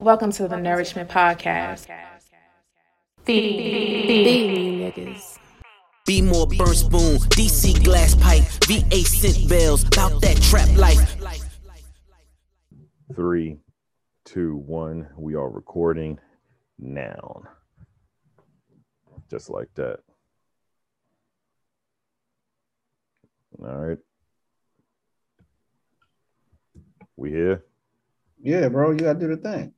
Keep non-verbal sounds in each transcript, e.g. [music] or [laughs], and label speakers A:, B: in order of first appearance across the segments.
A: Welcome to the Nourishment Podcast. Feed me, niggas.
B: Be more burn spoon, DC glass pipe, VA scent bells, bout that trap life.
C: Three, two, one. We are recording now. Just like that. All right. We here?
D: Yeah, bro, you gotta do the thing.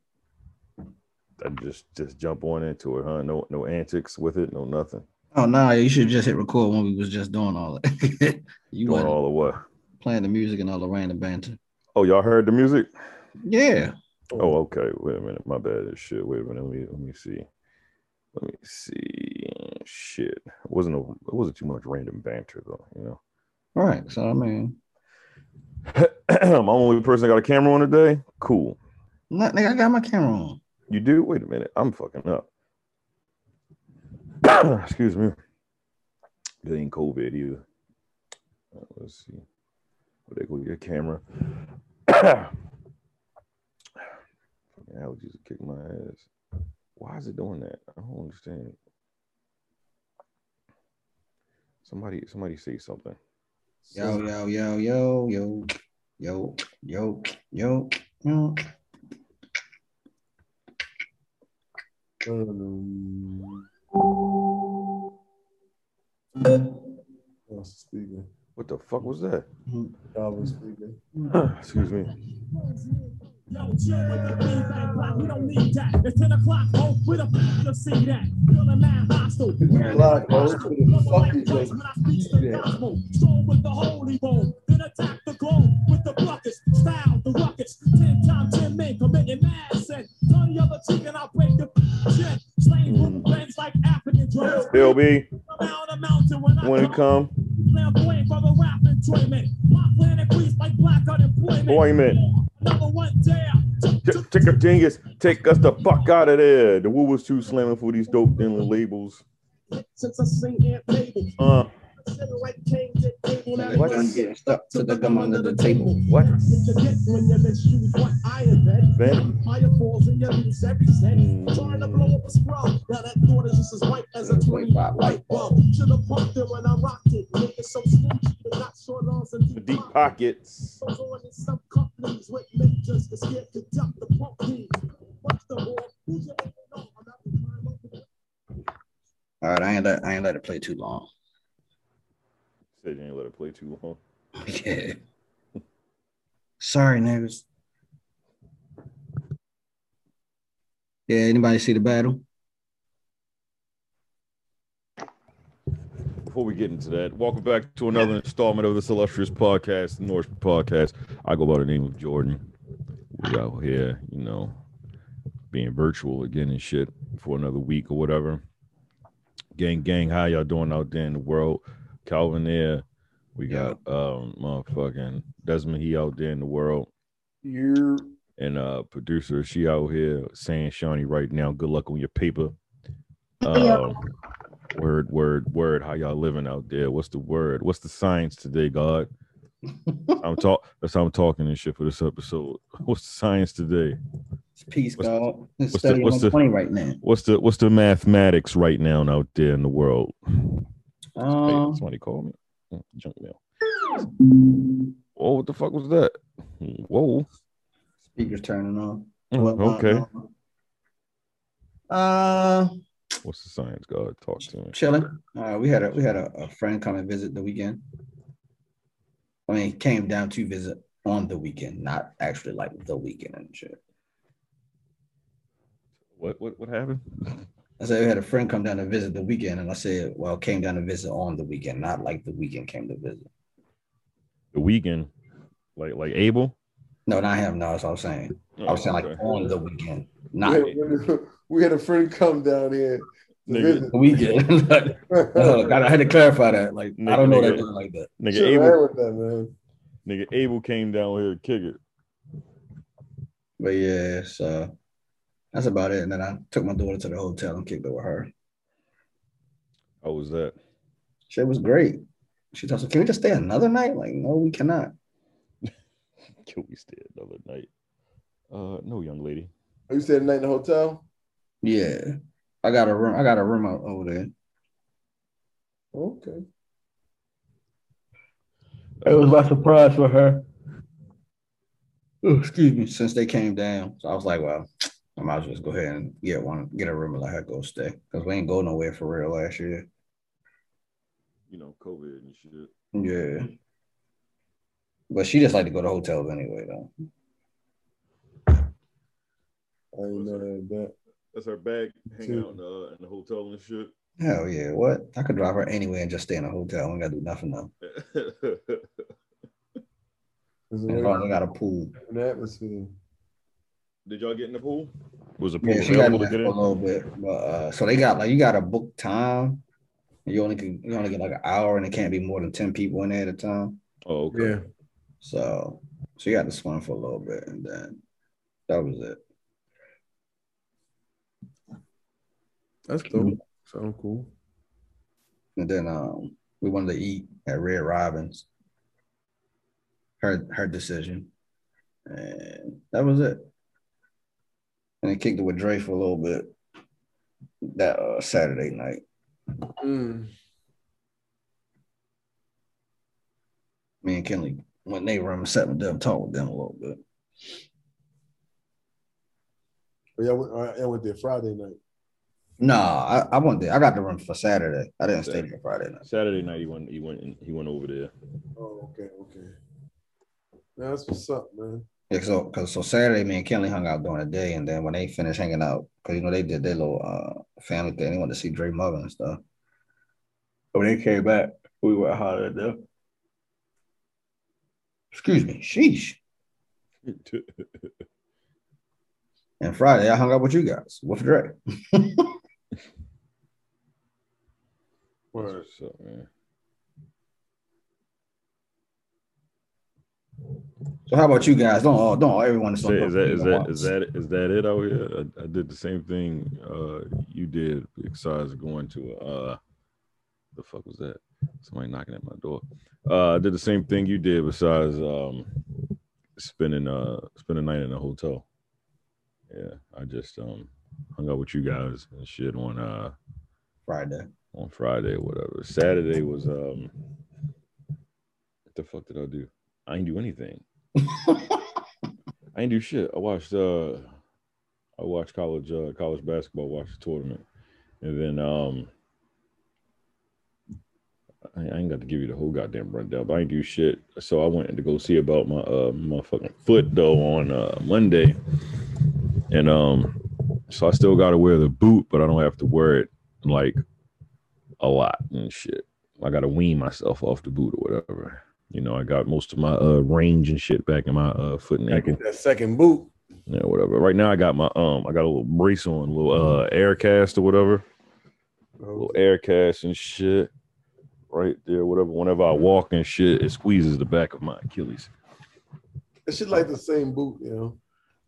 C: I just just jump on into it, huh? No no antics with it, no nothing.
D: Oh no, you should just hit record when we was just doing all that. [laughs] you
C: Doing
D: were
C: all the what?
D: playing the music and all the random banter.
C: Oh, y'all heard the music?
D: Yeah.
C: Oh, okay. Wait a minute. My bad. Shit. Wait a minute. Let me let me see. Let me see. Shit. It wasn't a, it wasn't too much random banter though, you know.
D: Right. So I mean,
C: [clears throat] I'm the only person that got a camera on today. Cool.
D: not, nigga, I got my camera on.
C: You do? Wait a minute. I'm fucking up. [clears throat] Excuse me. It ain't COVID either. Uh, Let's see. Where they go your camera? [clears throat] Fucking allergies kick my ass. Why is it doing that? I don't understand. Somebody, somebody say something.
D: Yo, yo, yo, yo, yo, yo, yo, yo, yo.
E: Um, was speaking.
C: What the fuck was that? [clears throat]
E: I was speaking.
C: Excuse me.
F: Yo, chill with the feedback clock. We don't need that. It's 10 o'clock, oh, we the f- to see that. Feeling mad hostile.
E: Ten o'clock, oh, we the fuck to
F: Voice when I speak
E: see
F: the
E: that.
F: gospel. Strong with the holy bone. Then attack the globe with the buckets. Style the ruckus. 10 times 10 men committing mad sin. Turn the other cheek and I'll break the f- chin. Slain with friends like African drums.
C: LB,
F: Come out of the mountain when I
C: when it come,
F: Flamboyant from the rap enjoyment. My plan increased like black unemployment.
C: Employment.
F: Number one down. Took-
C: T-
F: took-
C: Take a genius, take us the fuck out of there. The woo was too slamming for these dope dealing labels.
F: Since I sing Aunt Mabel,
C: Uh,
F: consider like Cain did Abel. Now
C: What?
F: it's-
D: I'm getting stuck to the gum under the table.
C: what?
F: What you get when you misuse what I invent.
C: Ben?
F: Fireballs in your knees every cent.
C: Mm.
F: Trying to blow up a scrub. Now that thought is just as white as a 25 light bulb. Should have bumped it when I rocked it. Making some smooth, but not short arms and
C: The
F: deep
C: deep
F: pockets.
C: pockets.
F: goes on in some companies with majors to scared to dump the punk team. What's the war? Who's your know? I'm not the crime of the
D: All right, I ain't let I ain't let it play too long. [laughs]
C: Said you ain't let it play too long.
D: Yeah. Sorry, niggas. Yeah, anybody see the battle?
C: Before we get into that, welcome back to another installment of the Celestials Podcast, the Norse Podcast. I go by the name of Jordan. We out here, you know, being virtual again and shit for another week or whatever. Gang, gang, how y'all doing out there in the world? Calvin there. We got um motherfucking Desmond he out there in the world.
E: You're
C: and uh producer she out here saying Shawnee right now good luck on your paper um, word word word how y'all living out there what's the word what's the science today god i'm talk that's how i'm talking and shit for this episode what's the science today
D: It's peace,
C: What's-
D: God. It's
C: what's the-
D: study
C: what's the-
D: 120 right now.
C: what's the what's the mathematics right now out there in the world Hey,
D: Um,
C: somebody called me Mm, junk mail
D: Um,
C: oh what the fuck was that Mm, whoa
D: speakers turning on.
C: Mm,
D: Well, uh,
C: okay
D: Uh,
C: what's the science god talk to me
D: chilling. Uh, we had a we had a, a friend come and visit the weekend. I mean, came down to visit on the weekend, not actually like the weekend and shit.
C: what what what happened
D: I said we had a friend come down to visit the weekend, and I said, well, came down to visit on the weekend, not like the weekend came to visit.
C: the weekend like like abel
D: No, not him. No, that's what I'm saying. I
C: Oh,
D: was saying like on the weekend,
E: we,
D: not
E: had, we had- we had a friend come down here. to
C: Nigga. [laughs]
D: the weekend. [laughs]
E: visit.
D: Look, I, I had to clarify that. Like, I don't know
C: Nigga,
D: that
C: nigga.
D: dude like that.
C: Nigga
E: Shit, I
C: Abel,
E: ain't with that, man.
C: nigga Abel came down here to kick it.
D: But yeah, so that's about it. And then I took my daughter to the hotel and kicked it with her.
C: How was that?
D: Shit was great. She tells me, "Can we just stay another night?" Like, no, we cannot.
C: Can we stay another night? Uh, no, young lady.
E: Are Oh, you staying the night in the hotel?
D: Yeah. I got a room. I got a room out over there.
E: Okay.
D: It was my surprise for her. Excuse me. Since they came down, so I was like, well, I might as well just go ahead and get one, get a room and let her go stay because we ain't go nowhere for real last year.
C: You know, COVID and shit.
D: Yeah. But she just like to go to hotels anyway, though.
E: I didn't know that. but-
C: That's her bag hanging out in the, uh, in the hotel and shit.
D: Hell yeah. What? I could drive her anywhere and just stay in a hotel. I ain't got to do nothing, though.
C: [laughs]
E: It's
D: As long as I got a pool.
E: an atmosphere.
C: Did y'all get in the pool? Was the pool
D: Yeah, she got
C: available
D: in
C: to
D: there for
C: get
D: a
C: in?
D: little bit, but uh, so they got like you got to book time. And you only can you only get like an hour, and it can't be more than ten people in there at a time.
C: Oh, okay.
E: Yeah.
D: So, so you got to swim for a little bit, and then that was it.
E: That's dope. Sound cool.
D: And then um, we wanted to eat at Red Robin's. Her her decision, and that was it. And it kicked it with Dre for a little bit that uh, Saturday night.
E: Mm.
D: Me and Kenley went in their room, sat with them, talked with them a little bit.
E: But yeah, I Oh, went, I went there Friday night.
D: No, I, I went there. I got the room for Saturday. I didn't stay there Friday night.
C: Saturday night he went. He went. in- He went over there. [laughs]
E: Oh, okay, okay. Now that's what's up, man.
D: Yeah, so cause so Saturday, me and Kelly hung out during the day, and then when they finished hanging out, cause you know they did their little uh family thing. They went to see Dre mother and stuff. But when they came back, we were hotter at them. Excuse me, sheesh. And Friday, I hung out with you guys with Dre. [laughs]
E: Word.
C: So, man.
D: So how about you guys? Don't all don't all everyone
C: Is that is that is that is that, is that it out here? I, I did the same thing uh you did besides going to uh the fuck was that? Somebody knocking at my door. Uh I did the same thing you did besides um spending uh spending night in a hotel. Yeah, I just um hung out with you guys and shit on uh
D: Friday?
C: on Friday or whatever. Saturday was um what the fuck did I do? I didn't do anything. I didn't do shit. I watched uh I watched college uh college basketball, watched the tournament. And then um I, I ain't got to give you the whole goddamn rundown, but I didn't do shit. So I went to go see about my uh my fucking foot though on uh Monday. And um so I still gotta wear the boot, but I don't have to wear it like a lot and shit. I gotta wean myself off the boot or whatever. You know, I got most of my uh range and shit back in my uh foot and
E: I
C: ankle.
E: get that second boot.
C: Yeah, whatever. Right now I got my um I got a little brace on, a little uh air cast or whatever. A little air cast and shit. Right there, whatever. Whenever I walk and shit, it squeezes the back of my Achilles.
E: It's just like the same boot, you know.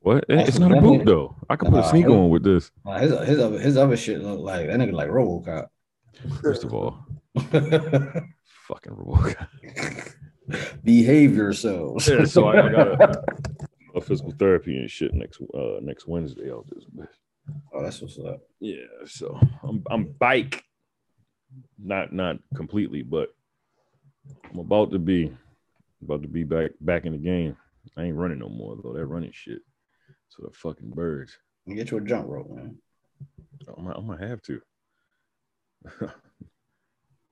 C: What? It- It's not a boot though. I could put a sneaker on with this.
D: Nah, his his other his other shit look like that nigga like RoboCop.
C: [laughs]
D: [laughs]
C: First
E: [laughs]
C: of all, fucking robot.
D: Behave yourselves.
C: Yeah, [laughs] so I, I got [laughs] a, a physical therapy and shit next uh next Wednesday out this bitch.
D: [laughs] Oh, that's what's up.
C: Yeah, so I'm I'm bike, not not completely, but I'm about to be about to be back back in the game. I ain't running no more though. That running shit, so the fucking birds.
D: You get you a jump rope, man.
C: I'm gonna, I'm gonna have to. [laughs]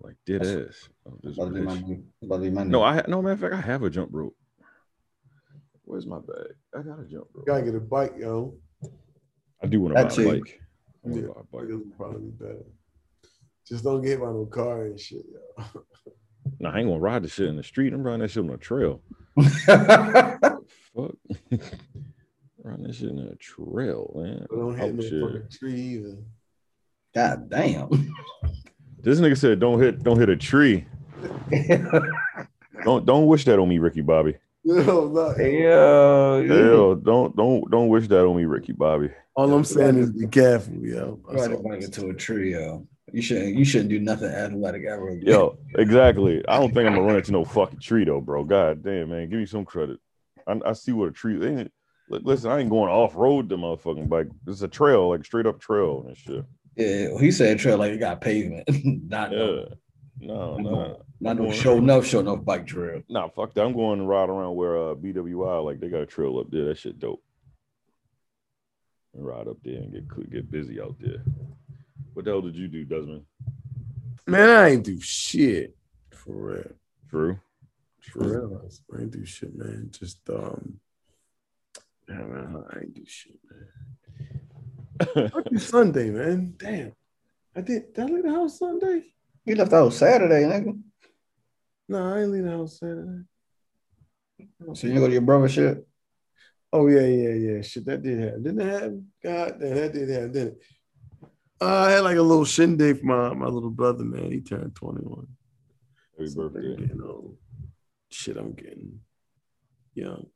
C: like dead ass. of this
D: It's about to be my
C: bitch.
D: new. It's about to be my new.
C: No, I ha- no matter of fact, I have a jump rope. Where's my bag? I got a jump rope.
E: Gotta get a bike, yo.
C: I do want to buy
D: That's
C: a
D: it.
C: bike. I wanna
E: Yeah.
C: buy a
E: Bike
C: bike.
E: is probably better. Just don't get hit by no car and shit, yo.
C: Nah, I ain't gonna ride the shit in the street. I'm riding that shit on a trail. Fuck. [laughs] Run this shit in a trail, man.
E: But don't hit
C: Oh,
E: no
C: shit.
E: fucking tree either.
D: [laughs]
E: [laughs]
D: God damn.
C: This nigga said don't hit don't hit a tree. Don't don't wish that on me, Ricky Bobby.
E: No, not.
D: yeah.
C: Hell, don't don't don't wish that on me, Ricky Bobby.
E: All I'm saying is be careful, yo.
D: You gotta bring it to a trio. You shouldn't. You shouldn't do nothing athletic ever. again.
C: Yo, exactly. I don't think I'm gonna run into no fucking tree though, bro. God damn, man. Give me some credit. I, I see what a tree ain't it- Li- Listen, I ain't going off road to motherfucking bike. It's a trail, like straight up trail and shit.
D: [laughs] Yeah, he said trail like it got pavement, [laughs] not no,
C: Yeah. No,
D: I'm
C: no.
D: not no show enough, show enough bike trail.
C: Nah, fuck that. I'm going to ride around where uh BWI, like they got a trail up there. That shit dope. And ride up there and get cl- get busy out there. What the hell did you do, Desmond?
E: Man, I ain't do shit. For real.
C: True. [laughs]
E: For real. I ain't do shit, man. Just um yeah, man, I ain't do shit, man. Fuck you Sunday, man. Damn. I did did I leave the house Sunday?
D: You left out Saturday, nigga.
E: No, I ain't leave the house Saturday.
D: So you go to your brother's shit.
E: Oh yeah, yeah, yeah. Shit, that did happen. Didn't it happen? God damn, that did happen, didn't it? Uh, I had like a little shindig for my, my little brother, man. He turned 21.
C: Happy
E: So,
C: birthday.
E: [laughs] You know, shit, I'm getting young.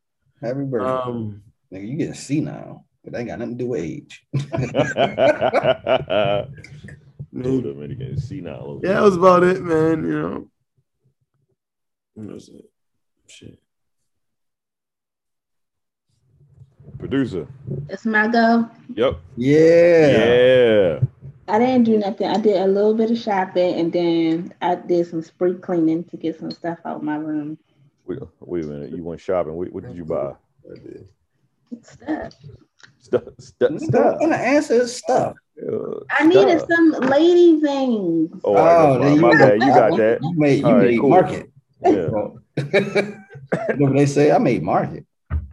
D: Happy birthday,
E: Um,
D: nigga. You getting senile. It ain't got nothing to do with age. [laughs]
C: Hold up, man. You can see now. a little
E: yeah,
C: bit.
E: that was about it, man. You know, that was it. Shit.
C: Producer.
G: It's my go.
C: Yep.
D: Yeah.
C: Yeah.
G: I didn't do nothing. I did a little bit of shopping and then I did some spree cleaning to get some stuff out of my room.
C: Wait, wait a minute. You went shopping. Wait, what did you buy?
E: I did.
G: Stuff.
C: Stuff. Stuff.
D: Stuff. And the answer is stuff.
G: I needed some lady things.
C: Oh, I
D: Oh,
C: got,
D: then
C: my, my
D: you-
C: bad. You got that.
D: You made you
C: All right,
D: made
C: cool.
D: market.
C: Yeah.
D: [laughs] Remember they say I made market.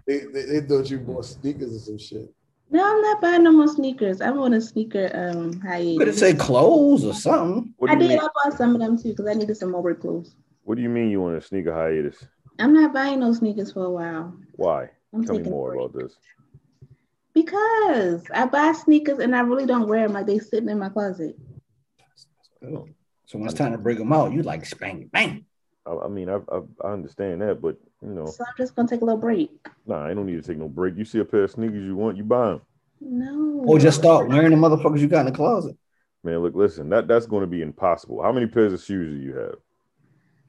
E: They, they, they thought you bought sneakers or some shit.
G: No, I'm not buying no more sneakers. I want a sneaker um
D: You could have
G: hiatus.
D: said clothes or something.
C: What
G: I
C: do you
G: did.
C: mean?
G: I bought some of them too because I needed some more work clothes.
C: What do you mean you want to sneak a hiatus?
G: I'm not buying no sneakers for a while.
C: Why?
G: I'm
C: Tell me
G: taking a
C: more
G: break.
C: about this.
G: Because I buy sneakers and I really don't wear them. Like they sitting in my closet.
D: oh, So when it's time to bring them out, you like bang bang.
C: I, I mean, I, I I understand that, but you know,
G: So I'm just gonna take a little break.
C: nah, I don't need to take no break. You see a pair of sneakers you want, you buy them.
G: No.
D: Or just start wearing the motherfuckers you got in the closet.
C: Man, look, listen, that that's going to be impossible. How many pairs of shoes do you have?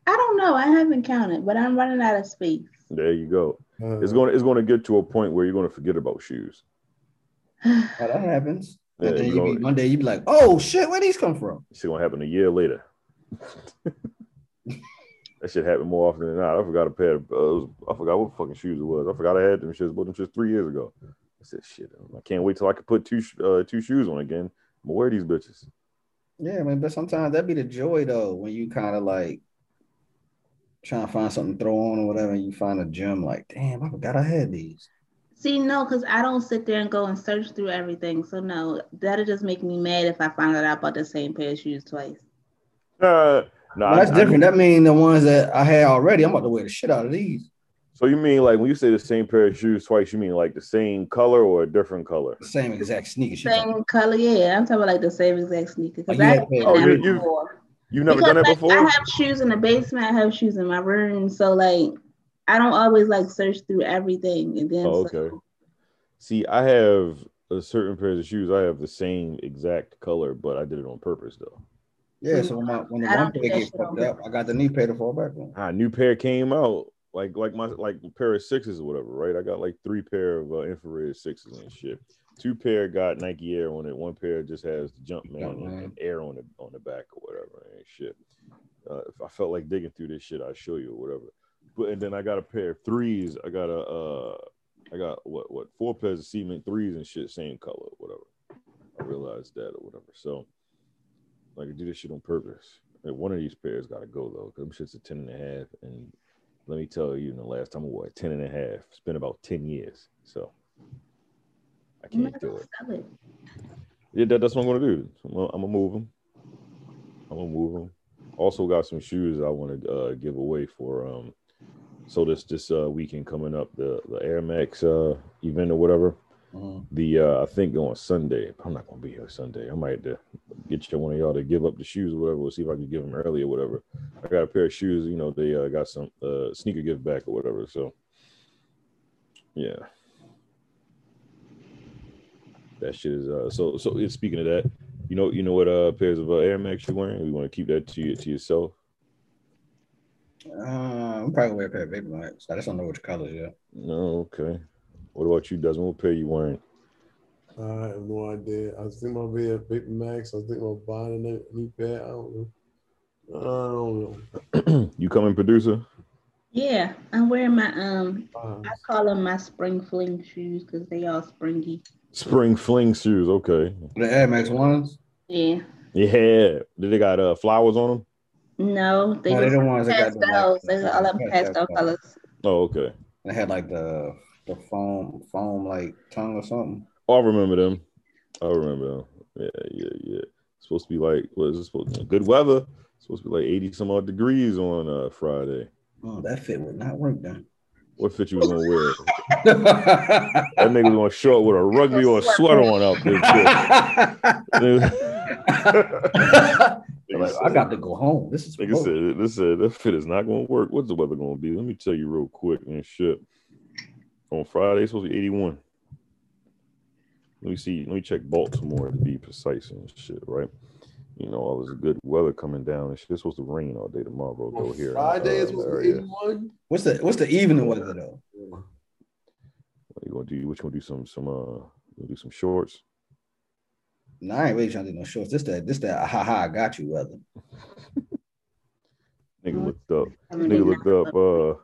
G: I don't know. I haven't counted, but I'm running out of space. [sighs]
C: There you go. It's going to it's going to get to a point where you're going to forget about shoes.
D: Oh, that happens.
C: Yeah,
D: and then
C: you
D: you
C: know-
D: be, one day you be like, oh shit, where these come from?
C: It's going to happen a year later. [laughs] that shit happened more often than not. I forgot a pair. Of, uh, it was- I forgot what fucking shoes it was. I forgot I had them shits. Bought them shits three years ago. I said, shit, I can't wait till I can put two sh- uh, two shoes on again. I'm gonna wear these bitches.
D: Yeah, man. But sometimes that be the joy though, when you kind of like trying to find something to throw on or whatever, and you find a gem like, damn, I forgot I had these.
G: See, no, because I don't sit there and go and search through everything. So no, that'll just make me mad if I find out I bought the same pair of shoes twice.
C: Uh, nah,
D: Well, that's
C: I- I-
D: different. that means the ones that I had already, I'm about to wear the shit out of these.
C: so you mean like when you say the same pair of shoes twice, you mean like the same color or a different color?
D: The same exact sneakers. she got.
G: Same color, yeah. I'm talking about like the same exact sneaker. Because
D: Oh, you
G: I
D: had
G: have
D: pair.
C: Oh,
G: done
C: you-
G: that
C: you-
G: before.
C: You've never
G: because
C: done that
G: like,
C: before.
G: I have shoes in the basement. I have shoes in my room. So like, I don't always like search through everything. And then
C: Oh,
G: so-
C: okay. See, I have a certain pairs of shoes. I have the same exact color, but I did it on purpose though.
D: Yeah, so when, my, when the
G: I don't
D: one
G: do
D: pair
G: that
D: get
G: shit
D: fucked
G: on
D: up, I got the knee pair to fall back on.
C: Ah, new pair came out like like my like a pair of sixes or whatever, right? I got like three pair of uh, infrared sixes and shit. Two pair got Nike Air on it. One pair just has the jump man and,
D: Jumpman.
C: and air on the on the back or whatever and shit. Uh, if I felt like digging through this shit, I'll show you or whatever. But and then I got a pair of threes. I got a uh, I got what what four pairs of cement threes and shit, same color or whatever. I realized that or whatever. So like I do this shit on purpose. Like, one of these pairs gotta go though, because them shit's a ten and a half. And let me tell you, the last time I wore a ten and a half, it's been about ten years. So I
G: I'm not
C: can't do
G: gonna
C: it.
G: sell it.
C: Yeah, that, that's what I'm gonna do. I'm gonna, I'm gonna move them. I'm gonna move them. Also got some shoes I want to uh, give away for um. So this this uh, weekend coming up, the the Air Max uh, event or whatever.
D: Mhm.
C: The uh, I think on Sunday. I'm not gonna be here Sunday. I might have to get you one of y'all to give up the shoes or whatever. We'll see if I can give them early or whatever. I got a pair of shoes. You know they uh, got some uh, sneaker gift back or whatever. So yeah, that shit is. Uh, so so yeah, speaking of that, you know you know what uh, pairs of uh, Air Max you're wearing. You want to keep that to you, to yourself.
D: Uh, I'm probably gonna wear a pair of baby lights. I just don't know which colors yet.
C: No, okay. What about you, Desmond? What pair you wearing?
E: I have no idea. I think my bed Vapor Max. I think my body and that knee pad. I don't know. I don't know.
C: you coming, producer?
G: Yeah, I'm wearing my um.
E: Vibes.
G: I call them my spring fling shoes because they all springy.
C: Spring fling shoes. Okay.
D: The Air Max ones.
G: Yeah.
C: Yeah. Did they got uh, flowers on them?
G: No, they
D: No,
G: just
D: they're the ones that got the
G: pastels.
D: light-
G: They all them
D: Yeah,
G: pastel
D: pastel.
G: colors.
C: Oh, okay.
D: They had like the the foam foam like tongue or something.
C: Oh, I remember them. I remember them. Yeah, yeah, yeah. It's supposed to be like what is it supposed to be? Good weather. It's supposed to be like eighty some odd degrees on uh, Friday.
D: Oh, that fit would not work then.
C: What fit you was gonna wear?
D: That's
C: That nigga was gonna show up with a rugby or a sweater on out there. Nigga
D: [laughs] like,
C: said-
D: [laughs] I got to go home. This is
E: Oh.
C: Nigga said, "This said that fit is not gonna work. What's the weather gonna be? Let me tell you real quick and shit. On Friday, it's supposed to be 81. Let me see. Let me check Baltimore to be precise and shit. Right? You know, all this good weather coming down and shit. It's supposed to rain all day tomorrow. Go
E: On
C: here. in,
E: Friday
C: uh,
E: is supposed to be
C: area.
E: 81.
D: what's the what's the evening weather though? [laughs]
C: What you gonna do? What you gonna do? Some some uh, you gonna do some shorts.
D: No, I ain't really trying to do no shorts. This that this that ah, ha ha I got you weather.
C: Nigga
E: Mm-hmm.
G: Mhm.
C: looked up.
G: I mean, they
C: Nigga looked
G: not-
C: up. Uh.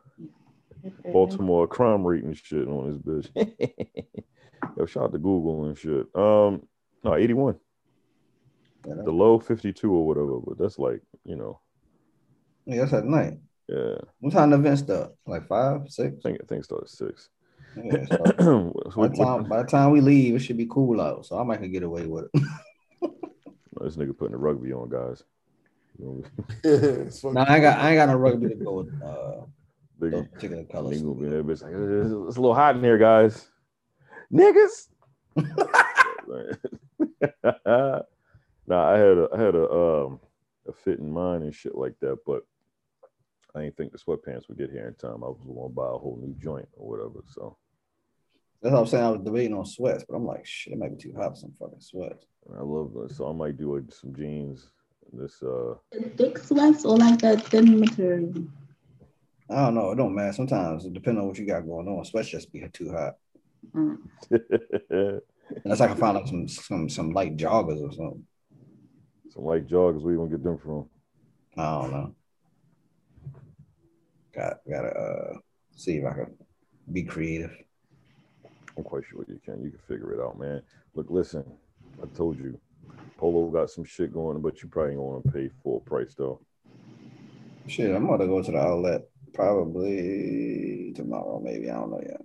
G: Mhm.
C: Baltimore crime rate and shit on this bitch. Yo, shout out to Google and shit. Um, no, 81.
D: You
C: The
D: know?
C: low 52 or whatever, but that's like, you know,
D: Yeah, that's at night.
C: yeah.
D: What time the event start? Like five, six?
C: I think I think it started at six. [clears throat]
D: Yeah,
C: So
D: so
C: [coughs]
D: by,
C: what-
D: the time, by the time we leave, it should be cool out. So I might can get away with it.
C: what- this nigga putting the rugby on, guys. You know,
E: It's fucking-
D: no, I ain't got I ain't got no rugby to go with uh those
C: nigga,
D: particular colors.
C: nigga gonna be in there, bitch. Like, "It's- it's a little hot in here, guys. Niggas. nah, I had a I had a um a fit in mind and shit like that, but I didn't think the sweatpants would get here in time. I was gonna buy a whole new joint or whatever. So
D: That's what I'm saying. I was debating on sweats, but I'm like, shit, it might be too hot for some fucking sweats.
C: I love that. So I might do like some jeans. This uh [laughs]
G: The thick sweats or like that thin material?
D: I don't know. It don't matter. Sometimes it depends on what you got going on. Sweats just be too hot.
G: Mm.
D: Unless I can find like some some some light joggers or something.
C: some light joggers, where you gonna get them from?
D: I don't know. Got gotta uh see if I can be creative.
C: I'm quite sure you can. You can figure it out, man. Look, listen, I told you, Polo got some shit going, but you probably ain't gonna pay full price though.
D: Shit, I'm gonna go to the outlet probably tomorrow, maybe. I don't know yet.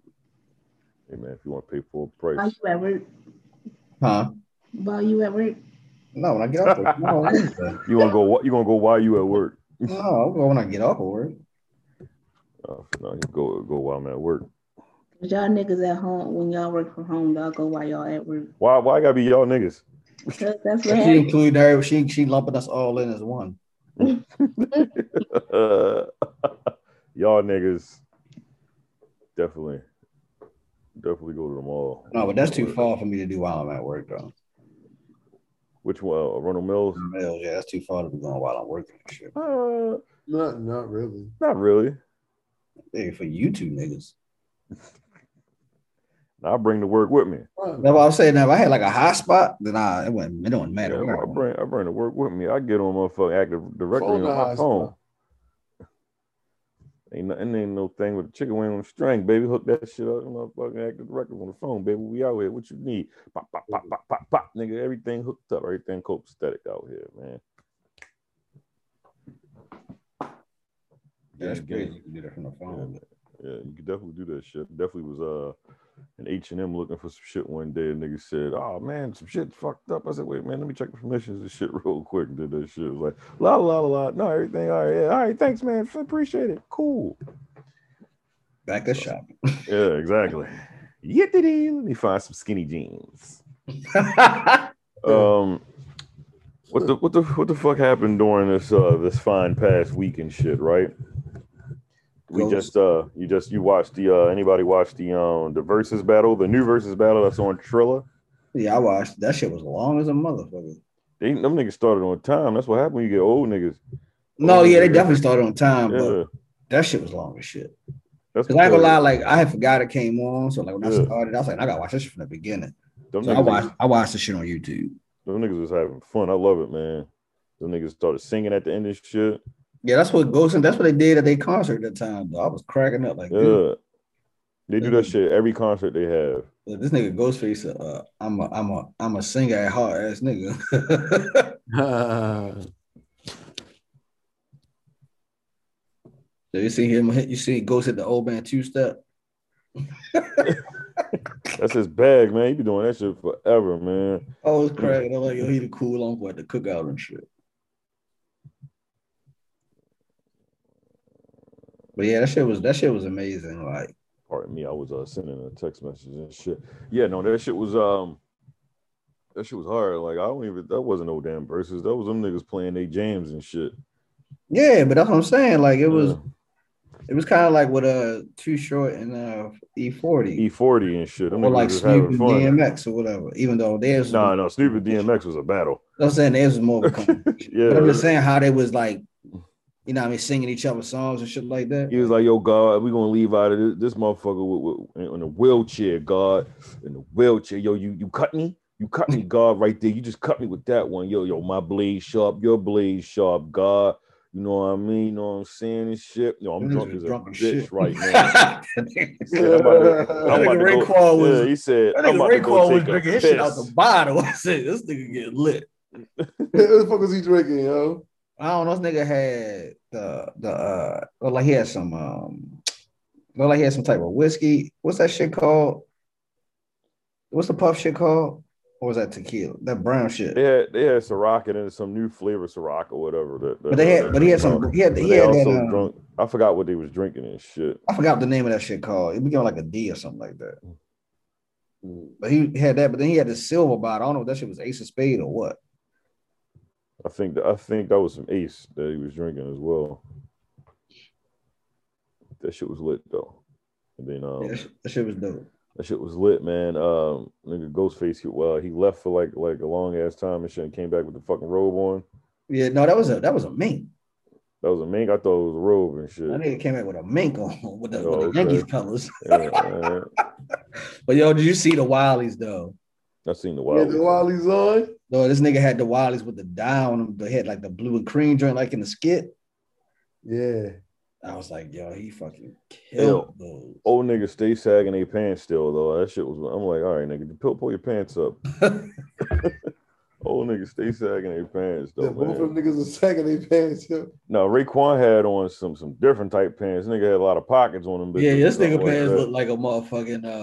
C: Hey man, if you want to pay full
G: While
C: price,
G: you at work?
D: Huh?
G: While you at work?
D: No, when I get off work. No, Wednesday.
C: you gonna go. wa- You gonna go while you at work?
D: no I'll go when I get off of work.
C: Uh, no, you go go while I'm at work.
G: 'Cause y'all niggas at home when y'all work from home, y'all go while y'all at [laughs] work.
C: Why? Why I gotta be y'all niggas? [laughs]
G: 'Cause that's what
D: She
G: happens.
D: included her, she she lumping us all in as one.
C: y'all niggas definitely, definitely go to the mall.
D: No, but that's too far for me to do while I'm at work though.
C: Which one? Uh, Ronald Mills?
D: Mills, yeah, that's too far to be going while I'm working and shit.
C: Uh,
E: Not, not really.
C: not really.
D: Hey, for you two niggas.
C: I bring the work with me.
D: That's what I was saying. Now, if I had like a hot spot, then I it wouldn't it don't matter.
C: Yeah,
D: where
C: I
D: I'm
C: bring I bring the work with me. I get on motherfucking active directory
E: Phone
C: on my
E: eyes,
C: phone.
E: bro.
C: Ain't nothing, ain't no thing with a chicken wing on the string, baby. Hook that shit up, motherfucking active directory on the phone, baby. We out here. What you need? Pop, pop, pop, pop, pop, pop, nigga. Everything hooked up. Everything copacetic out here, man.
D: Yeah, that's
C: Yeah,
D: crazy. You can do that from the
C: Yeah,
D: phone.
C: man. yeah, you could definitely do that shit. Definitely was uh an H and M looking for some shit one day. And nigga said, "Oh man, some shit fucked up." I said, "Wait, man, let me check the permissions and shit [laughs] real quick." And did that shit. It was like la la la la. No, everything all right. Yeah, all right. Thanks, man. F- Appreciate it. Cool.
D: Back up shop.
C: Yeah, exactly. Yippity. Let me find some skinny jeans. Um, what the what the what the fuck happened during this uh this fine past week and shit, right? We
D: Ghost.
C: just uh you just you watched the uh anybody watched the um the versus battle, the new versus battle that's on Trilla.
D: [laughs] yeah, I watched that shit was long as a motherfucker.
C: They them niggas started on time. That's what happened when you get old niggas.
D: No,
C: Oh,
D: yeah, they
C: yeah.
D: definitely started on time, but
C: Yeah.
D: that shit was long as shit.
C: That's
D: Cause I ain't gonna lie,
C: because
D: like I had forgot it came on. So like when
C: Yeah.
D: I started, I was like, I gotta watch this shit from the beginning.
C: Them
D: So I
C: niggas-
D: watched I watched the shit on YouTube.
C: Them niggas was having fun. I love it, man. Them niggas started singing at the end of shit.
D: Yeah, that's what Ghost and that's what they did at their concert at the time. Though. I was cracking up like, dude,
C: Yeah. They do that shit every concert they have.
D: look, this nigga Ghostface, uh, I'm a I'm a I'm a singer at heart ass nigga. [laughs] so you see him hit, you see Ghost hit the old man two step.
C: That's his bag, man. He be doing that shit forever, man.
D: I was cracking up like, yo, he the cool uncle at the cookout and shit. But yeah, that shit was that shit was amazing. Like.
C: Pardon me, I was uh, sending a text message and shit. Yeah, no, that shit was um, that shit was hard. Like I don't even. That wasn't no damn verses. That was them niggas playing they jams and shit.
D: Yeah, but that's what I'm saying. Like it was,
C: Yeah.
D: it was kind of like with uh too short and uh E
C: E
D: forty
C: forty and shit. Them
D: or
C: niggas
D: like
C: was
D: Snoop
C: having
D: and
C: fun.
D: DMX or whatever. Even though theirs,
C: Nah,
D: no,
C: no, Snoop and DMX was a battle. [laughs]
D: I'm saying theirs was more of a competition.
C: Yeah,
D: But I'm just saying how they was like, you know, what I mean, singing each other songs and shit like that. [laughs]
C: He was like, "Yo, God, we gonna leave out of this, this motherfucker with, with, in a wheelchair, God, in a wheelchair. Yo, you you cut me, you cut me, God, right there. You just cut me with that one. Yo, yo, my blade sharp, your blade sharp, God. You know what I mean? You know what I'm saying and shit. Yo, I'm
D: Them niggas
C: drunk
D: was
C: as a bitch
D: drunk as shit. [laughs]
C: right now.
D: That
C: He said, I'm about to-
E: [laughs]
D: nigga
C: I'm about to go-
D: Raekwon
C: yeah,
D: was.
C: he said,
D: That
C: I'm about to
D: nigga
C: go
D: Raekwon was
C: take a
D: drinking his
C: piss.
D: shit out the bottle. [laughs] I said, this nigga get lit.
E: what the fuck was he drinking, yo?
D: I don't know. This nigga had the the uh look like he had some um look like he had some type of whiskey. What's that shit called? What's the puff shit called? Or was that tequila? That brown shit.
C: They had they had Ciroc and then some new flavor Ciroc or whatever. That, that-
D: But they had but he had some he had
C: But
D: he
C: they
D: had that
C: also
D: um,
C: drunk. I forgot what they was drinking and shit.
D: I forgot the name of that shit called. It became like a D or something like that.
C: Mm.
D: But he had that, but then he had the silver bottle. I don't know if that shit was ace of spade or what.
C: I think that I think that was some Ace that he was drinking as well. That shit was lit though. And then um,
D: Yeah, that, shit, that shit was dope.
C: that shit was lit, man. Um, nigga Ghostface, he, well, he left for like like a long ass time and shit, and came back with the fucking robe on.
D: Yeah, no, that was a that was a mink.
C: That was a mink. I thought it was a robe and
D: That
C: shit.
D: nigga came back with a mink on [laughs] with the,
C: Oh,
D: with
C: okay.
D: the Yankees colors.
C: Yeah, man.
D: But yo, did you see the Wileys though?
C: I seen the
E: He had the
C: wild.
E: Wally's on.
D: No, this nigga had the Wally's with the dye on him. They had like the blue and cream joint, like in the skit.
E: Yeah.
D: I was like, yo, he fucking
C: Yo.
D: killed those.
C: Old niggas stay sagging their pants still though. That shit was. I'm like, all right, nigga, pull, pull your pants
E: [laughs]
C: up. Old niggas stay sagging their pants though.
E: Yeah, both
C: man.
E: of them niggas was sagging their pants, yo.
C: No, Raekwon had on some some different type pants. Nigga had a lot of pockets on them.
D: Yeah,
C: bitches or
D: this
C: something
D: nigga
C: like
D: pants
C: that.
D: look like a motherfucking uh,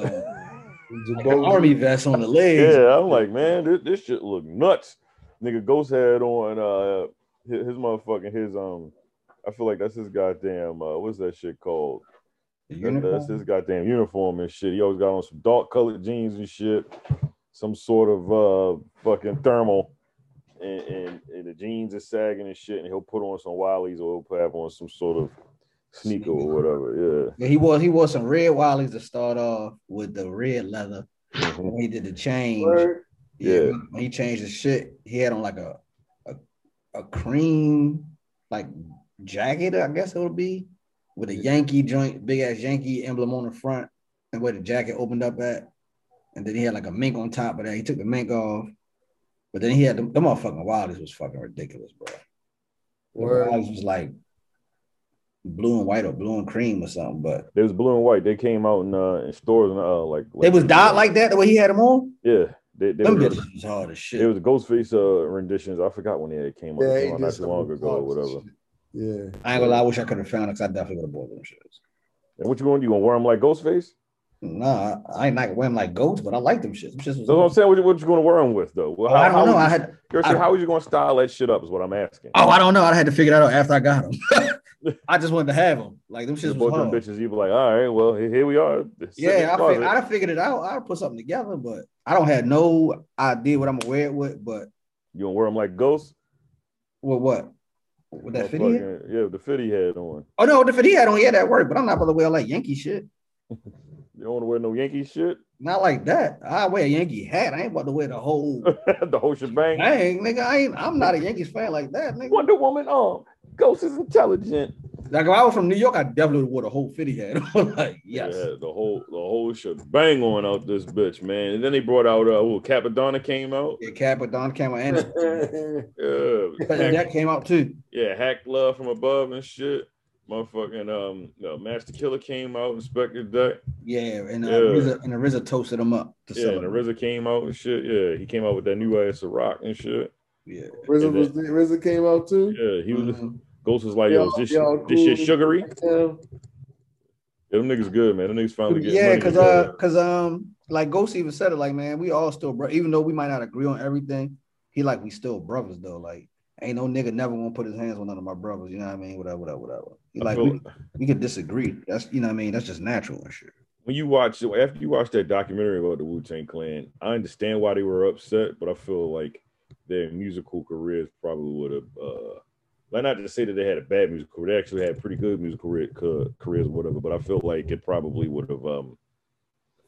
C: [laughs]
D: like an
E: Jabot-
D: army vest on the legs.
C: Yeah, I'm like, man, this, this shit look nuts. Nigga Ghost had on uh his, his motherfucking his um. I feel like that's his goddamn uh, what's that shit called?
D: The
C: That- That's
D: uniform.
C: his goddamn uniform and shit. He always got on some dark colored jeans and shit, some sort of uh fucking thermal, and, and, and the jeans are sagging and shit. And he'll put on some Wileys or he'll have on some sort of sneaker or whatever. Yeah.
D: Yeah, he wore he wore some red Wally's to start off with the red leather.
C: Mhm.
D: When he did the change,
E: Word.
C: Yeah.
D: when he changed the shit, he had on like a a, a cream like jacket, I guess it would be, with a Yankee joint, big ass Yankee emblem on the front, and where the jacket opened up at, and then he had like a mink on top of that. He took the mink off, but then he had them, them motherfucking wilders was fucking ridiculous, bro.
E: Word.
D: Wilders was like blue and white or blue and cream or something, but
C: They was blue and white. They came out in uh in stores and uh like,
D: they was dyed like that the way he had them on.
C: yeah. They, they
D: Them
C: was-
D: bitches was hard as shit.
C: it was Ghostface uh renditions. I forgot when they came out.
E: Yeah,
C: They
E: he
C: came out
E: did
C: not too
E: some
C: long ago or
E: parts and
C: whatever.
E: shit. Yeah.
D: I ain't gonna lie, I wish I could have found it because I definitely would have bought them shits.
C: And what you gonna do? You gonna wear them like Ghostface?
D: Nah, I ain't like wearing like goats, but I like them shits. Them shits was-
C: That's what I'm saying. What you, what you gonna wear them with though? Well,
D: Oh, I don't know.
C: would
D: I
C: you-
D: had
C: Gershie,
D: I-
C: how was you gonna style that shit up? Is what I'm asking.
D: oh, I don't know. I had to figure that out after I got
C: [laughs]
D: them. I just wanted to have them. Like them
C: You
D: shits was
C: both them
D: hard.
C: bitches. You be like, all right, well here here we are. Sit in the
D: Yeah, I fig-
C: closet.
D: I'd have figured it out. I'd put something together, but I don't have no idea what I'm gonna wear it with. But
C: you gonna wear them like Ghost?
D: with what? With that fitty? hat?
C: Motherfucking- Yeah, with the fitty head on.
D: Oh no, the fitty hat on. Yeah, that worked. But I'm not about to wear like Yankee shit.
C: You don't want to wear no Yankee shit. [laughs]
D: Not like that. I wear a Yankee hat. I ain't about to wear
C: [laughs]
D: the whole
C: the whole shebang.
D: Dang, nigga, I ain't. I'm not a Yankees fan like that, nigga.
C: Wonder Woman. Um, Ghost is intelligent.
D: Like if I was from New York, I definitely would have wore the whole fitty hat. [laughs] on. like, yes.
C: Yeah, the whole the whole shebang on out this bitch, man. And then they brought out uh well, Capadonna came out.
D: Yeah, Capadonna came out and
C: [laughs]
E: [laughs]
C: Yeah,
D: [laughs]
C: hack,
D: that came out too.
C: yeah, hack love from above and shit. Motherfucking um uh, Master Killer came out, Inspector Duck.
D: Yeah, and uh,
C: Yeah.
D: RZA- and RZA toasted him up to
C: Yeah, and the
D: celebrate.
C: RZA came out and shit. Yeah, he came out with that new ass of rock and shit.
D: Yeah,
E: RZA, was, RZA came out too.
C: Yeah, he was
D: Mhm.
C: Ghost was like, yo, is this,
E: y'all
C: this shit
E: cool?
C: sugary.
E: Yeah.
C: Yeah, them niggas good, man. Them niggas finally get
D: yeah,
C: money
D: cause
C: together.
D: uh, cause um, like Ghost even said it, like man, we all still bro. Even though we might not agree on everything, he like we still brothers though. Like ain't no nigga never gonna put his hands on none of my brothers. You know what I mean? Whatever, whatever, whatever. He
C: I
D: like
C: feel-
D: we, we could disagree. That's you know what I mean. That's just natural and shit.
C: when you watch after you watch that documentary about the Wu Tang Clan, I understand why they were upset, but I feel like their musical careers probably would have. Uh, like not to say that they had a bad musical career, they actually had pretty good musical career, ca- careers, or whatever. But I feel like it probably would have um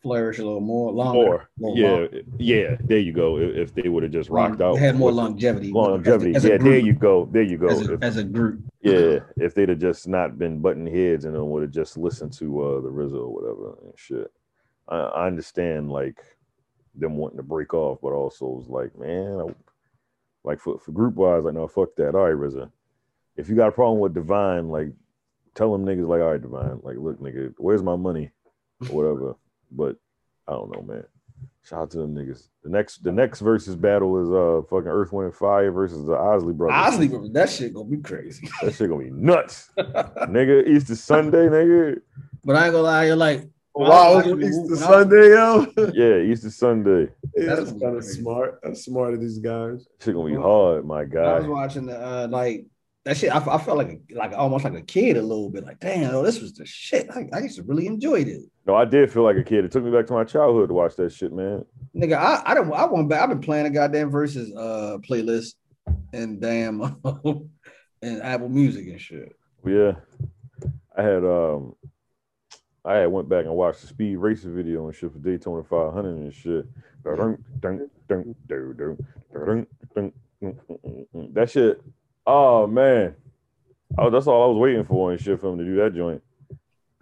D: Flourish a little more, longer,
C: more,
D: more
C: yeah,
D: long-
C: yeah. There you go. If, if they would have just rocked out,
D: They had more
C: with
D: longevity.
C: longevity.
D: As a- as a
C: yeah, there
D: group.
C: you go. There you go.
D: As a,
C: If-
D: as a group.
C: yeah, if they'd have just not been butting heads and then would have just listened to uh the RZA or whatever and shit. I, I understand like them wanting to break off, but also it's like, man, I, like for, for group wise, like no, fuck that. All right, RZA, if you got a problem with Divine, like tell them niggas like, all right, Divine, like look, nigga, where's my money or whatever. but I don't know, man. Shout out to them niggas. The next, the next versus battle is uh fucking Earth, Wind, and Fire versus the Osley brothers.
D: Honestly, bro, that shit gonna be crazy.
C: That shit gonna be nuts, nigga. Easter Sunday, nigga.
D: [laughs] But I ain't gonna lie, you're like, When
E: Wow,
D: I
E: it's
D: was watching-
E: Easter
D: when I was-
E: Sunday, yo. [laughs]
C: Yeah, Easter Sunday.
E: That's
D: was
E: kind of
D: crazy.
E: smart. That's smart of these guys.
C: Shit gonna be hard, my
D: I was
C: guy.
D: watching the uh, like that shit. I, I felt like a, like almost like a kid a little bit. Like, damn, oh, this was the shit. I, I used to really enjoy this.
C: No, I did feel like a kid. It took me back to my childhood to watch that shit, man.
D: Nigga, I I don't I went back. I've been playing a goddamn versus uh playlist and damn [laughs] and Apple Music and shit.
C: Yeah, I had um, I had went back and watched the Speed Racer video and shit for Daytona 500 and shit. Dun, dun, dun, dun, dun, dun, dun, dun, dun, dun. That shit. Oh man, oh that's all I was waiting for and shit for him to do that joint.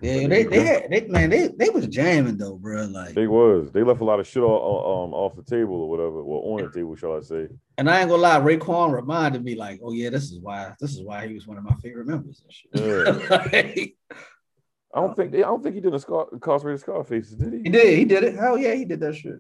D: Yeah, they they had they man they they was jamming though, bro. Like,
C: They was. They left a lot of shit all, um, off the table or whatever. Well, on the table, shall I say?
D: and I ain't gonna lie, Raekwon reminded me like, oh yeah, this is why this is why he was one of my favorite members and shit. [laughs]
C: Yeah.
D: Like,
C: I don't think. They, I don't think he did a Scar, incarcerated Scarface, did
D: he
C: he?
D: did he did it. Hell yeah, he did that shit.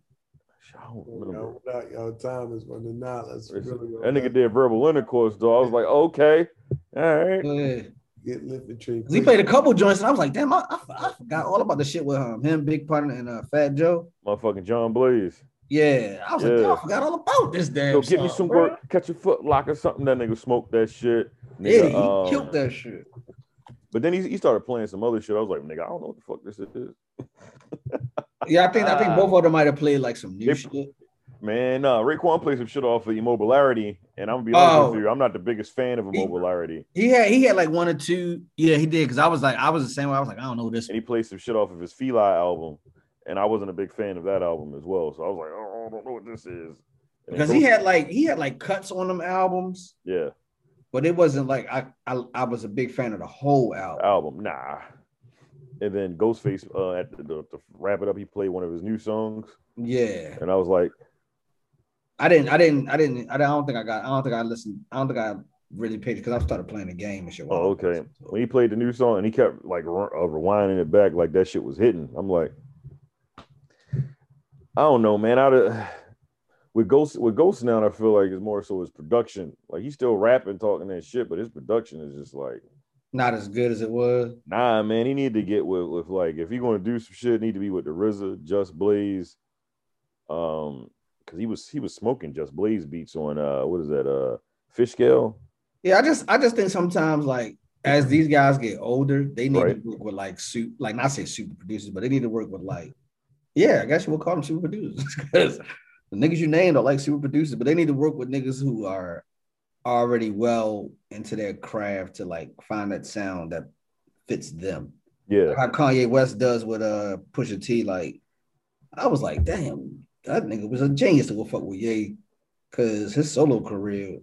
C: I don't remember.
E: Y'all, y'all time is running out. That's
C: That
E: really gonna
C: nigga did verbal intercourse though. I was like, okay, all right.
D: Yeah.
E: get lifted tree.
D: 'Cause He played a couple joints, and I was like, damn, I, I, I forgot all about the shit with um, him, Big Pun, and uh, Fat Joe.
C: Motherfucking John Blaze.
D: Yeah, I was like,
C: Yeah.
D: damn, I forgot all about this damn.
C: Yo, get me
D: song,
C: some
D: bro.
C: work. Catch a foot lock or something. That nigga smoked that shit.
D: Yeah,
C: Nigga,
D: he
C: um,
D: killed that shit.
C: But then he, he started playing some other shit. I was like, nigga, I don't know what the fuck this is.
D: Yeah, I think I think
C: Ah.
D: both of them might have played like some new
C: They-
D: shit.
C: Man, uh, Raekwon played some shit off of Immobilarity, and I'm gonna be honest
D: Oh.
C: with you, I'm not the biggest fan of
D: He-
C: Immobilarity.
D: He had he had like one or two. Yeah, he did because I was like, I was the same way. I was like, I don't know this.
C: and he played some shit off of his Feli album, and I wasn't a big fan of that album as well. So I was like, oh, I don't know what this is. And
D: Because
C: then
D: he
C: Ghost-
D: had like he had like cuts on them albums,
C: yeah
D: but it wasn't like I I, I was a big fan of the whole album.
C: album, nah. And then Ghostface, uh, at the, the, to wrap it up, he played one of his new songs,
D: Yeah,
C: and I was like,
D: I didn't I didn't I didn't I don't think I got I don't think I listened I don't think I really paid because I started playing the game and shit. while I
C: oh
D: was
C: okay.
D: listening to it.
C: When he played the new song, and he kept like r- uh, rewinding it back, like that shit was hitting. I'm like, I don't know, man. Out of with Ghost, with Ghost now, I feel like it's more so his production. Like he's still rapping, talking that shit, but his production is just like.
D: not as good as it was.
C: Nah, man, he need to get with, with like if he gonna do some shit, it need to be with the RZA, Just Blaze, um, cause he was he was smoking Just Blaze beats on uh what is that uh Fish Scale?
D: Yeah, I just I just think sometimes like as these guys get older, they need
C: Right.
D: to work with like soup, like not say super producers, but they need to work with like, yeah, I guess you would call them super producers [laughs] because the niggas you named are like super producers, but they need to work with niggas who are already well into their craft to like find that sound that fits them.
C: Yeah,
D: How Kanye West does with uh Pusha T, like I was like, damn, that nigga was a genius to go fuck with Ye, cause his solo career,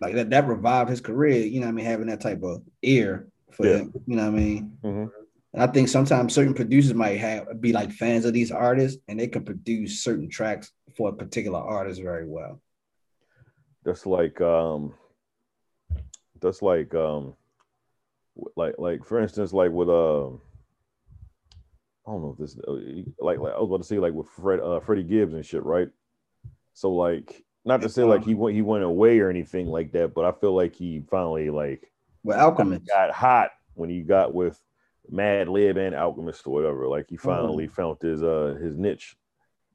D: like that, that revived his career. You know, what I mean, having that type of ear for
C: Yeah.
D: him. You know what I mean?
C: Mhm.
D: And I think sometimes certain producers might have be like fans of these artists, and they can produce certain tracks for a particular artist very well.
C: That's like um that's like um w- like like for instance like with um I don't know if this uh, like, like I was about to say like with Fred uh Freddie Gibbs and shit, right? So like not to say like he went he went away or anything like that, but I feel like he finally like
D: Well, Alchemist,
C: got hot when he got with Mad Lib and Alchemist or whatever. Like he finally found his uh his niche.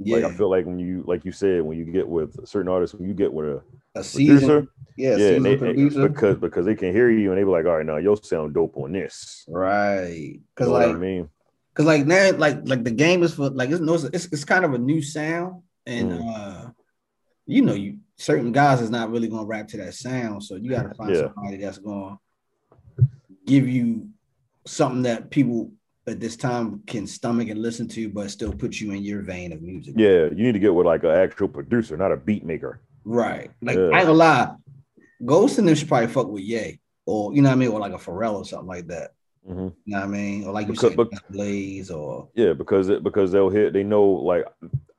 D: Mm-hmm. yeah,
C: Like I feel like when you like you said when you get with certain artists, when you get with a producer,
D: a season, yeah,
C: yeah,
D: season
C: and they,
D: producer,
C: because because they can hear you and they be like, all right, now you'll sound dope on this.
D: right?
C: You
D: Because
C: know
D: like,
C: what I mean?
D: Cause like now, like like the game is for like it's no, it's, it's kind of a new sound, and
C: Mm.
D: uh, you know, you certain guys is not really gonna rap to that sound, so you gotta find
C: Yeah.
D: somebody that's gonna give you something that people at this time can stomach and listen to, but still put you in your vein of music.
C: Yeah, you need to get with like an actual producer, not a beat maker.
D: right. Like
C: Yeah.
D: I ain't gonna lie, Ghost and them should probably fuck with Ye, or you know what I mean, or like a Pharrell or something like that.
C: Mhm.
D: You know what I mean, or like you
C: Because-
D: said,
C: bec-
D: Blaze or
C: Yeah, because it, because they'll hit. They know like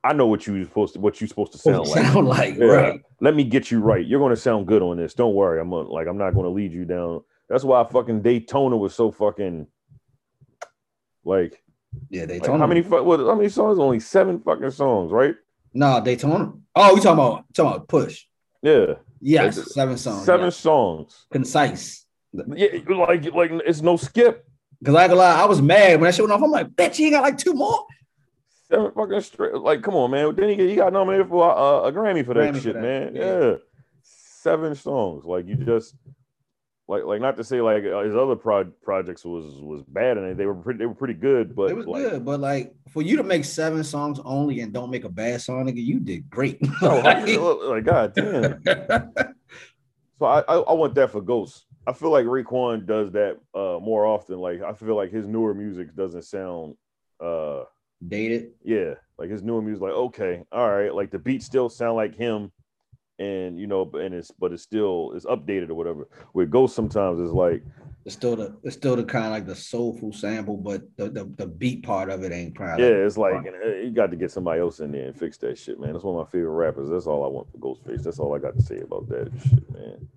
C: I know what you supposed to what you supposed to sound like.
D: [laughs] sound like,
C: Yeah.
D: right.
C: let me get you right. You're gonna sound good on this. Don't worry. I'm gonna, like I'm not gonna lead you down. That's why fucking Daytona was so fucking like,
D: Yeah,
C: like,
D: Daytona.
C: how many fu- what, how many songs? Only seven fucking songs, right?
D: No, Daytona. Oh, you talking about talking about push?
C: Yeah,
D: Yes,
C: That's-
D: seven songs.
C: seven
D: yeah.
C: songs.
D: concise.
C: Yeah, like like it's no skip.
D: Because I ain't gonna lie, I was mad when that shit went off. I'm like, bitch, he got like two more.
C: Seven fucking straight. Like, come on, man. Then he, he got nominated for uh, a, a Grammy for that
D: Grammy for
C: shit,
D: that,
C: man.
D: yeah.
C: Yeah. seven songs. Like you just like like not to say like uh, his other pro- projects was was bad and they were pretty they were pretty good, but
D: it was
C: like,
D: good, but like for you to make seven songs only and don't make a bad song, nigga, you
C: [laughs]
D: did great.
C: [laughs] No,
D: [laughs]
C: I- like God damn. So I, I I want that for Ghost. I feel like Raekwon does that uh more often. Like I feel like his newer music doesn't sound uh
D: Dated.
C: yeah like his newer music like okay all right like the beats still sound like him and you know and it's but it's still it's updated or whatever. With Ghost sometimes it's like
D: It's still the it's still the kind of like the soulful sample, but the, the, the beat part of it ain't probably.
C: yeah it's like uh, you got to get somebody else in there and fix that shit man. That's one of my favorite rappers. That's all I want for Ghostface. That's all I got to say about that shit man.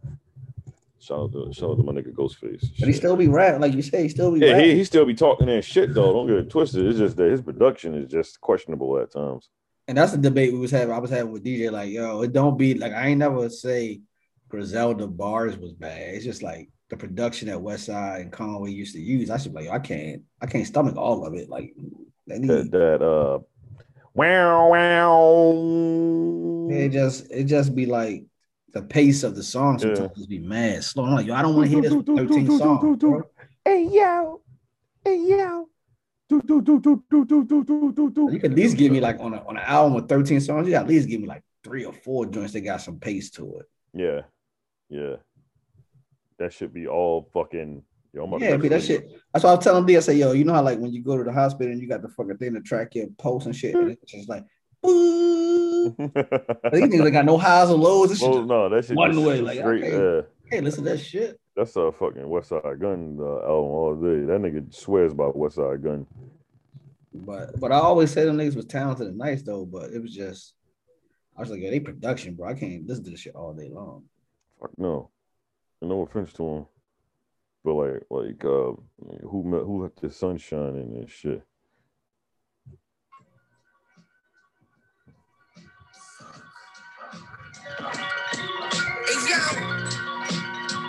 C: Shout out to shout out to my nigga Ghostface.
D: But he
C: Shit.
D: still be rap, like you say, he still be
C: Yeah,
D: rap.
C: he, he still be talking that shit though. Don't get it twisted. It's just that his production is just questionable at times.
D: and that's the debate we was having. I was having with DJ, like, yo, it don't be like I ain't never say Griselda bars was bad. It's just like the production that Westside and Conway used to use. I should be like, I can't, I can't stomach all of it. Like they
C: That
D: need
C: that uh wow wow
D: it just it just be like the pace of the song
C: Yeah.
D: sometimes just be mad slow. I'm like, yo, I don't want to hear this 13 song. bro.
C: Hey yo, hey yo. Do, do, do, do, do, do, do, do, do, do.
D: You can at least give me like on a, on an album with 13 songs, you gotta at least give me like three or four joints that got some pace to it.
C: Yeah, yeah. That should be all fucking. Yo, I'm about to
D: Yeah,
C: text
D: but that
C: you. [laughs]
D: shit. That's why I was telling D. I say, yo, you know how like when you go to the hospital and you got the fucking thing to track your pulse and shit, and it's just like, boop. These niggas ain't got no highs or lows. This shit
C: well,
D: just-
C: no, that shit.
D: One
C: just
D: way, like,
C: straight,
D: okay.
C: uh,
D: hey, listen to that shit.
C: That's a fucking West Side Gun uh, album all day. That nigga swears by West Side Gun.
D: But but I always said them niggas was talented and nice though. But it was just, I was like, yo, they production, bro. I can't listen to this shit all day long.
C: Fuck no, and no offense to him, but like like uh, who met, who let the sunshine in and shit.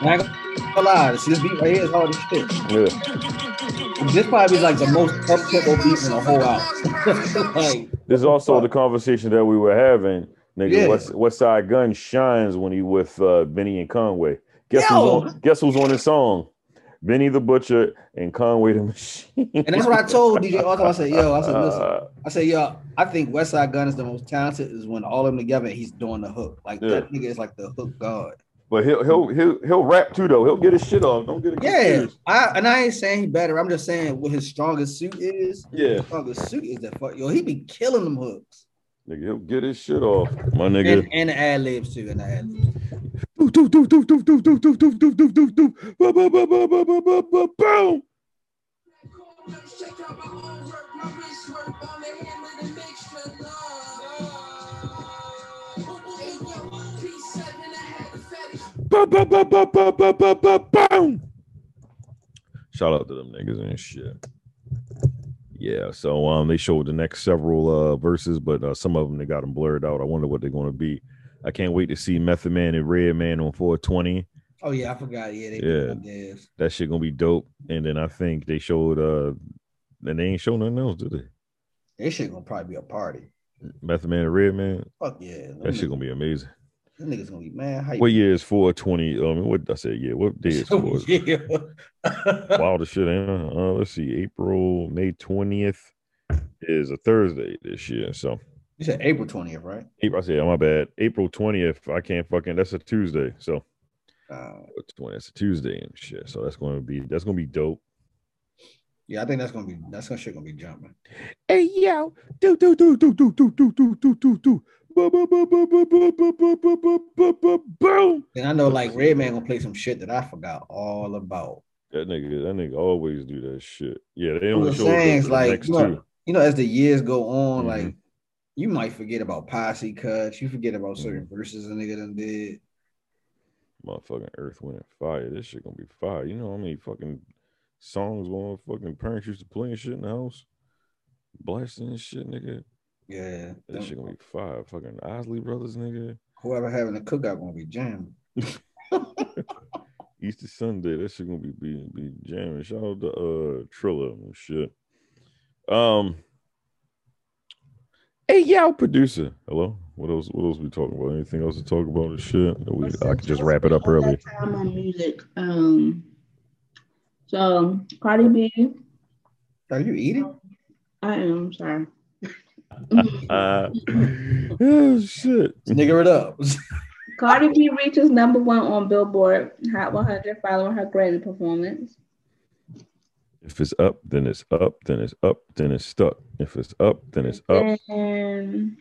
D: And I ain't gonna lie, see, this beat right here is all this shit.
C: Yeah,
D: This probably like the most up tempo beat in the whole album. [laughs]
F: [laughs]
D: like,
C: this is also the conversation that we were having. Nigga,
D: Yeah.
C: West, West Side Gun shines when he with uh, Benny and Conway. Guess who's on, guess who's on his song? Benny the Butcher and Conway the Machine.
D: and that's what I told DJ all the time. I said, yo, I said, listen. I say, yo, I think Westside Gun is the most talented is when all of them together he's doing the hook. Like that nigga is like the hook god.
C: but he'll he'll he'll he'll rap too though. He'll get his shit off. Don't get it.
D: Yeah,
C: confused.
D: I and I ain't saying he better. I'm just saying what his strongest suit is.
C: yeah.
D: His strongest suit is that fuck yo. He be killing them hooks
C: Nigga, he'll get his shit off, my nigga.
D: and, and the ad libs too. And the ad libs.
C: Do, Doof, doof, doof, doof, doof, doof, doof, doof, doof, doof, doof, doof, doof. Ba, ba, ba, ba, ba, ba, ba, ba, boom. Ba, ba, ba, ba, ba, ba, ba, ba, boom. Shout out to them niggas and shit. Yeah, so um, they showed the next several uh verses, but uh, some of them they got them blurred out. I wonder what they're gonna be. I can't wait to see Method Man and Red Man on 420.
D: Oh yeah, I forgot. Yeah, they
C: Yeah.
D: put yeah.
C: That shit gonna be dope. And then I think they showed uh, and they ain't show nothing else, did they?
D: They shit gonna probably be a party.
C: Method Man and Red Man.
D: Fuck yeah. Them
C: That shit
D: niggas-
C: gonna be amazing.
D: them niggas gonna be mad hype.
C: What year is 420? Um, what I said, yeah. What day
D: [laughs]
C: is
D: Oh,
C: 420?
D: yeah.
C: Wild as shit. Huh? Uh, let's see. April, May 20th is a Thursday this year. So
D: you said April 20th, right?
C: April, I said, oh, my bad. April 20th, I can't fucking. That's a Tuesday. So
D: Uh,
C: It's when it's a Tuesday and shit. So that's gonna be that's gonna be dope.
D: yeah, I think that's gonna be that's gonna shit gonna be jumping.
C: Hey yo, do do do do do do do do do do do. Boom, boom, boom, boom, boom, boom, boom, boom, boom, boom, boom, boom, boom.
D: And I know like Redman gonna play some shit that I forgot all about.
C: That nigga, that nigga always do that shit. Yeah, they
D: You know
C: only
D: what I'm
C: show up
D: saying?
C: the
D: It's like
C: next
D: you know,
C: two.
D: you know, as the years go on,
C: Mhm.
D: like you might forget about posse cuts, you forget about certain
C: Mm-hmm.
D: verses a nigga done did.
C: Motherfucking Earth, Wind, and Fire. This shit gonna be fire. You know how many fucking songs my fucking parents used to play and shit in the house? Blasting and shit, nigga.
D: Yeah.
C: That shit gonna be fire. Fucking Osley Brothers, nigga.
D: Whoever having a cookout gonna
C: [laughs]
D: be jamming.
C: Easter Sunday. That shit gonna be be, be jamming. Shout out to uh Trilla and shit. Um Hey yo, producer. Hello? What else what else we talking about? Anything else to talk about and shit? Or We, I could just wrap it up
G: [laughs]
C: early. [laughs]
G: Time on music. Um, so Cardi B,
D: Are
C: [laughs]
D: you eating?
G: I am sorry.
C: Uh, oh shit.
D: Nigger it up. [laughs]
G: Cardi B reaches number one on Billboard Hot 100 following her Grammy performance.
C: If it's up, then it's up, then it's up, then it's stuck. If it's up, then it's up.
G: And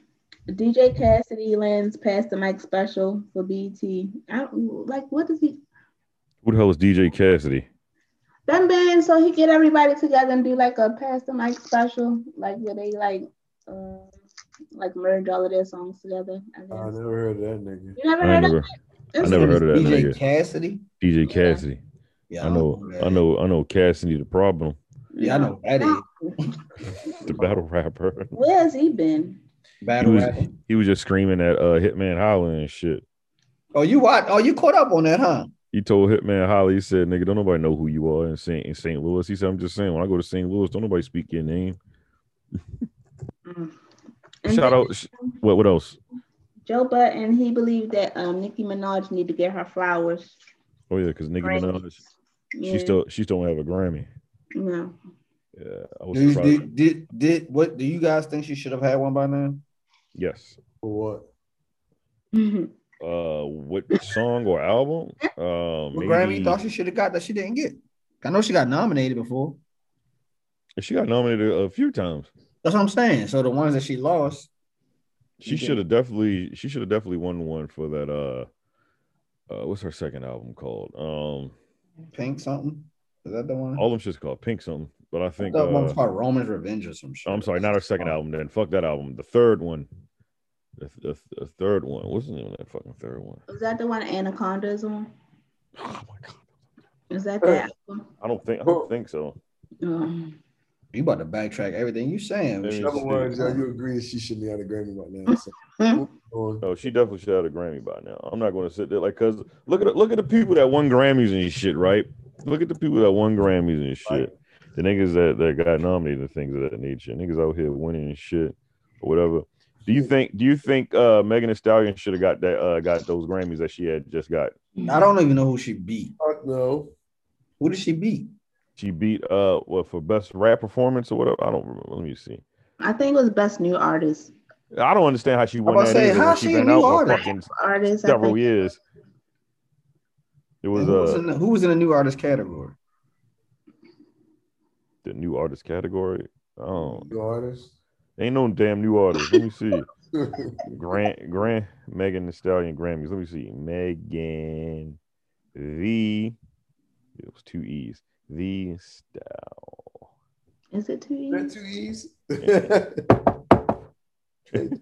G: DJ Cassidy lands past the mic special for BT. I, like, what does he?
C: Who the hell is DJ Cassidy?
G: Them band, so he get everybody together and do like a past the mic special, like where they like, uh, like merge all of their songs together. I guess.
D: Oh,
E: I never heard of that nigga.
G: you never
C: I ain't
G: heard of
C: never I never heard of that
D: DJ
C: nigga.
D: Cassidy.
C: DJ Cassidy.
D: Yeah,
C: I
D: don't
C: know
D: that.
C: I know I know Cassidy the problem.
D: Yeah, I know who that is.
C: The battle rapper.
G: Where has he been?
C: [laughs] He
D: Battle
C: was
D: rapper.
C: he was just screaming at uh, Hitman Holly and shit.
D: Oh, you watch? Oh, you caught up on that, huh?
C: He told Hitman Holly, he said, "Nigga, don't nobody know who you are in Saint in St. Louis." He said, "I'm just saying, when I go to St. Louis, don't nobody speak your name."
G: Mm. And
C: Shout out. sh- What what else?
G: Joe Button, he believed that um, Nicki Minaj need to get her flowers.
C: Oh yeah, because Nicki Minaj,
G: Yeah,
C: she still she still don't have a Grammy.
G: no.
C: Yeah, I was
D: Do you,
C: surprised.
D: did, did did what? Do you guys think she should have had one by now?
C: Yes.
E: For what?
G: [laughs]
C: Uh, what song or album? Uh,
D: What Grammy
C: maybe
D: thought she should have got that she didn't get. I know she got nominated before.
C: she got nominated a few times.
D: That's what I'm saying. So the ones that she lost,
C: She
D: Okay.
C: should have definitely she should have definitely won one for that. Uh, uh, what's her second album called? Um,
D: Pink something. Is that the one?
C: all them shit's called Pink something, but I think
D: that
C: uh,
D: one's called Roman's Revenge or some shit. Oh,
C: I'm sorry, not her second album. Then fuck that album. The third one, the, the, the third one. What's the name of that fucking third one?
G: Is that the one Anaconda's on?
C: [sighs] Oh my god,
G: Is that that album?
C: I don't think I don't think so.
G: Um,
D: You about to backtrack everything you saying.
C: Maybe
D: She-
E: Number
C: Number
E: one,
C: one,
E: Joe, you agree she should be out of Grammy right now.
D: [laughs]
E: So,
G: Hmm.
E: on.
C: No, Oh, she definitely should have a Grammy by now. I'm not going to sit there like because look at the- look at the people that won Grammys and shit, right? Look at the people that won Grammys and shit. The niggas that, that got nominated and things of that nature. Niggas out here winning and shit or whatever. Do you think do you think uh Megan Thee Stallion should have got that uh got those Grammys that she had just got?
D: I don't even know who she beat.
E: Fuck no.
D: Who did she beat?
C: She beat uh what for best rap performance or whatever. I don't remember. Let me see.
G: I think it was Best New Artist.
C: I don't understand how she won
D: about
C: that
D: to say,
C: either
D: how
C: when
D: she
C: she been
D: a
C: out
D: new
C: for
D: artist?
C: fucking
G: Artist. I
C: several
G: think.
C: years. It was
D: And who, was
C: uh
D: in the, who was in the new artist category?
C: the new artist category. Um, Oh,
E: You artist? [laughs]
C: ain't no damn new artist. Let me see. [laughs] Grant, Grant, Megan the Stallion Grammys. Let me see. Megan the it was two E's. The Stal.
G: Is it too
E: That
G: easy?
E: too easy. [laughs]
C: [laughs]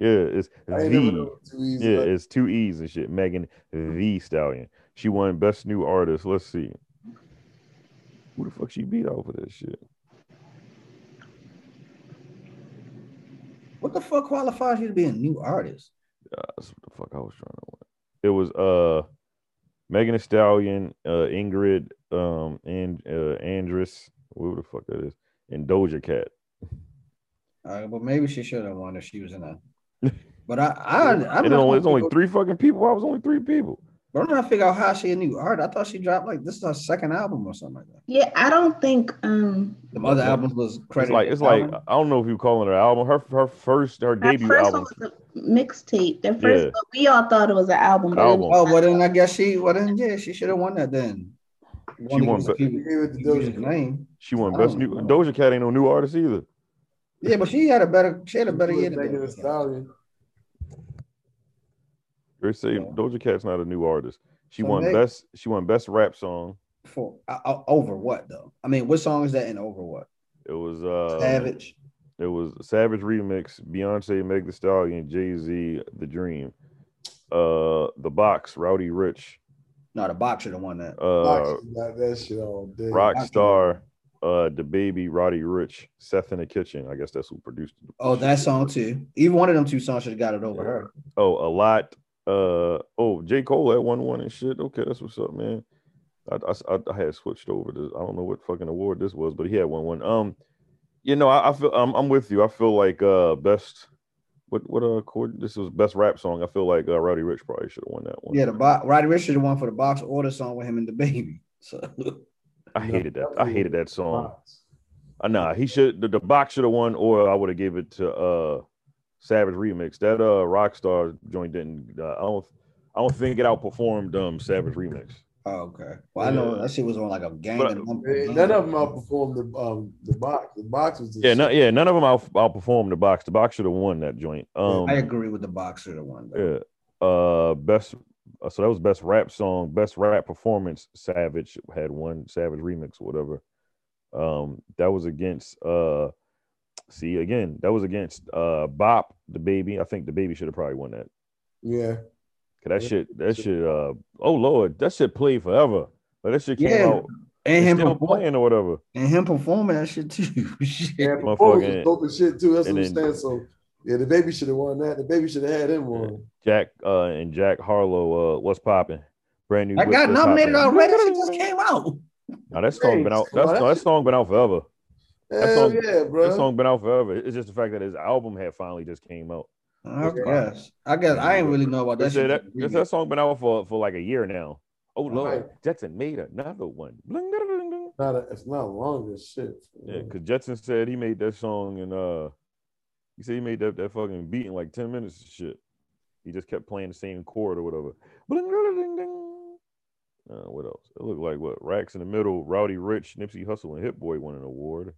C: Yeah, it's
E: I ain't never know
C: the
E: it was too easy.
C: yeah, it's two E's and shit. Megan the Stallion. She won Best New Artist. Let's see. Who the fuck she beat off of this shit?
D: What the fuck qualifies you to be a new artist?
C: That's what the fuck I was trying to win. It was uh Megan Thee Stallion, uh Ingrid, um and uh Andress, whatever the fuck that is, and Doja Cat.
D: Uh, but maybe she should have won if she was in a.
C: [laughs]
D: But I, I, I'm
C: And it
D: not
C: only, it's only
D: figure-
C: three fucking people. I was only three people.
D: But I'm trying to figure out how she a new artist. I thought she dropped like this is her second album or something like that.
G: Yeah, I don't think um
D: The other
C: like-
D: albums was
C: It's
D: credited.
C: like it's like I don't know if you calling her album. Her her first her
G: her
C: debut
G: first
C: album.
G: one was a mixtape. The first
C: Yeah.
G: one we all thought it was an album. but it
C: Album.
D: oh
G: was-
D: well, then I guess she. Well then, yeah, she should have won that then.
C: She won, but-
E: You gave it to Doja Cat.
D: name.
C: She won
D: I
C: best
D: don't
C: new
D: know.
C: Doja Cat ain't no new artist either.
D: Yeah, but she had a better. She had a better
E: Megan
D: year. than
E: Thee
D: Doja Cat.
E: Stallion.
C: They say
D: Yeah.
C: Doja Cat's not a new artist. She
D: So
C: won
D: they-
C: best she won best rap song.
D: For uh, uh, over what though? I mean, what song is that in over what?
C: It was uh
D: Savage.
C: It was Savage Remix, Beyonce, Meg Thee Stallion, Jay Z, The Dream, uh, The Box, Rowdy Rich,
D: No, the box should have won that.
C: uh,
E: Fox got that shit all day.
C: Rockstar, uh, The Baby, Roddy Rich, Seth in the Kitchen. I guess that's who produced it.
D: Oh, that song too. Even one of them two songs should have got it over her.
C: Oh, a lot. Uh, oh, J Cole at one one and shit. Okay, that's what's up, man. I, I, I- I had switched over to I don't know what fucking award this was, but he had one one. Um, you know, I, I feel I'm, I'm with you. I feel like uh best. What what uh chord? This was best rap song. I feel like uh, Rowdy Rich probably should have won that one.
D: Yeah, the box. Roddy Rich should have won for the box order song with him and the baby. So [laughs]
C: I hated that. I hated that song.
E: Fox.
C: Uh, nah, he should the, the box should have won, or I would have gave it to uh Savage Remix. That uh Rockstar joint didn't. Uh, I don't. I don't think it outperformed um Savage Remix.
D: oh, okay. Well, I know that shit was on like a gang.
C: But-
D: and bump-
E: Man, None of them outperformed the um the box. The box was the
C: Yeah, no,
E: shit.
C: yeah, none of them out, outperformed the box. The box should have won that joint. Um,
D: I agree with the box should have won. though.
C: yeah, uh, best. uh, So that was best rap song, best rap performance. Savage had one Savage remix, or whatever. Um, that was against. Uh, see again, that was against uh Bop the Baby. I think the Baby should have probably won that.
E: yeah.
C: Cause that
E: Yeah.
C: shit, that shit. Uh, oh lord, that shit played forever. Like that shit came
D: Yeah,
C: out
D: And
C: and
D: him
C: him still
D: perform-
C: playing or whatever.
D: and him performing that shit too. [laughs] Shit.
E: Yeah,
C: Motherfucking-
E: performance was dope as shit too. That's what
C: and
E: I'm saying. So yeah, the baby should have won that. The baby should have had him on.
C: Jack uh and Jack Harlow. Uh, what's popping? Brand new.
D: I
C: whip,
D: got
C: what's
D: nominated
C: poppin'?
D: already. She just came out.
C: Now that song been out.
E: Come on,
C: That's,
E: that
C: no, that
E: shit-
C: song been out forever. That
E: Hell
C: song-
E: yeah, bro.
C: That song been out forever. It's just the fact that his album had finally just came out.
D: I
E: Yeah.
D: guess. I guess I ain't really know about
C: They
D: Oh, that
C: said
D: shit.
C: that, they said that song been out for, for like a year now. Oh lord,
E: Right.
C: Jetson made another one. Bling, ding, ding, ding.
E: not a, it's not long as shit.
C: Yeah, because Jetson said he made that song and uh, he said he made that, that fucking beat in like ten minutes and shit. He just kept playing the same chord or whatever. Bling, ding, ding, ding. Uh, what else? It looked like what Racks in the Middle, Rowdy Rich, Nipsey Hussle, and Hit Boy won an award.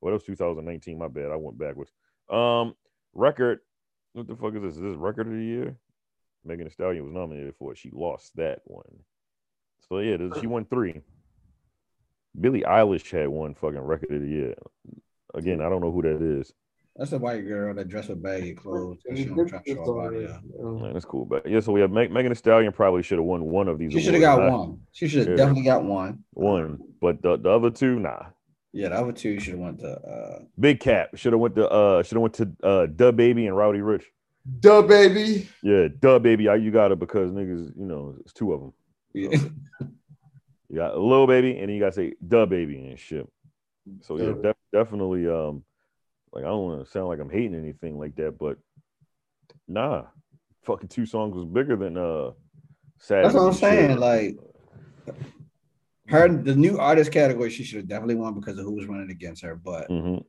C: Well, that was 2019. My bad, I went backwards. Um, record. What the fuck is this? Is this record of the year? Megan Thee Stallion was nominated for it. She lost that one. So yeah, this, she won three. Billie Eilish had one fucking record of the year. Again, I don't know who that is.
D: That's a white girl that dressed with baggy clothes. That shit
E: It's
D: don't try to show her
E: on
D: body
E: there.
D: out.
E: Yeah.
C: Man, that's cool. But yeah, so we have Meg- Megan Thee Stallion probably should have won one of these.
D: She should have
C: awards.
D: got
C: I-
D: one. She should have
C: Yeah.
D: definitely got one.
C: One, but the, the other two, nah.
D: Yeah, the other two should have went to. Uh,
C: Big Cap should have went to uh should have went to uh Duh Baby and Rowdy Rich.
E: Duh, baby.
C: Yeah, Duh Baby, I, you got it because niggas, you know, it's two of them.
D: yeah.
C: You got Lil Baby, and then you got to say Duh Baby and shit. So yeah,
E: Yeah.
C: def- definitely. Um, like I don't want to sound like I'm hating anything like that, but nah, fucking two songs was bigger than uh. Savage
D: That's what I'm
C: and
D: saying.
C: shit.
D: Like her, the new artist category, she should have definitely won because of who was running against her. But
C: Mhm.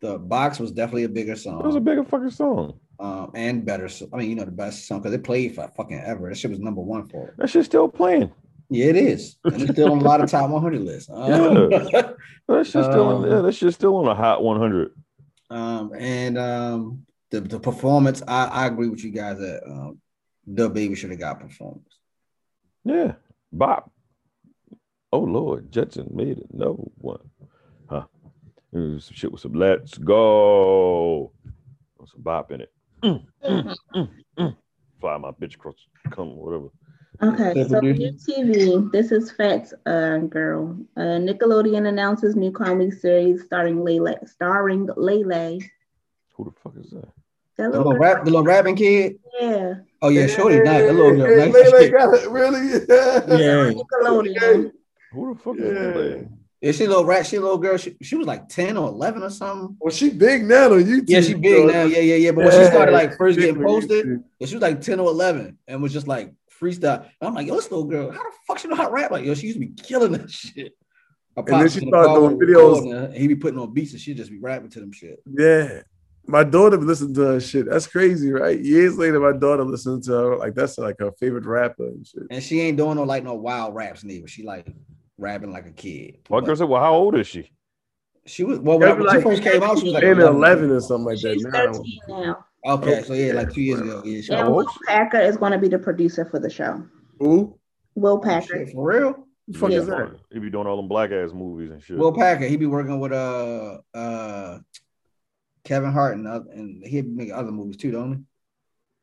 D: the box was definitely a bigger
C: it was a
D: song,
C: bigger fucking song.
D: um, and better. So, I mean, you know, the best song because it played for fucking ever. That shit was number one for it.
C: That shit's still playing.
D: Yeah, it is, and it's still on a lot of top 100 [laughs] lists. Um,
C: That shit's still on.
D: Um,
C: Yeah, that shit's still on a hot 100.
D: um, and um, the, the performance, I, I agree with you guys that um, the baby should have got performance.
C: Yeah, Bob. Oh Lord, Jetson made it number one. Huh? It was some shit with some "Let's Go" with some bop in it. Mm, mm,
G: Mm-hmm.
C: mm, mm. Fly my bitch across, come whatever.
G: Okay, so
D: Reproduce.
G: new TV. This is Fats uh, Girl. Uh, Nickelodeon announces new comedy series starring Lele. Starring Lele.
C: Who the fuck is that?
G: That
D: The
G: little
D: little
G: girl-
D: rap, the little rapping kid.
G: Yeah.
D: Oh yeah, Shorty not that little girl.
E: Hey,
D: nice
E: Lele
D: shit.
E: got it, really? [laughs] Yeah.
D: Yeah,
G: Nickelodeon.
C: Who the fuck is
E: Yeah.
C: that?
D: is she a little rat? She a little girl. She, she was like ten or eleven or something.
E: Well, she big now on YouTube.
D: Yeah, she big now. Yeah, yeah, yeah. But when she started like first
E: Big
D: getting
E: on
D: posted,
E: YouTube.
D: Yeah, she was like 10 or 11 and was just like freestyle. And I'm like, yo, this little girl, how the fuck she know how to rap? Like, yo, she used to be killing that [laughs] shit. And
E: then she started doing videos.
D: And he be putting on beats and she just be rapping to them shit.
E: Yeah. My daughter listened to her shit. That's crazy, right? Years later, my daughter listened to her. Like, that's like her favorite rapper and shit.
D: And she ain't doing no like no wild raps neither. She like rapping like a kid.
C: Fuck girl said, "Well, how old is she?"
D: She was well when,
E: That'd be
D: when she
E: like-
D: first came out, she was like
E: 10 or 11 or something like that.
G: She's
E: Now,
G: 13 now.
D: Okay, so yeah, like two years ago. Yeah, she
C: Yeah,
D: was
G: And
C: well,
D: like,
G: Will Packer is going to be the producer for the show.
E: who?
G: Will
D: oh,
G: Packer.
D: shit, for real?
E: The fuck
G: Yeah.
E: is that?
C: He be doing all them black ass movies and shit.
D: Will Packer, he be working with uh uh Kevin Hart and other, and he make other movies too, don't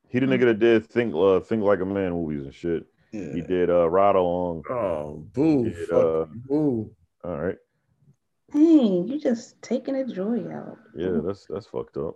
C: he didn't get a dead think uh, think like a man movies and shit.
D: he? Yeah.
C: He did uh, Ride Along.
E: Oh, boo.
C: He did,
E: fuck,
C: uh,
E: boo.
C: all right,
G: Dang, you just taking the joy out.
C: yeah, that's that's fucked up.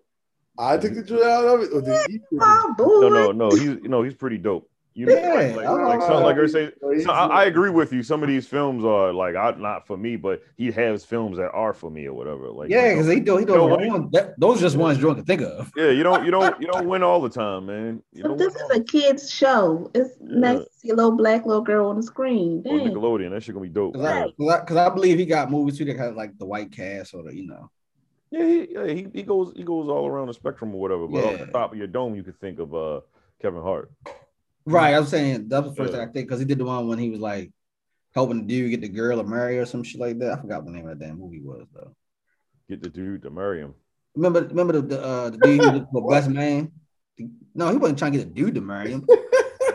E: I took the joy out of it. Or E. did he?
G: Oh, boy.
C: No, no, no. He's you know he's pretty dope. You know, like,
D: Yeah,
C: like,
D: I
C: like,
D: like
C: some-
E: Ah.
D: that.
C: like I say,
E: No, he's-
C: so I, I agree with you. Some of these films are like I, not for me, but he has films that are for me or whatever. Like you
D: Yeah, because
C: don't-
D: he do he do
C: you know what?
D: that, those just ones Jordan can think of.
C: yeah, you don't you don't you don't win all the time, man. You
G: So
C: don't
G: this
C: win
G: is
C: all
G: a kids' show. It's nice
C: Yeah.
G: to see a little black little girl on the screen.
C: the time. on
G: Dang.
C: Nickelodeon. That shit gonna be dope.
D: Because I,
G: Right.
D: 'cause I, 'cause I believe he got movies too that had like the white cast or the, you know.
C: Yeah, he, yeah, he he goes he goes all around the spectrum or whatever. But off the
D: Yeah.
C: top of your dome, you could think of uh Kevin Hart.
D: Right, I'm saying that was the first
C: Yeah.
D: thing I think because he did the one when he was like helping the dude get the girl to marry or some shit like that. I forgot what the name of that damn movie was though.
C: Get the dude to marry him.
D: Remember, remember the the, uh, the dude who was the best man. No, he wasn't trying to get a dude to
C: [laughs]
D: marry him. [laughs]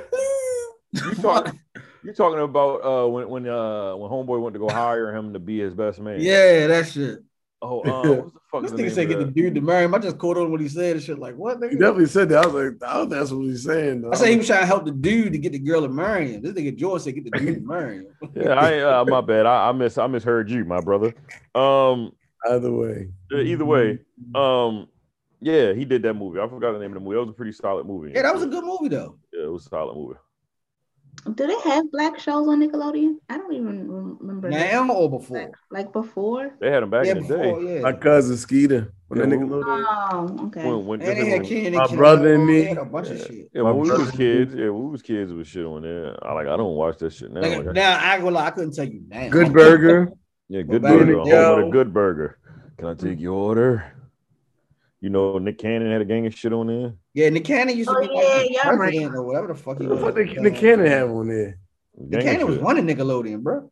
C: You talking you talking about uh when when uh when homeboy went to go hire him to be his best man.
D: yeah, that shit.
C: Oh,
D: [laughs]
C: uh, what the fuck
D: This
C: is the
D: nigga
C: name
D: said
C: of
D: get
C: that?
D: the dude to marry him. I just caught on what he said and shit. Like what?
E: He
D: Nigga?
E: definitely said that. I was like, I don't think that's what he's saying. Though.
D: I said he was trying to help the dude to get the girl to marry him. This nigga George said get the dude to marry him.
C: [laughs]
D: [laughs]
C: Yeah, I uh, my bad. I, I miss I misheard you, my brother. Um,
E: either way.
C: either way,
D: Mm-hmm.
C: um, yeah, he did that movie. I forgot the name of the movie. That was a pretty solid movie.
D: Yeah, that was a good movie though.
C: Yeah, it was a solid movie.
G: Do they have black shows on Nickelodeon? I don't even rem- remember. that.
D: Now or before?
G: Like, like before?
C: They had him back
D: yeah,
C: in the
D: before,
C: day.
D: yeah.
E: My cousin Skeeter. When that
C: Yeah,
E: nigga
C: we-
E: little,
G: Oh, okay.
C: When, when,
D: and they had Ken and
E: My
D: Ken
E: brother and
D: Roll,
E: me.
D: they had A bunch of shit.
C: yeah,
E: My
C: when we was
E: brother-
C: kids, yeah, when we was kids, it was shit on there. I like, I don't watch that shit now.
D: Like,
C: Like, I-
D: now I ain't gonna lie, I couldn't tell you now.
E: Good Burger.
C: yeah, Good
D: back in
C: Burger,
D: the
C: a home
E: day-
C: with a Good Burger. Can I take your order? You know, Nick Cannon had a gang of shit on there.
D: Yeah, Nick Cannon used to
G: Oh,
D: be
G: yeah,
D: like the
G: yeah, right.
D: president or whatever the fuck he
E: What the
D: was.
E: fuck did Nick Cannon have on there?
D: Nick
C: Gang of
D: Cannon was
C: shit.
D: running Nickelodeon, bro.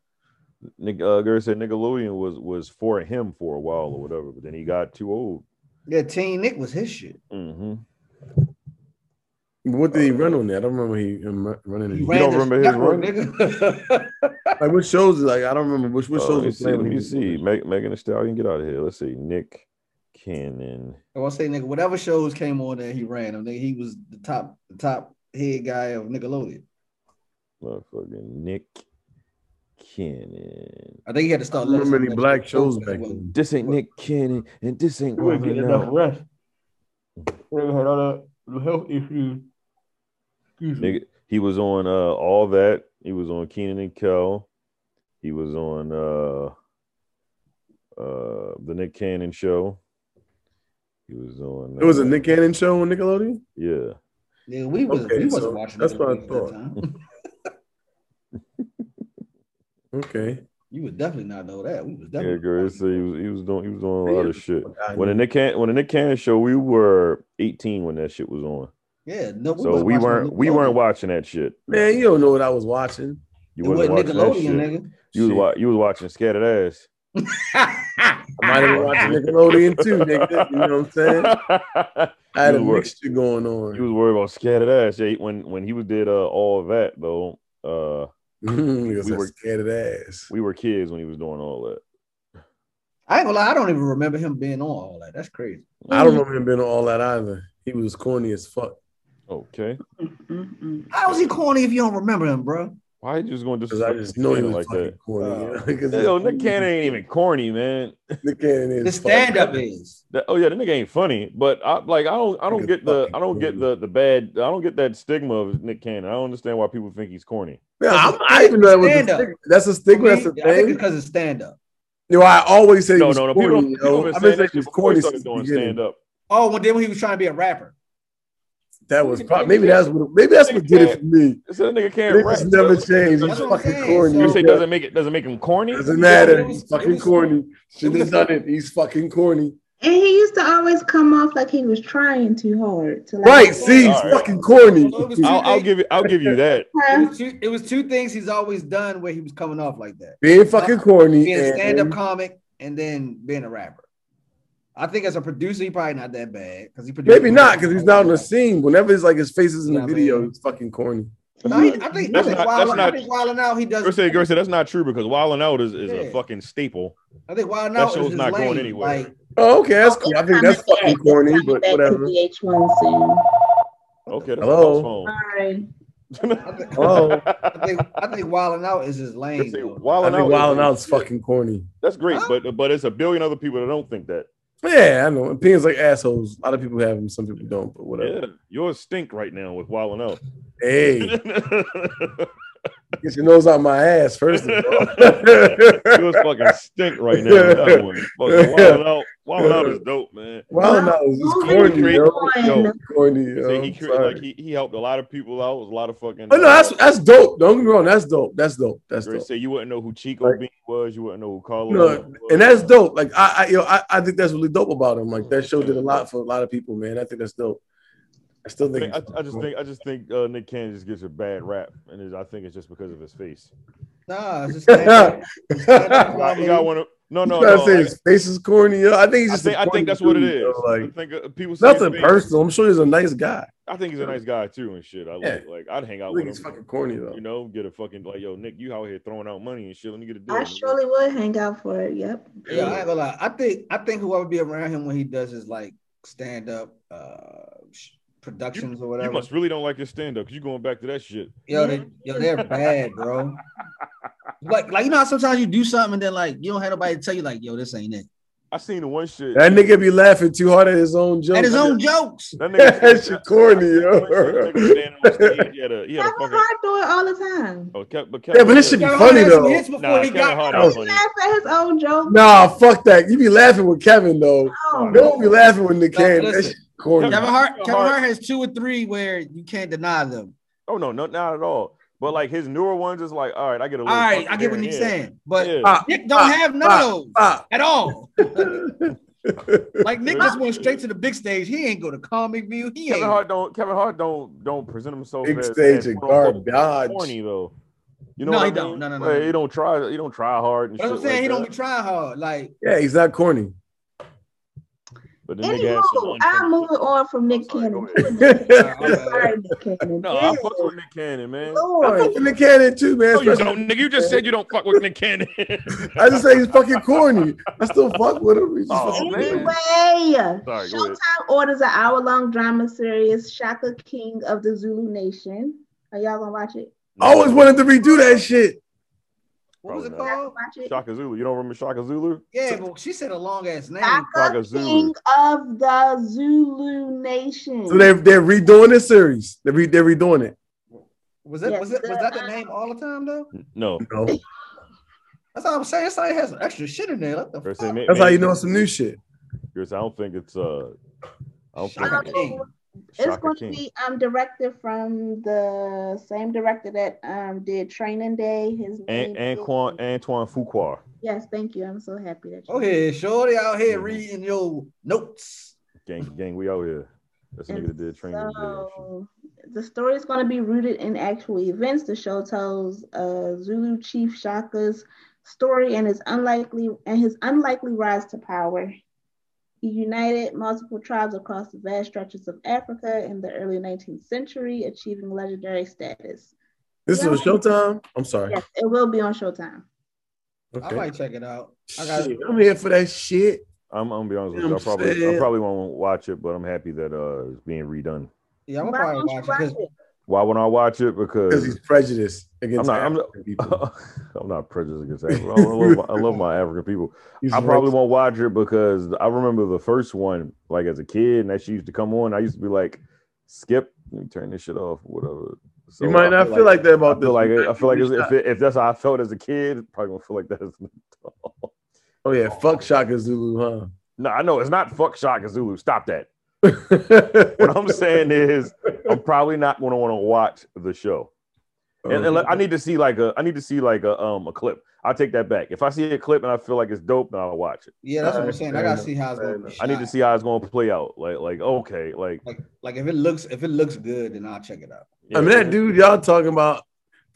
C: Nick uh, Gary said Nickelodeon was was for him for a while or whatever, but then he got too old.
D: Yeah, Teen Nick was his shit.
C: Mm-hmm.
E: What did he run on there? I don't remember he him ru- running.
D: He
E: Any.
D: ran
C: Uh, don't
D: the
C: remember his
D: network, nigga. [laughs]
E: Like what shows? Like I don't remember which what
C: Uh,
E: shows
C: let me
E: was
C: see.
E: playing.
C: Let
E: when he
C: me
E: was-
C: see. Meg, Megan Thee Stallion, get out of here. Let's see. Nick Cannon.
D: I want to say, nigga, whatever shows came on there, he ran them. Nigga, he was the top, the top head guy of Nickelodeon.
C: Motherfucking Nick Cannon.
D: I think he had to start.
E: I don't remember
D: listening
E: any
D: to
E: black
D: that
E: shows
D: shit.
E: back then.
C: This ain't Nick Cannon, and this ain't Robin Out.
H: rest. They had all that health issues. Excuse me.
C: Nigga, he was on uh all that. He was on Keenan and Kel. He was on uh uh the Nick Cannon show. He was on.
E: It was a
C: uh,
E: Nick Cannon show on Nickelodeon.
C: Yeah.
D: Yeah, we was
E: Okay,
D: we wasn't
E: so
D: watching.
E: that's what I
D: Nickelodeon at that
E: thought.
D: time.
E: Okay.
D: You would definitely not know that. We was
C: Yeah,
D: definitely.
C: girl, so he was he was doing he was doing a lot of shit.
E: I
C: When the Nick Can when the Nick Cannon show, we were 18 when that shit was on.
D: Yeah, no, we
C: So
D: wasn't
C: we
D: watching
C: weren't we
D: Nickelodeon.
C: weren't watching that shit.
E: Man, you don't know what I was watching.
C: You
D: it wasn't
C: wasn't watching that
D: Nickelodeon,
C: shit.
D: nigga.
C: You was
E: Shit.
C: wa- you was watching Scattered Ass.
E: I might have been watching Nickelodeon too, nigga. You know what
C: [laughs]
E: I'm saying? I had a mixture going
C: He
E: on.
C: was worried about scattered ass. Yeah, when when he was did uh, all of that though, uh,
E: [laughs] Niggas
C: We
E: we
C: were-
E: were scared ass.
C: we were kids when he was doing all that.
D: [laughs] I ain't gonna lie, I don't even remember him being on all that. That's crazy.
E: I don't remember him being on all that either. He was corny as fuck.
C: Okay,
G: Mm, Mm-mm.
D: How is he corny if you don't remember him, bro?
C: why you just going to
E: Because I just know he was
C: like
E: fucking
C: that?
E: corny.
D: Oh.
E: Because
C: Yo, Nick Cannon ain't even corny, man.
E: Nick Cannon is
D: The
E: fucking-
D: stand up is.
C: That- oh yeah, the nigga ain't funny. But I like I don't I don't
E: Nigga's
C: get the
E: fucking
C: I don't get
E: corny.
C: the the bad I don't get that stigma of Nick Cannon. I don't understand why people think he's corny.
E: Man, I'm, I even know that was a
D: Stand up.
E: stigma. That's a stigma. That's a
D: I think it's
E: thing.
D: because it's stand up.
E: Yo, I always say
C: No,
E: he was
C: no, no. People,
E: corny.
C: people
E: yo.
C: been saying
E: I've been saying
C: that
E: he
C: shit
E: was
C: before he
E: corny
C: started
E: since the
C: doing
E: beginning.
C: stand up.
D: Oh, well, then when he was trying to be a rapper.
E: That was probably maybe that's what maybe that's what did it for me.
C: So that nigga can't
E: It
C: rap.
E: just never
C: so-
E: changed. It was
D: That's what I'm
E: fucking
D: saying,
E: corny.
D: so-
C: You say doesn't make it doesn't make him corny.
E: Doesn't matter. He's
D: It was- it
E: fucking
D: was-
E: corny. Should
D: it
E: have
D: was-
E: done it. He's fucking corny.
G: And he used to always come off like he was trying too hard to like,
E: Right. See, he's
C: All right.
E: fucking corny.
D: Well, it was-
C: I'll, I'll give you I'll give you
D: [laughs]
C: that.
D: It
G: huh?
D: was, two, it was two things he's always done where he was coming off like that
E: Being fucking corny.
D: being a
E: and-
D: stand up comic and then being a rapper. I think as a producer, he probably not that bad because he produced.
E: Maybe not, because he's not on the scene. Whenever it's like his face is in the
D: Yeah,
E: video,
D: man.
E: it's fucking corny.
D: No, he- I think, I
C: That's
D: think,
C: not-
D: Wild,
C: that's
D: I
C: not-
D: think Wild 'N Out, he does.
C: Gerson, Gerson, that's not true because Wild 'N Out is, is a
D: Yeah.
C: fucking staple.
D: I think Wild 'N
C: that
D: Out
C: show's
D: is his
C: not going
D: lane,
C: anywhere.
D: Like,
E: Oh, okay, that's cool. I think that's fucking corny, but whatever.
G: VH1 soon.
C: Okay, that's
E: Hello?
C: Hello.
G: Sorry.
D: I
C: Oh,
D: think,
E: [laughs] Hello.
C: [laughs]
D: I think, I think Wild 'N Out is his lane. though.
E: I
C: Wild 'N
E: think
C: Out.
E: Wild and Out's fucking corny.
C: That's great,
D: Huh?
C: but but it's a billion other people that don't think that.
E: Yeah, I know. Opinions like assholes. A lot of people have them, some people don't, but whatever.
C: Yeah, yours stink right now with Wild 'N Out. [laughs]
E: Hey, get your nose out my ass first
C: [laughs]
E: of all.
C: yours fucking stink right now. With that one. Fucking Wild 'N Out. Wild 'N Out is dope, man.
E: [laughs] Wild and Out is just corny, yo.
C: Yo,
E: Corny, yo.
C: See, he,
E: I'm
C: cre-
E: sorry.
C: like he, he helped a lot of people out. Was a lot of fucking.
E: Oh no, that's that's dope. Don't get me wrong, that's dope. That's dope. That's
C: Gerson
E: dope.
C: said you wouldn't know who Chico
E: Like-
C: Bean was. You wouldn't know who Carlos.
E: No,
C: was.
E: and that's dope. Like I, I, yo, I, I think that's really dope about him. Like that show did a lot for a lot of people, man. I think that's dope. I still
C: I,
E: think.
C: think- I- I just
E: [laughs]
C: think I just think uh, Nick Cannon just gives a bad rap, and it's, I think it's just because of his face.
D: Nah, it's
E: [laughs]
D: just stand-up.
C: You got, you got one of- no,
E: no,
C: no,
E: no,
C: no.
E: say
C: Like,
E: his face is corny. Yo. I think he's
C: I
E: just.
C: think,
E: a
C: I
E: corny
C: think that's what it
E: dude,
C: is.
E: yo.
C: I
E: Like
C: think uh, people see his
E: nothing
C: face.
E: personal. I'm sure he's a nice guy.
C: I think he's a nice guy too and shit. I like,
E: Yeah.
C: like I'd hang
E: I
C: out with
E: think he's
C: him.
E: fucking corny though.
C: You know, get a fucking like, yo, Nick, you out here throwing out money and shit. Let me get a deal.
G: I
C: nigga.
G: surely would hang out for it. Yep.
D: Yeah, I ain't gonna lie. I think I think whoever be around him when he does his like stand up uh sh- productions or
C: you
D: whatever.
C: must really don't like your stand up because you're going back to that shit.
D: Yo, they, yo, they're bad, bro.
C: [laughs]
D: Like, like you know, how sometimes you do something and then like you don't have nobody to tell you like, yo, this ain't it.
C: I seen the one shit.
E: That nigga be laughing too hard at his own joke.
D: And his own jokes.
C: That nigga,
E: [laughs] That shit corny, yo.
C: That nigga standing on stage, He had a, he had
G: That
C: a
G: was
C: fucking.
G: hard doing all the time.
C: Oh, Kev, but
E: Yeah, but this should
C: Kevin-
E: be
D: Kevin
E: funny
D: Hart had some
E: though.
D: hits before
C: Nah,
D: he
C: Kevin
D: got [laughs]
C: Hart
D: out.
C: was
G: He
C: funny.
G: laughed at his own joke.
E: Nah, fuck that. You be laughing with Kevin though.
G: Oh,
E: You Don't be laughing with Nick
D: No,
E: Cannon. That
D: listen.
E: shit corny.
D: Kevin Hart, Kevin
C: Hart.
D: Hart has two or three where you can't deny them.
C: Oh no, no, not at all. But like his newer ones, is like, all right, I get a
D: All
C: little.
D: right,
C: fucking
D: I get what
C: here and
D: he's
C: there.
D: saying, but uh,
C: Yeah.
E: Ah,
D: Nick don't
E: ah,
D: have none
E: ah,
D: of those
E: ah.
D: at all. Like Nick just went straight to the big stage. He ain't go to Comic View. He ain't.
C: Kevin Hart don't. Kevin Hart don't don't present himself
E: [laughs] Big
C: as,
E: stage
C: as
E: and
C: quote-unquote
E: garbage.
C: Corny though. You know
D: No,
C: what
D: he
C: I
D: don't.
C: mean?
D: No, no, no,
C: Like,
D: no.
C: He don't try. He don't try hard. And
D: That's what I'm
C: shit
D: saying. He
C: like
D: don't
C: that.
D: be trying hard. Like
E: Yeah, he's not corny.
C: But the nigga
G: Anywho,
C: has some
G: I'm
C: unfinished-
G: moving on from Nick
C: Sorry, go
G: Cannon.
C: ahead.
E: [laughs]
D: uh,
G: Sorry, Nick Cannon.
C: No, I
G: Damn,
C: fuck with Nick Cannon, man.
E: I
G: Lord.
E: fuck with Nick Cannon too, man.
C: No, you
E: Especially-
C: don't, nigga. You just said you don't fuck with Nick [laughs] Cannon.
E: I just say he's fucking corny. I still fuck with him. He's just
C: Oh,
E: fucking
C: man.
E: corny.
G: Anyway,
C: Sorry, go ahead.
G: Showtime orders an hour-long drama series, Shaka King of the Zulu Nation. Are y'all gonna watch it?
E: I always wanted to redo that shit.
D: what was it
C: Probably
D: called?
G: Watch it.
C: Shaka Zulu. You don't remember Shaka Zulu?
D: Yeah, but she said a long ass name.
G: Shaka
C: Shaka Zulu.
G: King of the Zulu Nation.
E: So they're they're redoing this series. They're, re- they're redoing it.
D: Was it? Was it? Was that the name all the time though?
C: No.
E: you know?
D: That's all I'm saying. Somebody has some extra shit in there. What the
C: Gerson,
D: fuck?
C: may-
E: That's how
C: may-
E: you know some new shit.
C: Gerson, I don't think it's uh. I don't think
D: Shaka
G: Shaka
D: King.
G: it's
C: Shaka
G: going
C: King.
G: to be um directed from the same director that um did Training Day. His
C: An-
G: name is-
C: Antoine Antoine Fuqua.
G: Yes, thank you. I'm so happy that you.
D: Go ahead, shorty out here reading your notes.
C: Gang, gang, we out here. That's the nigga that did training.
G: So, the story is going to be rooted in actual events. The show tells uh, Zulu chief Shaka's story and his unlikely and his unlikely rise to power. He united multiple tribes across the vast stretches of Africa in the early 19th century, achieving legendary status.
E: This is
G: Yeah.
E: Showtime. I'm sorry.
G: Yes, it will be on Showtime.
E: Okay.
D: I might check it out. I got
E: Shit, I'm here for that shit.
C: I'm, I'm gonna be honest with
E: You
C: you. I
E: know what I'm
C: probably I
E: saying?
C: probably won't watch it, but I'm happy that uh it's being redone.
D: yeah, I'm
G: Why
D: gonna probably
G: don't you
D: watch it 'cause
G: it?
C: Why wouldn't I watch it?
E: Because
C: Because [laughs]
E: he's prejudiced
C: I'm
E: against
C: not- I'm not-
E: African people.
C: I'm not prejudiced against Africa. I love, my, I love my African people.
E: [laughs]
C: [laughs]
E: He's
C: I probably
E: racist.
C: won't watch it because I remember the first one, like as a kid, and that she used to come on. I used to be like, skip, let me turn this shit off, whatever. So
E: you might
C: I
E: not feel like, that about
C: I feel
E: this.
C: like it- I feel like it's- if, it, if that's how I felt as a kid, probably gonna feel like that as an adult.
E: oh yeah, fuck Shaka Zulu,
C: No, I know it's not fuck Shaka Zulu. Stop that.
E: huh?
C: [laughs] What I'm saying is, I'm probably not gonna want to watch the show. And, and like, I need to see like a I need to see like a um a clip. I'll take that back. If I see a clip and I feel like it's dope, then I'll watch it.
D: yeah, that's what I'm
E: Alright,
D: saying.
E: fair
D: I gotta
E: enough,
D: see how it's
E: fair
D: gonna.
E: enough.
D: Be
C: I need to
D: shot.
C: see how it's gonna play out. Like like okay like
D: Like, like if it looks if it looks good, then I'll check it out.
E: I mean that dude y'all talking about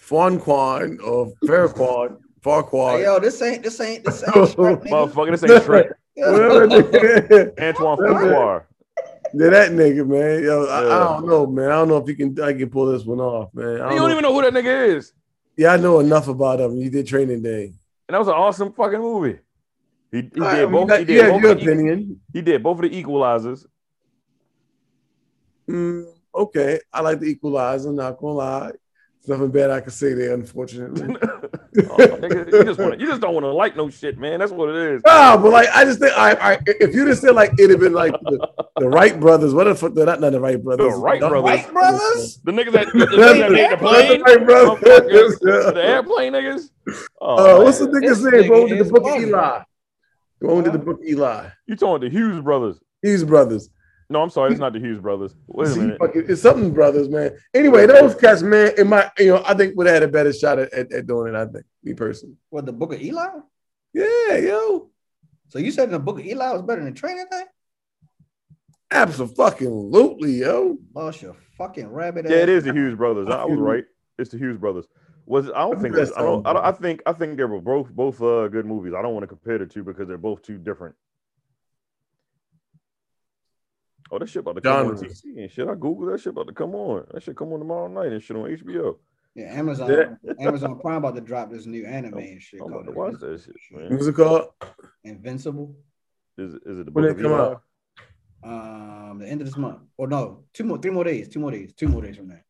E: Farquan or Farquan,
D: Hey,
E: Farquad.
D: yo, this ain't this ain't
C: [laughs]
D: this ain't. Shrek, nigga.
C: Motherfucker, this ain't Trek.
E: Whatever,
C: [laughs]
E: [laughs] nigga.
C: Antoine
E: Whatever.
C: Fuqua.
E: Yeah, that nigga, man. Yo, I, I
C: Yeah.
E: don't know, man. I don't know if you can I can pull this one off, man. I
C: You
E: don't
C: don't
E: know.
C: even know who that nigga is.
E: Yeah, I know enough about him. You did training day.
C: And that was an awesome fucking movie. He, he did
E: All right,
C: both.
E: you
C: he,
E: got-
C: did
E: you have
C: both
E: your
C: of the,
E: opinion.
C: he did both of the
E: [laughs]
C: equalizers. [laughs]
E: Mm, okay, I like the equalizer. Not gonna lie, There's nothing bad I can say there. Unfortunately,
C: [laughs] Oh, nigga, you just
E: [laughs]
C: want you just don't want to like no shit, man. That's what it is.
E: ah, but like I just think I, I if you just said like it'd have been like the, the Wright brothers. What the fuck? They're not not the Wright brothers.
C: Wright
E: Dun-
C: brothers.
D: White brothers.
C: The niggas that, the niggas that made the plane,
E: The Wright [laughs] brothers.
C: motherfuckers, the airplane niggas.
E: Uh,
C: Oh,
E: what's the
C: man.
E: nigga's
D: This
E: name? Bro,
D: nigga
E: did the
D: is
E: book
D: funny.
E: Eli. The one who did the book Eli.
C: you talking the Hughes brothers?
E: These brothers.
C: No, I'm sorry, it's not the Hughes brothers. Wait a
E: See,
C: minute.
E: fucking- it's something brothers, man. Anyway, those cats, man, in my you know, I think would have had a better shot at, at, at doing it, I think, me personally.
D: What the Book of Eli?
E: Yeah, yo.
D: So you said the Book of Eli was better than Training Day?
E: Absolutely, yo.
D: Lost your fucking rabbit.
C: Yeah, it
D: ass.
C: is the Hughes brothers. I was right. It's the Hughes brothers. Was I don't think it was- I don't, I don't I think I think they were both both uh, good movies. I don't want to compare the two because they're both too different. Oh, that shit about to come on
E: Genres.
C: TC and shit. I googled that shit about to come on. That shit come on tomorrow night and shit on HBO.
D: Yeah, Amazon. Amazon Prime about to drop this new anime and shit
C: I'm about to watch
D: called
C: that shit, man.
E: What's it called?
D: Invincible.
C: Is, is it the
E: Mm-hmm.
C: book
E: When it
C: of
E: come
C: Eli?
E: out?
D: Um, the end of this month. Or no, two more, three more days, two more days, two more days from now.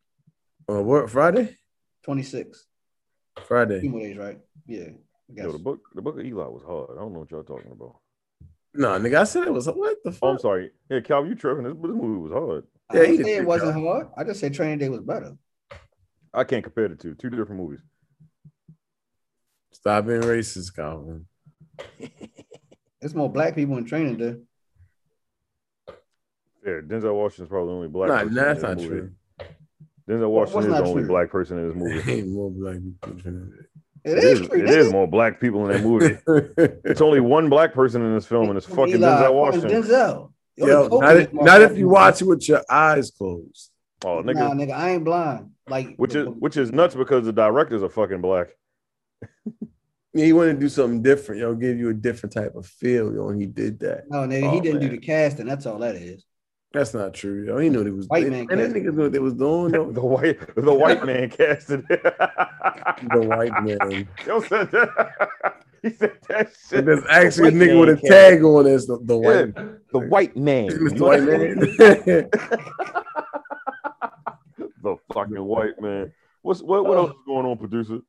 E: Uh, what Friday?
D: Twenty six. Two
E: Friday.
D: more days, right? Yeah. I guess.
C: Yo, the book the book of Eli was hard. I don't know what y'all talking about.
E: No, nigga, I said it was what the
C: Oh, I'm
E: fuck?
C: sorry. Yeah, Cal, you tripping? This, this movie was hard.
D: I
E: Yeah,
D: didn't
E: he did
D: say
E: a
D: it
E: good
D: wasn't hard. I just said Training Day was better.
C: I can't compare the two. Two different movies.
E: Stop being racist, Calvin.
D: It's more black people in Training Day.
C: Yeah, Denzel Washington's probably the only black.
E: Nah,
C: person in
E: that's
C: this
E: not
C: movie.
E: true.
C: Denzel
D: What's
C: Washington is the
D: not
C: only
D: true?
C: black person in this movie.
D: [laughs]
E: [laughs] Ain't more black people. than
D: It
C: It
D: is,
C: is,
D: true.
C: it is more black people in that
D: [laughs]
C: movie.
E: [laughs] that.
C: It's only one black person in this film, and it's fucking Denzel Washington.
D: Denzel. Yo,
E: Yo,
D: the
E: not, if,
D: Kobe
E: not if
D: motherfucker.
E: you watch it with your eyes closed.
C: Oh,
D: Nah,
C: nigga,
D: nigga, I ain't blind. Like
C: which is which is nuts because the directors are fucking black. [laughs]
E: Yeah, he wanted to do something different, yo, give you a different type of feel, yo, and he did that.
D: no, nigga,
E: Oh,
D: he didn't do
E: man.
D: the casting. That's all that is.
E: That's not true. Yo. He knew what he was
D: White
E: doing.
D: man
E: And that
D: cast.
E: niggas knew what they was doing. [laughs] Yo.
C: The white the white man [laughs] casted it.
E: the white man.
C: Yo said that. [laughs] He said that
E: If
C: shit.
E: There's actually a
C: white
E: nigga
C: man
E: with a
C: cast.
E: tag on as the, the
C: Yeah,
E: [laughs] white
C: the white man.
E: Mr.
C: You
E: White
C: know that?
E: Man.
C: The fucking white man. What's what what else is going on, producer?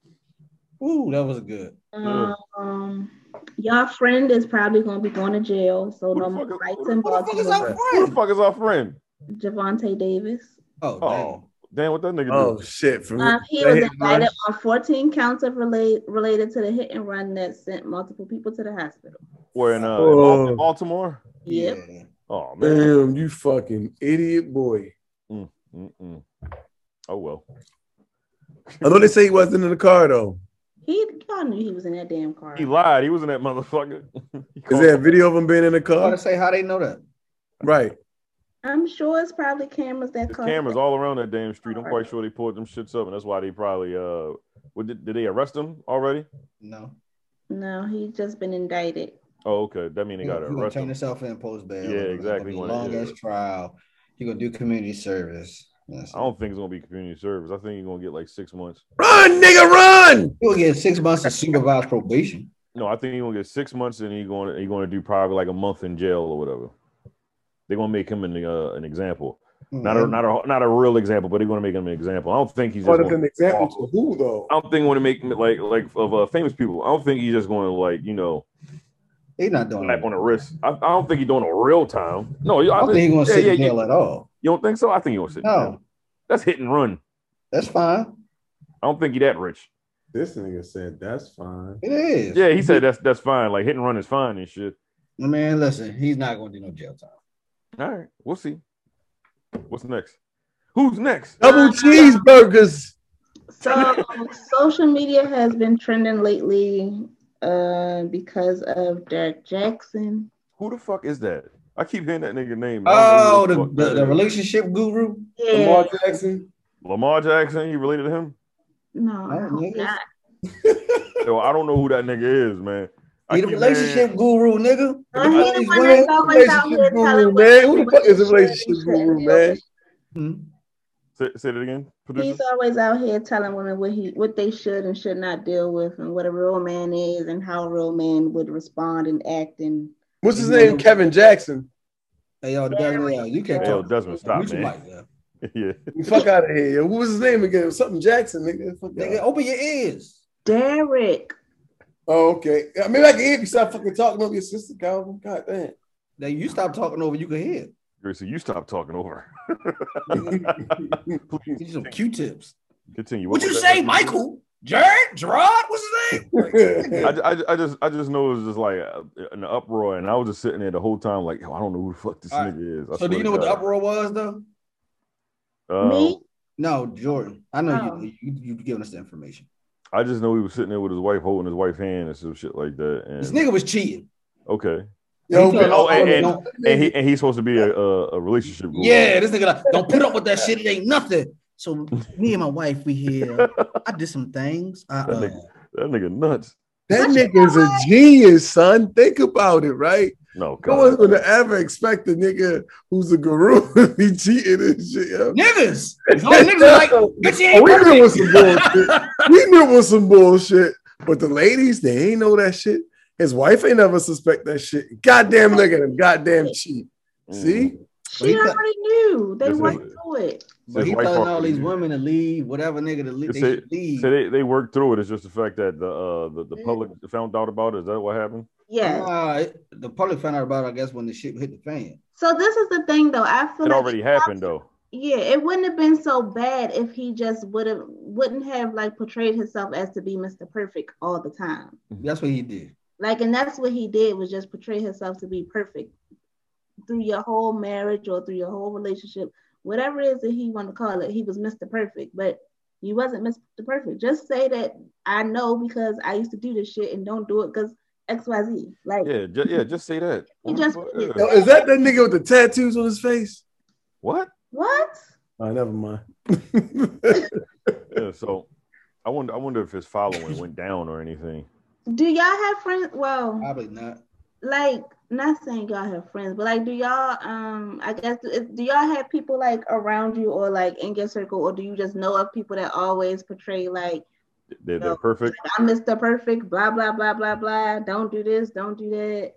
D: Ooh, that was good.
C: Yeah.
G: Um, y'all friend is probably gonna be going to jail, so
C: Who the
G: no
C: fuck
G: more
C: is-
G: fights
C: who the-
G: in
D: Who the fuck is our
G: Baltimore.
C: Who the
D: friend?
C: fuck is our friend?
G: Javante Davis.
D: Oh,
C: Oh,
D: damn.
C: damn, what that nigga do?
E: [laughs] oh shit! From
G: Um, he
E: they
G: was
E: hit mine.
G: indicted on 14 counts of relate, related to the hit and run that sent multiple people to the hospital.
C: We're in, uh, in
E: Oh.
C: Bal- Baltimore.
G: Yep.
D: Yeah.
C: Oh man.
E: Damn, you fucking idiot boy!
C: Mm-mm. Oh well.
E: I know they say he wasn't in the car though.
G: He y'all knew he was in that damn car.
C: He lied. He was in that motherfucker. [laughs] He
E: Is
C: called-
E: there a video of him being in the
D: I want
E: car?
D: to say how they know that.
E: Right.
G: I'm sure it's probably cameras that
C: There's
G: caught
C: cameras
G: that.
C: all around that damn street. I'm quite sure they pulled them shits up, and that's why they probably uh. What, did, did they arrest him already?
D: No.
G: No, he's just
C: [laughs]
G: been indicted.
C: Oh, okay. That means they got to
D: He gonna
C: arrest
D: turn
C: him.
D: himself in post bail.
C: Yeah, exactly. He wanna-
D: Long ass
C: yeah.
D: trial. He gonna do community service. Yes.
C: I don't think it's gonna be community service. I think you're gonna get like six months.
E: Run, nigga, run!
D: He'll get six months of supervised probation.
C: No, I think you're gonna get six months, and he's going he's gonna do probably like a month in jail or whatever. They're gonna make him an uh, an example, [laughs] not
D: Mm-hmm.
C: a not a not a real example, but they're gonna make him an example. I don't think he's. Just
E: What is
C: gonna-
E: an example to who though?
C: I don't think want to make him, like like of uh, famous people. I don't think he's just going to like you know
D: He's not doing
C: slap
D: that.
C: on the wrist. I, I don't think he's doing a real time. No,
D: I don't think he's gonna
C: yeah,
D: sit
C: yeah,
D: in jail
C: You,
D: at all.
C: you don't think so? I think he gonna sit. in jail.
D: No,
C: that's hit and run.
D: that's fine.
C: I don't think he that rich.
E: This nigga said that's fine.
D: It is.
C: Yeah, he said that's that's fine. Like hit and run is fine and shit.
D: I mean, listen, he's not gonna do no jail time.
C: All right, we'll see. What's next? Who's next?
E: Double cheeseburgers.
G: So um, social media has been trending lately uh, because of Derek Jackson.
C: Who the fuck is that? I keep hearing that nigga name.
D: Oh,
C: I don't
D: the,
C: know who fuck
D: the,
C: that
D: the
C: is.
D: relationship guru.
E: Lamar Jackson.
C: Lamar Jackson. You related to him?
G: No,
D: That nigga's-
G: not.
C: Yo, I don't know who that nigga is, man. I
D: He the
C: keep
D: relationship
C: hearing-
D: guru, nigga.
G: No, he
D: All
G: the
D: these
G: one
D: women-
G: that's always out
E: relationship
G: here telling
E: guru, man.
G: women
E: Who the fuck is a
G: what they
E: relationship
G: should
E: guru,
G: do.
E: man?
D: Mhm.
C: Say, say it again. producer?
G: He's always out here telling women what he what they should and should not deal with and what a real man is and how a real man would respond and act and
E: What's his name? Kevin Jackson.
D: Hey, yo, Desmond, yo, you can't
C: Hey, yo,
D: talk.
C: Desmond, stop,
D: Mute your
C: man.
D: mic, yo.
C: [laughs] yeah.
E: Fuck out of here. Yo. What was his name again? Something Jackson, nigga. Fuck
D: Nigga,
E: out.
D: open your ears.
G: Derek.
E: Oh, okay. Yeah, Maybe I can hear if you stop fucking talking over your sister, Calvin. God damn.
D: [laughs] Now you stop talking over, you can hear.
C: Gracie, you stop talking over. [laughs]
D: You need some Q-tips.
C: Continue.
D: What you
C: was
D: say,
C: that?
D: Michael? Jared? Gerard? What's
E: [laughs]
D: his name?
C: I, ju- I, ju- I just I just know it was just like uh, an uproar, and I was just sitting there the whole time like, yo, I don't know who the fuck this
D: All right.
C: nigga is. I
D: so do
C: swear
D: you
C: to
D: know what the
C: God.
D: uproar was though?
C: Uh,
G: Me?
D: No, Jordan. I know
G: Oh.
D: you, you you giving us the information.
C: I just know he was sitting there with his wife holding his wife's hand and some shit like that. And
D: This nigga was cheating.
C: okay,
E: Yo,
D: He told
C: oh,
D: us,
C: and- and-
D: don't-
C: and he and he's supposed to be a a, a relationship. guru.
D: yeah, this nigga like, don't put up with that shit. It ain't nothing. So me and my wife, we
C: [laughs]
D: here. I did some things. I,
C: That
D: uh,
C: nigga- that nigga nuts.
E: that nigga's a genius, son. Think about it, right?
C: No,
E: No one's
C: God.
E: gonna ever expect a nigga who's a guru [laughs] to be cheating and shit. Yo.
D: niggas. It's all niggas like,
C: [laughs]
D: bitch, you ain't
E: Oh, we knew it was some bullshit.
D: perfect.
E: We knew it was some bullshit. But the ladies, they ain't know that shit. His wife ain't never suspect that shit. Goddamn, look at him. Goddamn cheat. See?
G: She
D: Well, he-
G: already knew. They
C: Yes, it
G: worked
C: is.
G: through it.
D: but he
C: His wife
D: telling all
C: already
D: these
C: knew.
D: women to leave, whatever nigga to leave,
C: It's
D: they
C: a-
D: should leave.
C: So they, they worked through it. It's just the fact that the uh the, the public found out about it. Is that what happened?
G: Yes.
D: Nah, it- the public found out about it, I guess, when the shit hit the fan.
G: So this is the thing though. I feel
C: It
G: like
C: already happened though.
G: Yeah, it wouldn't have been so bad if he just would have wouldn't have like portrayed himself as to be Mr. Perfect all the time.
D: That's what he did.
G: Like, and that's what he did was just portray himself to be perfect through your whole marriage or through your whole relationship, whatever it is that he wanted to call it. He was Mr. Perfect, but you wasn't Mr. Perfect. Just say that I know because I used to do this shit and don't do it because X Y Z. Like,
C: Yeah, ju- yeah. Just say that.
G: He just-
E: Yo, is that that nigga with the tattoos on his face?
C: what?
G: what?
E: Oh, never mind.
C: Yeah, so I wonder. I wonder if his following went down or anything.
G: Do y'all have friends? Well,
D: Probably not.
G: like not saying y'all have friends, but like do y'all um I guess do do y'all have people like around you or like in your circle or do you just know of people that always portray like
C: They're,
G: No.
C: they're perfect.
G: I'm Mr. Perfect, blah blah blah blah blah. Don't do this, don't do that.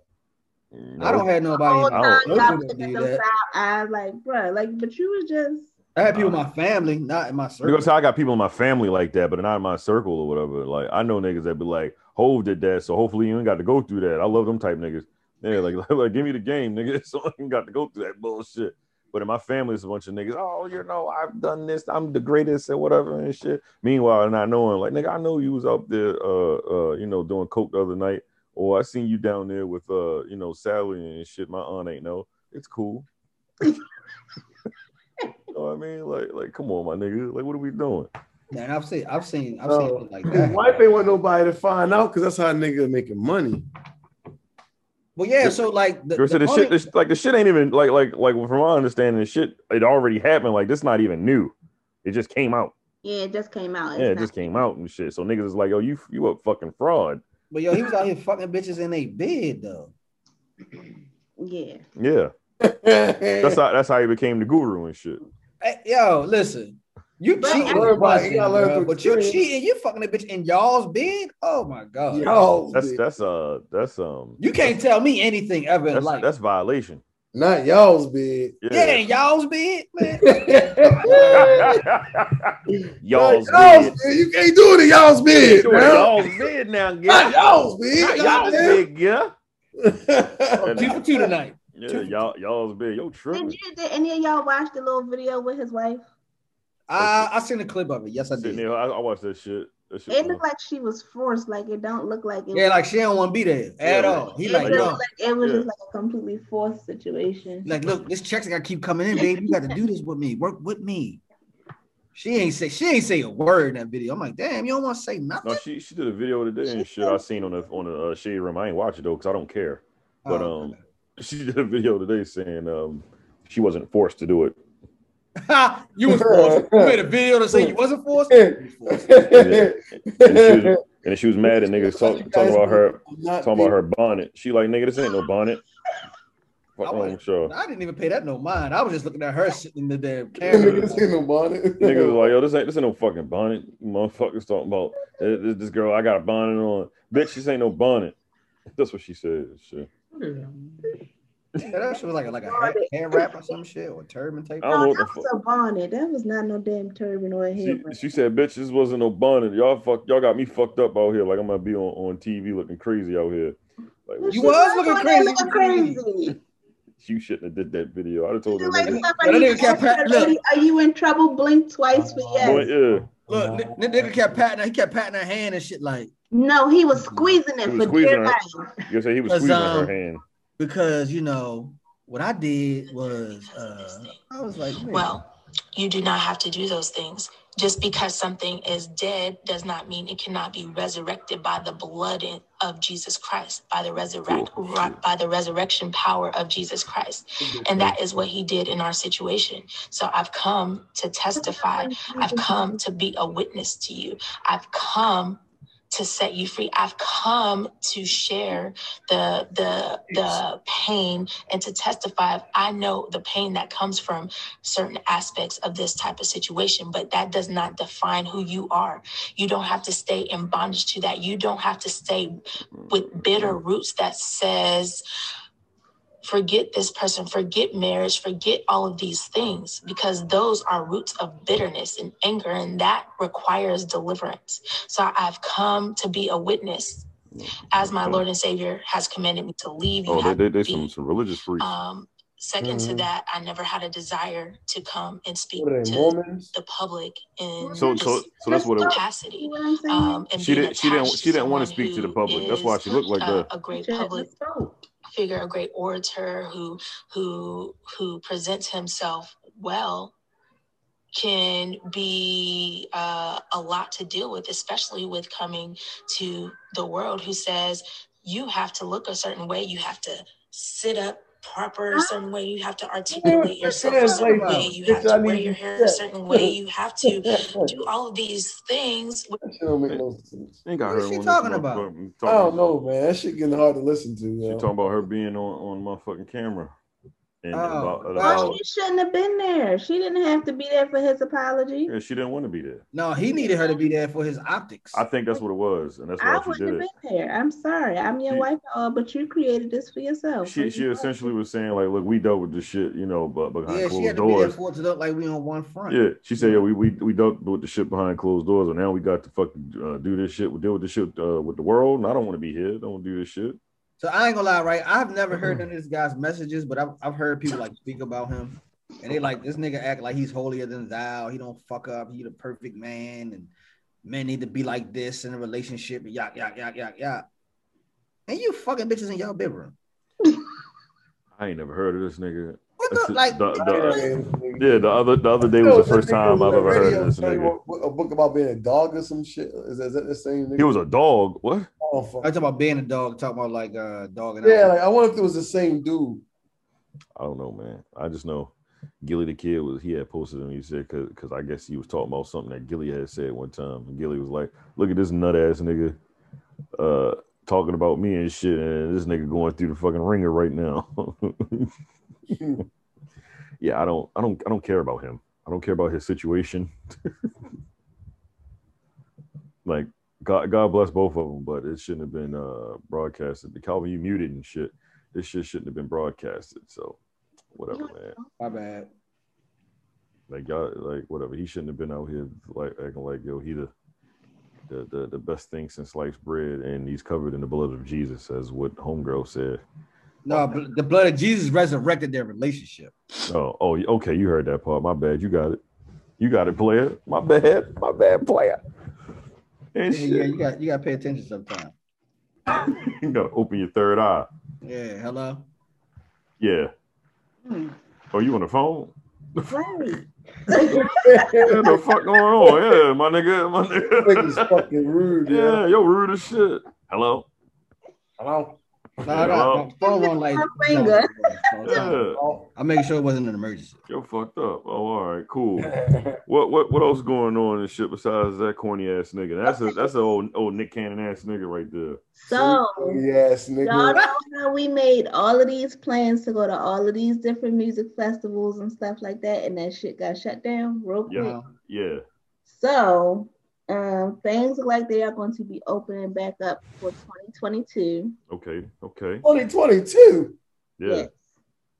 D: I don't have nobody.
G: Whole
D: in my-
G: time
C: don't-
G: y'all
D: don't
G: looking
D: do
G: at them
D: that.
G: side eyes like bruh, like but you was just
D: I had people in my family, not in my circle.
C: Because I got people in my family like that, but not in my circle or whatever. Like I know niggas that be like, "Hove did that," so hopefully you ain't got to go through that. I love them type niggas. Yeah, like, [laughs] like, give me the game, nigga. [laughs] So I ain't got to go through that bullshit. But in my family, it's a bunch of niggas. Oh, you know, I've done this. I'm the greatest and whatever and shit. Meanwhile, not knowing, like, nigga, I know you was up there, uh, uh, you know, doing coke the other night, or I seen you down there with, uh, you know, Sally and shit. My aunt ain't know. It's cool. you know what I mean? Like, like, come on, my nigga. Like, what are we doing?
D: Man, I've seen, I've seen, I've seen
E: Oh.
D: shit like that.
E: Wife ain't want nobody to find out because that's how a nigga making money.
D: Well, yeah. So like, the,
C: Girl said the,
D: only-
C: shit, the, sh- like the shit ain't even like like like from my understanding, the shit it already happened. Like this, not even new. It just came out.
G: yeah, it just came out. It's
C: Yeah, it
G: not-
C: just came out and shit. So niggas is like, oh, you you a fucking fraud.
D: But yo, he was out here fucking bitches in a bed though.
G: Yeah.
C: Yeah,
E: [laughs]
C: that's how that's how he became the guru and shit.
D: Hey, yo, listen. You
G: But
D: cheating,
G: I-
D: bro,
I: Everybody, you gotta learn
D: bro,
I: from
D: but you
I: experience.
D: cheating. You fucking a bitch in y'all's bed. Oh my god.
I: Yo,
C: That's that's uh that's um
D: You can't tell me anything ever in
C: that's,
D: life.
C: that's violation.
E: Not y'all's bed.
D: yeah,
C: Yeah,
D: in y'all's bed, man.
C: [laughs] y'all's
E: Y'all's
C: bid.
E: bed. You can't do it in y'all's bed. man.
C: Y'all's bid now,
E: Not
C: yeah.
E: y'all's bed.
C: Y'all's
E: [laughs] Y'all's
C: bid, yeah.
E: bed.
D: two for two tonight.
C: Yeah, y'all y'all's bid. Yo, tripping.
G: Did you? Did any of y'all watch the little video with his wife?
D: I I seen a clip of it. Yes, I
C: Sitting
D: did.
C: there, I, I watched that shit. That shit
G: It
C: was-
G: looked like she was forced. Like it don't look like it.
D: Yeah, like she don't want to be there at
C: Yeah.
D: all. He
G: it
D: like,
G: looked
D: yo,
G: like it was
C: Yeah.
G: just like a completely forced situation.
D: like look, this check's gotta keep coming in, baby. You gotta do this with me. Work with me. She ain't say she ain't say a word in that video. I'm like, damn, you don't want to say nothing.
C: No, she she did a video today and shit. I seen on the on the uh, shade room. I ain't watch it though because I don't care. But
D: Oh,
C: um, [laughs] she did a video today saying um she wasn't forced to do it.
D: Ha, [laughs] you was forced. You made a video to say you wasn't forced.
C: And she [laughs] was, and she was mad at niggas talk, talking about her talking about [laughs] her bonnet. She like nigga, this ain't no bonnet. Fuck wrong with y'all.
D: I didn't even pay that no mind. I was just looking at her sitting in the damn camera.
E: Niggas ain't no bonnet.
C: Niggas was like, yo, this ain't this ain't no fucking bonnet. You Motherfuckers talking about eh, this, this girl. I got a bonnet on. Bitch, this ain't no bonnet. That's what she said. Shit.
D: Yeah, that shit was like a, like a hair, hair wrap or some shit or turban type.
C: I don't know
G: No,
C: what the
G: that
C: fuck.
G: was a bonnet. That was not no damn turban or a
C: She,
G: headband.
C: she said, "Bitch, this wasn't no bonnet. Y'all fuck, y'all got me fucked up out here. Like I'm gonna be on, on TV looking crazy out here. Like
G: Well,
D: You
G: she
D: was looking
G: going there
D: crazy.
G: Looking crazy.
C: you shouldn't have did that video. I'd have told her.
G: You're like,
C: nigga,
G: look,
D: Yeah,
G: are,
D: that
G: you,
D: nigga kept pat-
G: asking the lady, are you in trouble? Blink twice for
C: Uh, boy,
G: yes.
C: yeah,
D: Look, n- n- nigga kept patting her, he kept patting her hand and shit like
G: No, he was squeezing
C: He
G: it
C: was
G: for
C: squeezing
G: dear
C: her.
G: life.
C: you said he was
D: Cause,
C: squeezing
D: um,
C: her hand.
D: because you know what I did was uh I was like man,
J: Well, you do not have to do those things. Just because something is dead does not mean it cannot be resurrected by the blood in- of Jesus Christ, by the resurrect, ri- by the resurrection power of Jesus Christ, and that is what He did in our situation. So I've come to testify. I've come to be a witness to you. I've come to set you free. I've come to share the the the pain and to testify. I know the pain that comes from certain aspects of this type of situation, but that does not define who you are. You don't have to stay in bondage to that. You don't have to stay with bitter roots that says, forget this person, forget marriage, forget all of these things, because those are roots of bitterness and anger, and that requires deliverance. So I've come to be a witness as my Lord and Savior has commanded me to leave. You
C: Uh-huh. Oh, they
J: have
C: they, they
J: to
C: some
J: be.
C: some religious freaks.
J: Um, 2nd to
E: Mhm.
J: that, I never had a desire to come and speak
E: What are
J: to
E: they, Mormons?
J: the public in
C: So so
J: this
C: so that's what it.
J: capacity.
G: You know what I'm saying?
J: Um, and
C: She
J: being
C: didn't she didn't
J: attached
C: she didn't want to
J: someone
C: speak to the
J: who
C: public. That's
J: is,
C: why she looked like
J: uh,
C: that.
J: a great
G: Shit,
J: public
G: let's go.
J: figure, a great orator who who who presents himself well can be uh, a lot to deal with, especially with coming to the world who says you have to look a certain way, you have to sit up
G: Ah.
J: proper a certain way, you have to articulate
E: [laughs]
J: yourself a certain way, you have to wear your hair a certain way, you have to do all of these things
E: That shit don't make no sense.
C: Ain't got her
D: What is she
C: on this
D: talking about? Oh,
C: motherfucking-
E: I don't know, man. That shit getting hard to listen to.
C: She
E: Yo.
C: talking about her being on on motherfucking camera. And
D: Oh,
C: about,
D: wow.
C: about-
G: She shouldn't have been there. She didn't have to be there for his apology.
C: yeah, she didn't want to be there.
D: no, he needed her to be there for his optics.
C: I think that's what it was, and that's
G: I
C: why she did
G: wouldn't have
C: it.
G: been there. I'm sorry. I'm your
C: She-
G: wife, and all, but you created this for
D: Oh,
G: yourself.
C: she she essentially was saying like, look, we dealt with this shit, you know, but behind
D: yeah, she
C: closed
D: had to be there
C: doors.
D: for it to look like we on one Mm-hmm. front.
C: Yeah, she said, yeah, we, we we dealt with the shit behind closed doors, and now we got to fucking uh, do this shit. We deal with this shit uh, with the world, and I don't want to be here. Don't do this shit.
D: So I ain't gonna lie, right? I've never heard
C: Mm-hmm.
D: none of this guy's messages, but I've, I've heard people like speak about him, and they like this nigga act like he's holier than thou. He don't fuck up. He the perfect man, and men need to be like this in a relationship. Yak yak yak yak yak. And you fucking bitches in y'all bedroom.
C: I ain't never heard of this nigga.
D: What
C: That's
D: the
C: it.
D: like?
C: The- uh, the-
E: man.
C: Yeah, the other the other day
E: Yo,
C: was the
E: that
C: first
E: nigga
C: time
E: was
C: I've
E: on
C: ever
E: the
C: heard
E: radio
C: of this
E: telling
C: nigga.
E: you A a book about being a dog or some shit. Is that, is that the same nigga?
C: He was a dog. What?
E: Oh,
D: I
E: fuck.
D: talk about being a dog. Talking about like uh dog and
E: Yeah, like I wonder if it was the same dude.
C: I don't know, man. I just know Gilly the kid was he had posted him. He said because because I guess he was talking about something that Gilly had said one time. And Gilly was like, "Look at this nut ass nigga. Uh, talking about me and shit. And this nigga going through the fucking ringer right now. [laughs] yeah, I don't, I don't, I don't care about him. I don't care about his situation. [laughs] like, God, God bless both of them, but it shouldn't have been uh, broadcasted. Calvin, you muted and shit. This shit shouldn't have been broadcasted. So, whatever, man.
D: My bad.
C: Like y'all, like whatever. He shouldn't have been out here like acting like yo, he the the the, the best thing since sliced bread, and he's covered in the blood of Jesus, as what homegirl said.
D: No, bl- the blood of Jesus resurrected their relationship.
C: Oh, oh, okay. You heard that part. My bad. You got it. You got it, player. My bad. My bad, player.
D: Yeah,
C: And
D: yeah,
C: shit.
D: you got you got to pay attention sometime.
C: You gotta open your third eye.
D: Yeah, hello.
C: Yeah.
D: Hmm.
C: Oh, you on the phone?
G: Right.
C: what the fuck going on? Yeah, my nigga, my nigga. [laughs]
E: fucking rude.
C: Yeah, yo, rude as shit. Hello.
K: Hello.
D: No, no, no, phone won't like.
G: Finger.
C: Yeah,
J: [laughs]
D: I make sure it wasn't an emergency.
C: yo, fucked up. Oh, all right, cool. What what what else going on and shit besides that corny ass nigga? That's a that's an old old Nick Cannon ass nigga right there.
G: So,
E: Yes,
G: y'all
E: nigga.
G: know how we made all of these plans to go to all of these different music festivals and stuff like that, and that shit got shut down real quick.
C: Yeah, yeah.
G: So, um, things look like they are going to be opening back up for 2022.
C: Okay, okay.
E: Oh, 2022.
C: Yeah,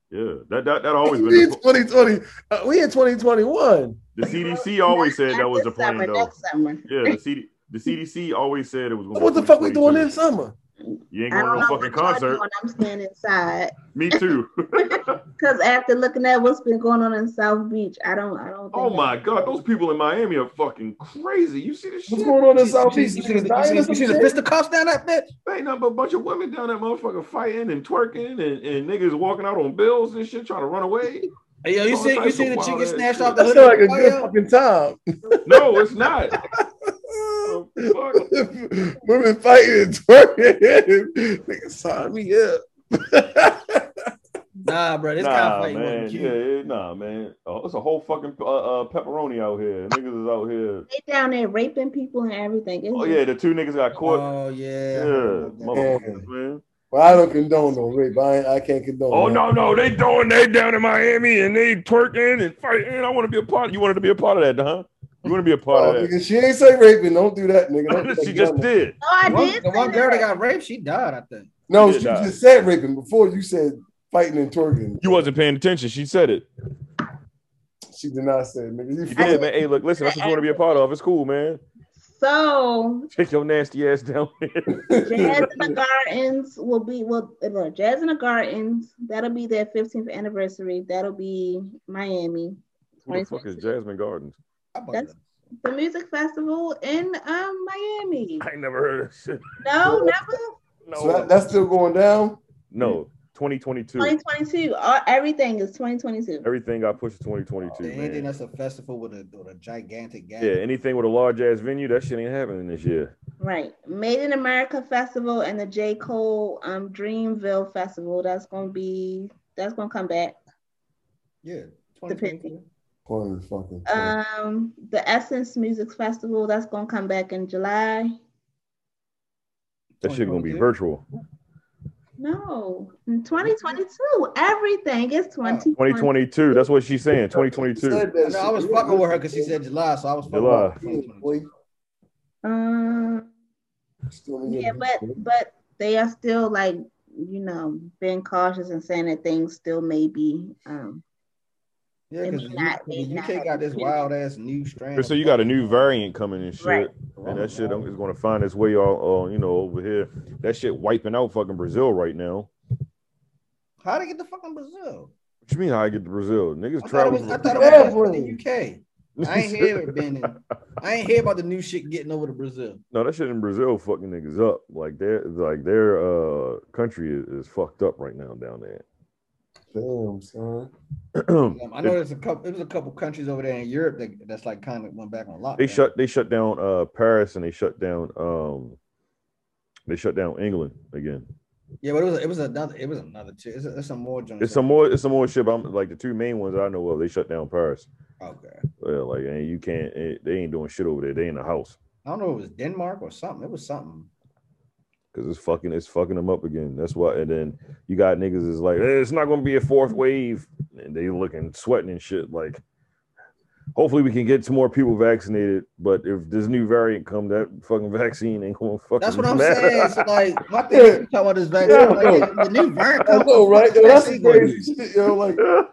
C: yeah. That that that always
E: we in
C: been.
E: 2020. Uh, we in 2021.
C: The CDC always said that was the
G: This
C: plan
G: summer,
C: though.
G: Next summer.
C: Yeah, the, CD, the CDC always said it was. Gonna
E: What the
C: be
E: fuck we doing
C: 22.
E: this summer?
C: You ain't
G: I
C: going
G: don't
C: to
G: know
C: no
G: what
C: fucking
G: y'all
C: concert.
G: doing. I'm staying inside
C: Me too. [laughs]
G: because after looking at what's been going on in South Beach, I don't, I don't. Think
C: oh my god, those people in Miami are fucking crazy. You see this shit?
E: What's going on in
D: You see-
E: South
D: you
E: Beach?
D: see- you
E: Niggas
D: see the- you
E: dying
D: see-
E: or
D: you
E: some
D: see the
E: shit?
D: fist of cuffs down that bitch?
C: They ain't nothing but a bunch of women down that motherfucker fighting and twerking and, and niggas walking out on bills and shit trying to run away.
D: Hey, yo, you
C: Oh,
D: see,
C: that's
D: you
C: a
D: see the
C: wild
D: chick get
C: ass
D: snatched
C: shit.
D: off the hood?
E: That sound like a
D: Oh,
E: good
D: yeah.
E: fucking time. [laughs]
C: No, it's not. Oh, fuck.
E: Women fighting and twerking. [laughs] Nigga, sign me up. [laughs]
D: Nah, bro, this
C: Nah,
D: kind of fight
C: man.
D: wasn't
C: Yeah,
D: cute.
C: yeah, nah, man. Oh, it's a whole fucking uh, uh, pepperoni out here. Niggas is out here.
G: They down there raping people and everything. It's
C: Oh,
G: just-
C: yeah, the two niggas got caught.
D: Oh yeah.
C: Yeah,
D: I heard about that.
C: motherfuckers, man.
E: well, I don't condone no rape. I, ain't- I can't condone.
C: Oh
E: that.
C: no, no, they doing they down in Miami and they twerking and fighting. I want to be a part. You wanted to be a part of that, huh? You want to be a
E: Oh,
C: part of
E: nigga, she ain't say raping. Don't do that, nigga.
C: [laughs]
E: Don't do
C: that?
E: that
C: she just
E: dumb-
C: did.
G: No, I
D: The one,
G: did.
D: the one
G: say
D: girl that
G: that.
D: got raped, she died, I think.
E: No,
C: She
E: she
C: did not.
E: just said raping before you said fighting and twerking.
C: You wasn't paying attention. She said it.
E: She did not say, nigga. You
C: You
E: fucking-
C: did, man. Hey, look, listen. That's what you want to be a part of. It's cool, man. [laughs]
D: [laughs]
G: So
C: Take your nasty ass down there.
G: Jazz in the Gardens will be will uh, Jazz in the Gardens. That'll be their 15th anniversary. That'll be Miami.
C: Who the fuck is Jasmine Gardens?
D: I bought
G: That's-
D: it.
G: The music festival in um Miami.
C: I ain't never heard of that shit.
G: No, never.
C: No,
E: So that, that's still going down.
C: no. 2022.
G: 2022. All, everything is 2022.
C: Everything got pushed to 2022.
D: The anything
C: man.
D: that's a festival with a, with Oh, a gigantic gap.
C: Yeah, anything with a large ass venue, that shit ain't happening this year.
G: Right. Made in America Festival and the J. Cole um Dreamville Festival. That's gonna be that's gonna come back.
D: yeah.
G: Depending.
E: Corner fucking. Uh, time.
G: Um the Essence Music Festival, that's gonna come back in July.
C: That shit gonna be
D: 2022.
C: virtual.
G: No, in 2022, everything is 2020.
C: 2022. That's what she's saying. 2022.
E: Said that
D: No, I was
E: shit.
D: fucking with her because she said July, so I was fucking
C: July.
D: with her.
E: Boy,
G: Um,
E: still in your
G: yeah, but
E: business.
G: but they are still like you know being cautious and saying that things still may be um
D: Yeah,
G: It
D: because
G: may
D: the, U-
G: not- it may
D: the
G: not
D: UK got this
G: happen.
D: wild ass new strain.
C: So you got a new variant coming and shit.
G: Right.
C: And that shit um, is going to find its way all, uh, you know, over here. That shit wiping out fucking Brazil right now.
D: How to get the fucking Brazil?
C: What you mean? How I get to Brazil? Niggas
D: I thought it
C: travel.
D: was, I
C: from-
D: thought it was
E: Traveling.
D: in the UK. I
C: [laughs]
D: ain't hear it been in. I ain't hear about the new shit getting over to Brazil.
C: no, that shit in Brazil fucking niggas up. Like their like their uh country is, is fucked up right now down [clears throat]
E: Damn, son.
C: there.
D: Um, I know there's a couple. There's a couple countries over there in Europe that that's like kind of went back on lockdown.
C: they shut they shut down uh Paris and they shut down um they shut down England again.
D: Yeah, but it was it was another it was another two. It's, it's some more joints.
C: It's some more it's some more shit. but I'm like the two main ones I know of. They shut down Paris.
D: Okay.
C: Yeah, like and you can't. eh, They ain't doing shit over there. They in the house.
D: I don't know. if It was Denmark or something. It was something.
C: Cause it's fucking it's fucking them up again. That's why. And then you got niggas is like, "Eh, it's not gonna be a fourth wave, and they looking sweating and shit. Like, hopefully we can get some more people vaccinated. But if this new variant come, that fucking vaccine ain't gonna fucking.
D: That's what I'm
C: matter. [laughs]
D: saying. So like, my thing is, you talking about this vaccine,
C: Yeah.
D: like, the new variant.
C: I know, right?
D: Yo,
C: That's
D: crazy
E: shit, yo. Like,
D: the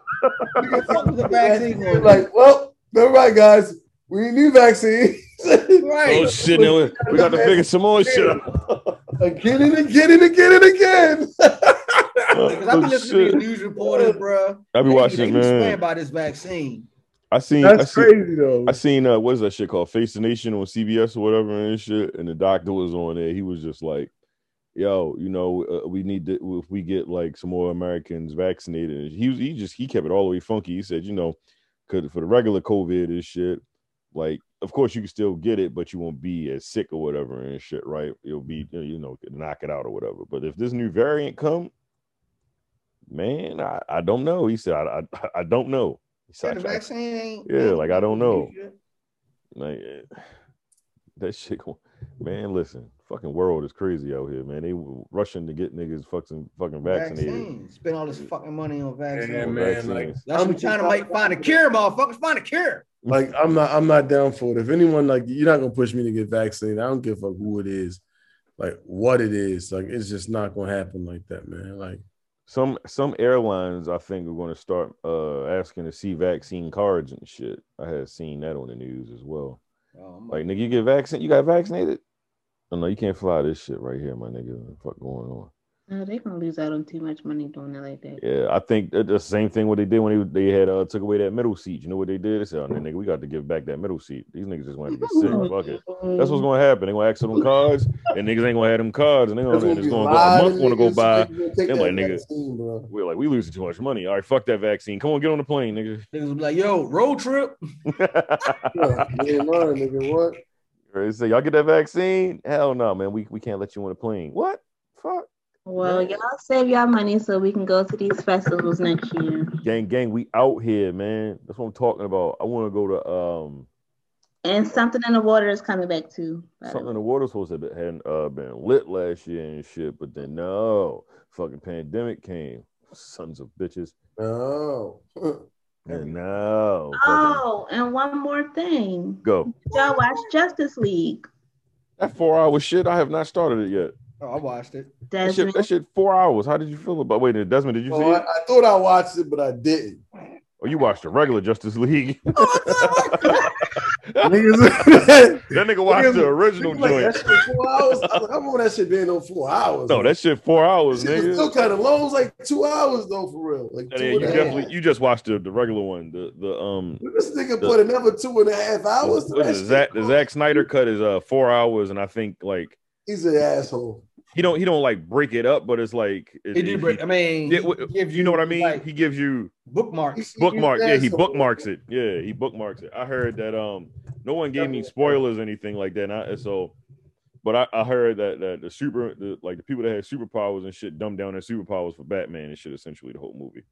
D: [laughs] vaccine gonna do?
E: like, well, never mind, guys. We need new vaccine.
D: right?
L: Oh shit! Now we, we got to figure some more shit
D: [laughs]
E: [laughs]
L: out.
E: Again and again and again and again.
D: Because I've been
L: Oh,
C: [laughs]
D: listening to
L: shit.
D: these news reporters, bro.
C: I be watching
D: They
C: it,
D: keep swearing
C: man.
D: by this vaccine.
C: I seen I
E: That's
C: seen,
E: crazy though.
C: I seen uh, what is that shit called? Face the Nation on CBS or whatever and shit. And the doctor was on there. He was just like, "Yo, you know, uh, we need to if we get like some more Americans vaccinated." He was he just he kept it all the way funky. He said, "You know, could for the regular COVID and shit, like of course you can still get it, but you won't be as sick or whatever and shit, right? It'll be you know knock it out or whatever. But if this new variant come, man, I, I don't know." He said, "I I, I don't know." He
D: Yeah,
C: said,
D: the
C: "I- I-
D: vaccine ain't.
C: yeah, like I don't know. Like [sighs] eh, that shit, gon- man. Listen, fucking world is crazy out here, man. They w- rushing to get niggas fucking fucking vaccinated.
D: Vaccine. Spend all this fucking money on vaccine.
E: Yeah,
C: Vaccines.
E: man, like-
D: That's
E: I'm
D: what China
E: just-
D: might find a cure, motherfuckers. Find a cure.
E: Like I'm not I'm not down for it. If anyone like you're not gonna push me to get vaccinated, I don't give a fuck who it is, like what it is. Like it's just not gonna happen like that, man. Like
C: Some some airlines, I think, are going to start uh asking to see vaccine cards and shit. I had seen that on the news as well.
D: Oh, I'm
C: Like, nigga, you get vaccinated, you got vaccinated. Oh no, you can't fly this shit right here, my nigga. What the fuck going on?
M: No, they're gonna lose out on too much money doing it like that.
C: Yeah, I think that the same thing what they did when they, they had uh took away that middle seat. You know what they did? They said, oh, nigga, we got to give back that middle seat. These niggas just want to get sick.
G: [laughs]
C: Fuck it. That's what's gonna happen. They gonna ask for them cards, and niggas ain't gonna have them cards, and they gonna,
E: That's
C: and
E: what
C: it's
E: we
C: gonna go
E: lied
C: a month gonna go
E: niggas,
C: by.
E: niggas gonna take
C: They're
E: that
C: like, nigga.
E: vaccine, bro.
C: We're like, we losing too much money. All right, fuck that vaccine. Come on, get on the plane,
D: Niggas would be like, yo, road trip.
E: Yeah, [laughs]
C: nigga. [laughs]
E: you ain't lying, nigga. What?
C: They say, y'all get that vaccine? Hell no, man. We we can't let you on the plane. What? Fuck.
G: Well, y'all save y'all money so we can go to these festivals next year.
C: Gang, gang, we out here, man. That's what I'm talking about. I want to go to um
G: And something in the water is coming back too. by the
C: Something
G: way.
C: in the water supposed to have been, uh, been lit last year and shit, but then no, fucking pandemic came. Sons of bitches.
E: No. [laughs]
C: And no. fucking-
G: Oh, and one more thing.
C: Go.
G: Did y'all watch Justice League?
C: That four hour shit, I have not started it yet.
D: Oh, I watched it.
C: That shit,
G: Desmond,
C: that shit four hours. How did you feel about wait a minute, Desmond, did you see
E: Oh, I,
C: it?
E: I thought I watched it, but I didn't.
C: Oh, you watched the regular Justice
D: [laughs]
C: League.
E: [laughs]
D: Oh,
E: Niggas,
C: [laughs]
E: [laughs]
C: That nigga watched the original
E: like, that
C: joint.
E: shit four [laughs] hours. I was like, I'm on that shit being no four hours.
C: No, that shit four hours,
E: shit was
C: nigga.
E: still kind of long. It was like two hours though, for real. Like
C: And
E: two
C: then
E: and
C: you
E: a half.
C: definitely you just watched the, the regular one. The the um
E: This nigga put another two and a half hours. To
C: what
E: that
C: is it?
E: shit.
C: Zack, the Zack Snyder cut is uh four hours and I think like
E: He's an asshole.
C: he don't he don't like break it up, but it's like it,
D: It did
C: it-
D: break. I mean,
C: he- yeah, wh-
D: give
C: you know what I mean.
D: like,
C: he gives you
D: bookmarks.
E: He's- he's
C: bookmark.
E: an
C: Yeah, he
E: asshole.
C: bookmarks it. Yeah, he bookmarks it. I heard that um no one gave me spoilers or anything like that. And I, and so, but I, I heard that that the super the, like the people that had superpowers and shit dumbed down their superpowers for Batman and shit. Essentially, the whole movie.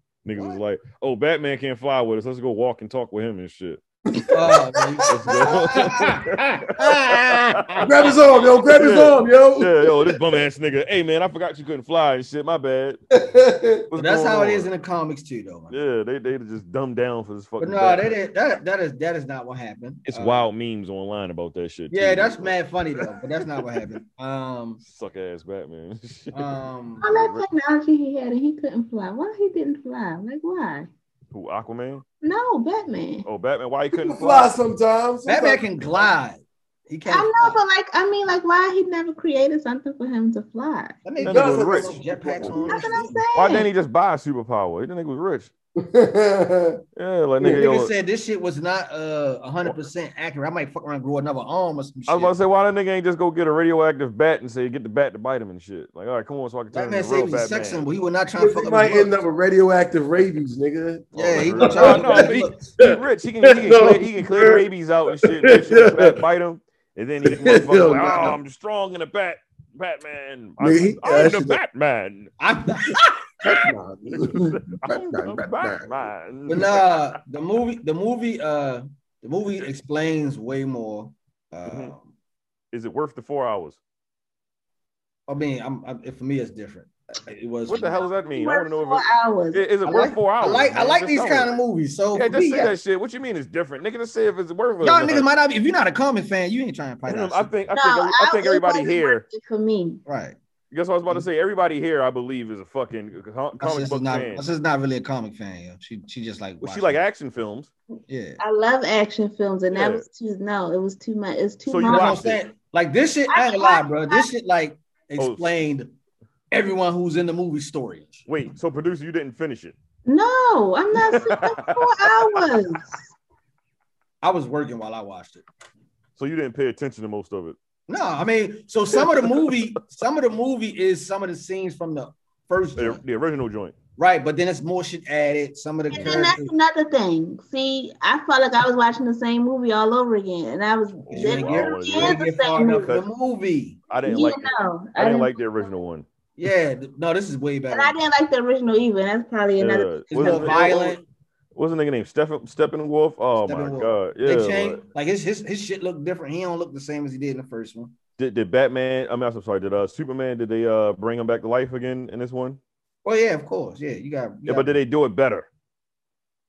C: [laughs] Niggas was like, "Oh, Batman can't fly with us. Let's go walk and talk with him and shit."
D: [laughs]
C: [laughs]
D: Oh, man.
C: Let's go.
E: Grab his arm, yo. Grab his
C: Yeah.
E: arm, yo.
C: [laughs] yeah, yo, this bum ass nigga. Hey, man, I forgot you couldn't fly and shit. My bad.
D: But
C: What's
D: that's
C: going
D: how it
C: on?
D: is in the comics too, though. man.
C: Yeah, they they just dumbed down for this fucking.
D: But no,
C: Batman.
D: that is that that is that is not what happened.
C: It's
D: Uh,
C: wild memes online about that shit.
D: Yeah,
C: too.
D: that's mad funny though, but that's not what happened. Um,
C: suck ass Batman. [laughs]
G: [laughs]
D: um,
G: all that technology he had and he couldn't fly. Why he didn't fly? Like why?
C: Who Aquaman?
G: No, Batman.
C: Oh, Batman. Why he
E: He
C: couldn't
E: can fly
C: fly?
E: sometimes.
D: Batman
E: Sometimes-
D: can glide. He can't.
G: I know,
D: fly.
G: but like I mean, like why he never created something for him to fly?
D: That nigga
C: That
D: got
C: nigga
D: some
C: rich.
D: jetpacks on and
G: That's what
D: shit.
C: Why
G: I'm
C: didn't
G: saying.
C: he just buy a superpower? He nigga was rich.
E: [laughs] That's
C: Yeah, like
D: Nigga
C: nigga. yo,
D: said this shit was not uh hundred percent accurate. I might fuck around and grow another arm or some shit.
C: I was about to say, why that nigga ain't just go get a radioactive bat and say get the bat to bite him and shit? Like, all right, come on, so I can turn
D: Batman
C: into
D: said he
C: real
D: was a sex
C: Batman.
D: symbol. He was not trying to fuck
E: he
D: up.
E: might
D: his
E: end up with radioactive rabies,
C: [laughs]
E: nigga.
D: Yeah, he
C: Oh,
D: was trying to
C: no,
D: fuck
C: he-
D: up.
C: He rich.
D: [laughs]
C: He can he can,
E: No.
C: clear, he can clear rabies out and shit. And shit the bat bite him, and then
D: [laughs]
C: he's like,
E: Yo,
C: oh,
E: nah.
C: I'm strong in a bat. Batman. I'm,
E: Nigga, he-
C: I'm
E: that
C: the
E: shit's a-
C: Batman.
D: I'm-
E: Batman.
C: I'm the
E: Batman, Batman.
C: Batman.
D: but nah, the movie, the movie, uh, the movie explains way more. Uh,
C: Mm-hmm. Mhm. Is it worth the four hours?
D: I mean, I'm, I'm it- for me, it's different. It was.
C: What the hell does that mean? I
D: Work
C: want to know if
D: four
C: it,
D: hours.
C: Is it
D: I
C: worth
D: like-
C: four
D: I
C: hours?
D: like- I
C: man?
D: like
C: Just
D: these
C: tell
D: kinda
C: me.
D: movies, so
C: yeah,
D: for
C: just
D: me,
C: say
D: yeah.
C: that shit. What you mean is different, nigga? Just say if it's worth. it or
D: Y'all
C: not.
D: niggas might not. If you're not a common fan, you ain't trying to
C: I
D: fight
C: think
D: out.
C: I think every- I think everybody here
G: for me.
D: Right.
C: Guess what I was about to say. Everybody here, I believe, is a fucking co-
D: My
C: comic
D: sister's
C: book
D: not.
C: fan.
D: My sister's not really a comic fan. Yo. She she just like.
C: Well, she like
D: watching-
C: action films.
D: Yeah.
G: I love action films, and
D: Yeah.
G: that was too. No, it was too much. It's too
D: So you
G: much.
D: watched it. Like this shit. I ain't gonna lie, bro. This shit like
C: Oh,
D: explained everyone who's in the movie story.
C: Wait, so producer, you didn't finish it?
G: No, I'm not sitting for
C: [laughs]
G: four hours.
D: I was working while I watched it.
C: So you didn't pay attention to most of it.
D: No, I mean, so some of the movie,
C: [laughs]
D: some of the movie is some of the scenes from the first
C: The, the original joint.
D: Right, but then it's more shit added. Some of the
G: And then that's
D: characters.
G: another thing. See, I felt like I was watching the same movie all over again, and I was.
C: didn't
G: it
C: get-
G: really
C: you didn't
G: is
C: get
G: the
C: far
G: same
C: enough
G: movie.
C: cut.
D: movie.
C: I didn't
G: Yeah,
C: like. The,
G: no,
C: I,
G: I
C: didn't
G: didn't-
C: like the original one.
D: Yeah, th- no, this is way better.
G: And I didn't like the original either. and That's probably
C: Yeah.
G: another.
C: What's the- what- What's the nigga name? Stephen Steppenwolf. Oh my
D: Steppenwolf.
C: god. Yeah.
D: they changed.
C: like,
D: Like his his his shit looked different. He don't look the same as he did in the first one.
C: Did, did Batman? I mean, I'm sorry. Did uh Superman? Did they uh bring him back to life again in this one?
D: Oh yeah, of course. Yeah, you got.
C: Yeah, but did they do it better?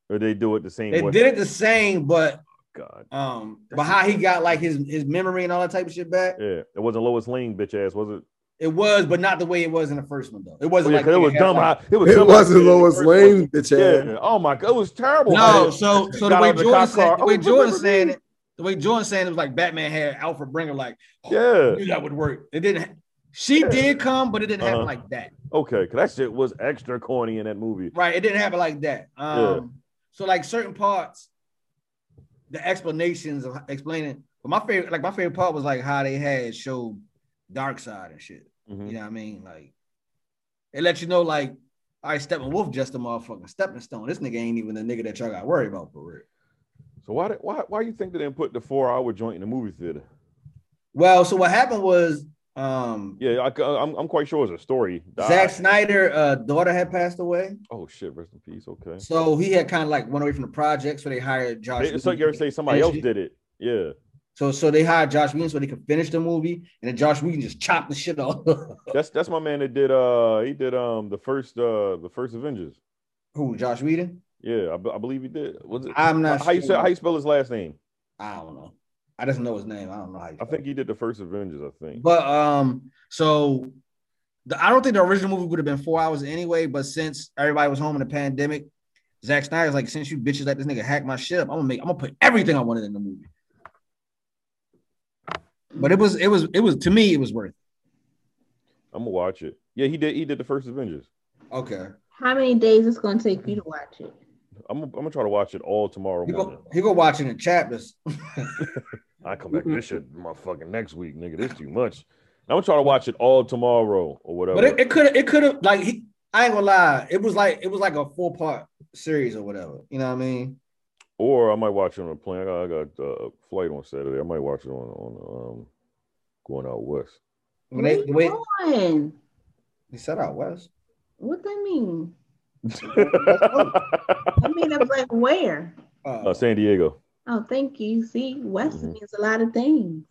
C: Or did they do it the same
D: They
C: way?
D: did it the same, but
C: God.
D: Um, but how he got like his his memory and all that type of shit back.
C: Yeah, it wasn't Lois Lane, bitch ass, was it? Oh,
D: It was, but not the way it was in the first one though. It wasn't
C: Yeah,
D: like
C: 'cause it was dumb. How, it was
E: It
C: dumb
E: wasn't
C: how-
E: Lois Lane, bitch ass.
C: Yeah. Oh my god, it was terrible. how
D: [laughs] No,
C: they-
D: so so the
C: got
D: way
C: out of
D: Jordan
C: cop
D: said,
C: car.
D: the way
C: Oh,
D: Jordan saying it, the way Jordan saying it was like Batman had Alfred Bringer like, oh, I
C: Yeah.
D: knew that would work. It didn't. ha- She did come, but it didn't happen
C: Uh-huh.
D: like that.
C: Okay, because that shit was extra corny in that movie.
D: Right, it didn't happen like that. Um,
C: Yeah.
D: so like certain parts, the explanations of explaining. But my favorite, like my favorite part was like how they had showed Dark Side and shit.
C: Mm-hmm.
D: You know what I mean? Like it let you know, like, all right, Steppenwolf just a motherfucking stepping stone. This nigga ain't even the nigga that y'all got to worry about for real.
C: So why did, why why you think they didn't put the four hour joint in the movie theater?
D: Well, so what happened was um
C: Yeah, I, am I'm quite sure it's a story.
D: Zack Snyder uh daughter had passed away.
C: Oh shit, rest in peace. Okay.
D: So he had kind of like went away from the project, so they hired Josh.
C: They- it's like you
D: Whedon.
C: ever say somebody else did it. Yeah.
D: So so they hired Josh Whedon so they could finish the movie, and then Josh Whedon just chopped the shit off. [laughs]
C: That's that's my man that did uh he did um the first uh the first Avengers.
D: Who, Josh Whedon?
C: Yeah, I, be- I believe he did. Was it?
D: I'm not
C: How you
D: sure.
C: say, how you spell his last name?
D: I don't know. I just know his name. I don't know how. You
C: I think he did the first Avengers. I think.
D: But um, so the, I don't think the original movie would have been four hours anyway. But since everybody was home in the pandemic, Zack Snyder's like, since you bitches let this nigga hack my shit up, I'm gonna make, I'm gonna put everything I wanted in the movie. But it was, it was, it was to me, it was worth.
C: I'm gonna watch it. Yeah, he did. He did the first Avengers.
D: It. Okay,
G: How many days it's gonna take you to
D: Mm-hmm.
G: watch it?
C: I'm gonna, I'm gonna try to watch it all tomorrow
D: he
C: morning.
D: go, he go watch it in chapters.
C: I come back to this shit motherfucking next week, nigga. This too much. I'm gonna try to watch it all tomorrow or whatever.
D: But it- it could, it could have like, he, I ain't gonna lie, it was like, it was like a four part series or whatever. You know what I mean?
C: or I might watch it on a plane. I got, I got uh, a flight on Saturday. I might watch it on on um going out west. [laughs]
D: When they, the way,
G: Man,
D: they set out west.
G: what that mean? I mean, I'm like, where?
C: Uh, San Diego.
G: Oh, thank you. See, West
C: Mm-hmm.
G: means a lot of things.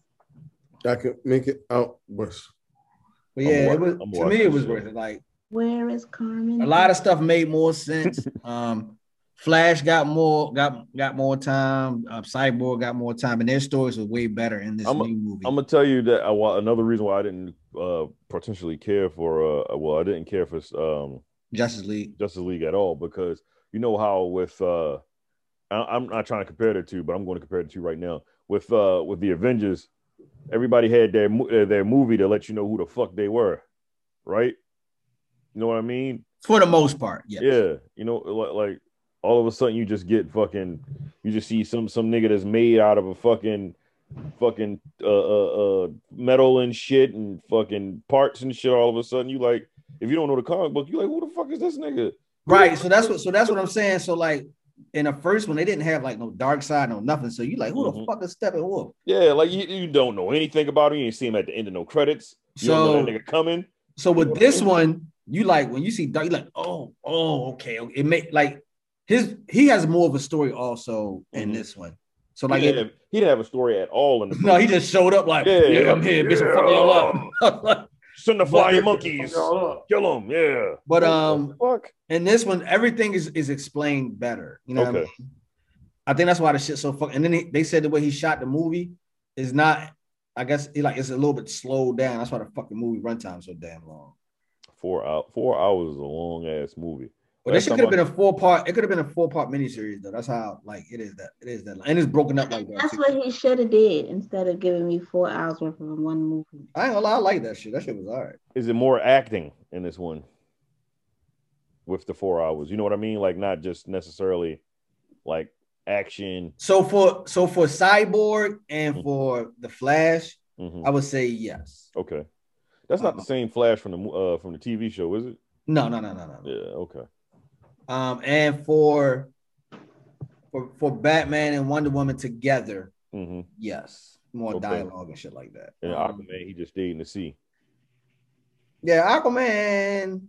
E: I could make it out west.
D: But
E: I'm
D: yeah,
E: wa-
D: it was
E: I'm
D: to
E: watching
D: me, it was
E: shit.
D: worth it. Like.
G: Where is Carmen?
D: a lot of stuff made more sense. Um, Flash got more got got more time. Uh, Cyborg got more time, and their stories were way better in this
C: I'm
D: new movie.
C: I'm gonna tell you that I wa- another reason why I didn't uh potentially care for uh well I didn't care for um
D: Justice League
C: Justice League at all because you know how with uh I, I'm not trying to compare the two but I'm going to compare the two right now with uh with the Avengers everybody had their mo- uh, their movie to let you know who the fuck they were right you know what I mean
D: For the most part, yes.
C: yeah you know li- like all of a sudden you just get fucking you just see some some nigga that's made out of a fucking fucking uh, uh, uh, metal and shit and fucking parts and shit. All of a sudden, you like, if you don't know the comic book, you like, who the fuck is this nigga?
D: Right. So that's what so that's what I'm saying. So like in the first one, they didn't have like no dark side, no nothing. So you like, who the
C: Mhm.
D: fuck is Steppenwolf?
C: Yeah, like you, you don't know anything about him. You ain't see him at the end of no credits. You don't know
D: So-
C: that nigga coming.
D: So with this one, you like when you see dark, you like, oh, oh, okay. okay. It may like his he has more of a story also in this one. So like
C: he,
D: it-
C: didn't have,
D: [laughs]
C: he didn't have a story at all in the
D: No, he just showed up like, yeah, I'm here, bitch. I'm fucking y'all up.
C: Send the flying
F: Fuck
C: monkeys.
F: y'all up.
C: Kill them. Yeah.
D: [laughs] But um,
C: Fuck.
D: and this one, everything is is explained better. You know, what I,
C: Okay.
D: mean? I think that's why the shit's so fuck. And then he, they said the way he shot the movie is not. I guess it, like it's a little bit slowed down. That's why the fucking movie runtime so damn long.
C: Four out. Four hours is a long ass movie.
D: But
C: Last
D: this shit
C: time
D: could have
C: I-
D: been a four part. It could have been a four part miniseries though. That's how like it is that it is that, and it's broken up like that.
G: That's
D: too.
G: what he should have did instead of giving me four hours worth of one movie.
D: I ain't gonna lie, I like that shit. That shit was all right.
C: Is it more acting in this one? With the four hours, you know what I mean? Like not just necessarily like action.
D: So for so for Cyborg and for the Flash,
C: Mhm.
D: I would say yes.
C: Okay, that's not the same Flash from the mo- uh from the TV show, is it?
D: No, no, no, no, no.
C: Yeah. Okay.
D: Um, and for for for Batman and Wonder Woman together,
C: hmm
D: yes, more
C: Okay.
D: dialogue and shit like that.
C: And
D: Um,
C: Aquaman, he just stayed in the sea.
D: yeah, Aquaman.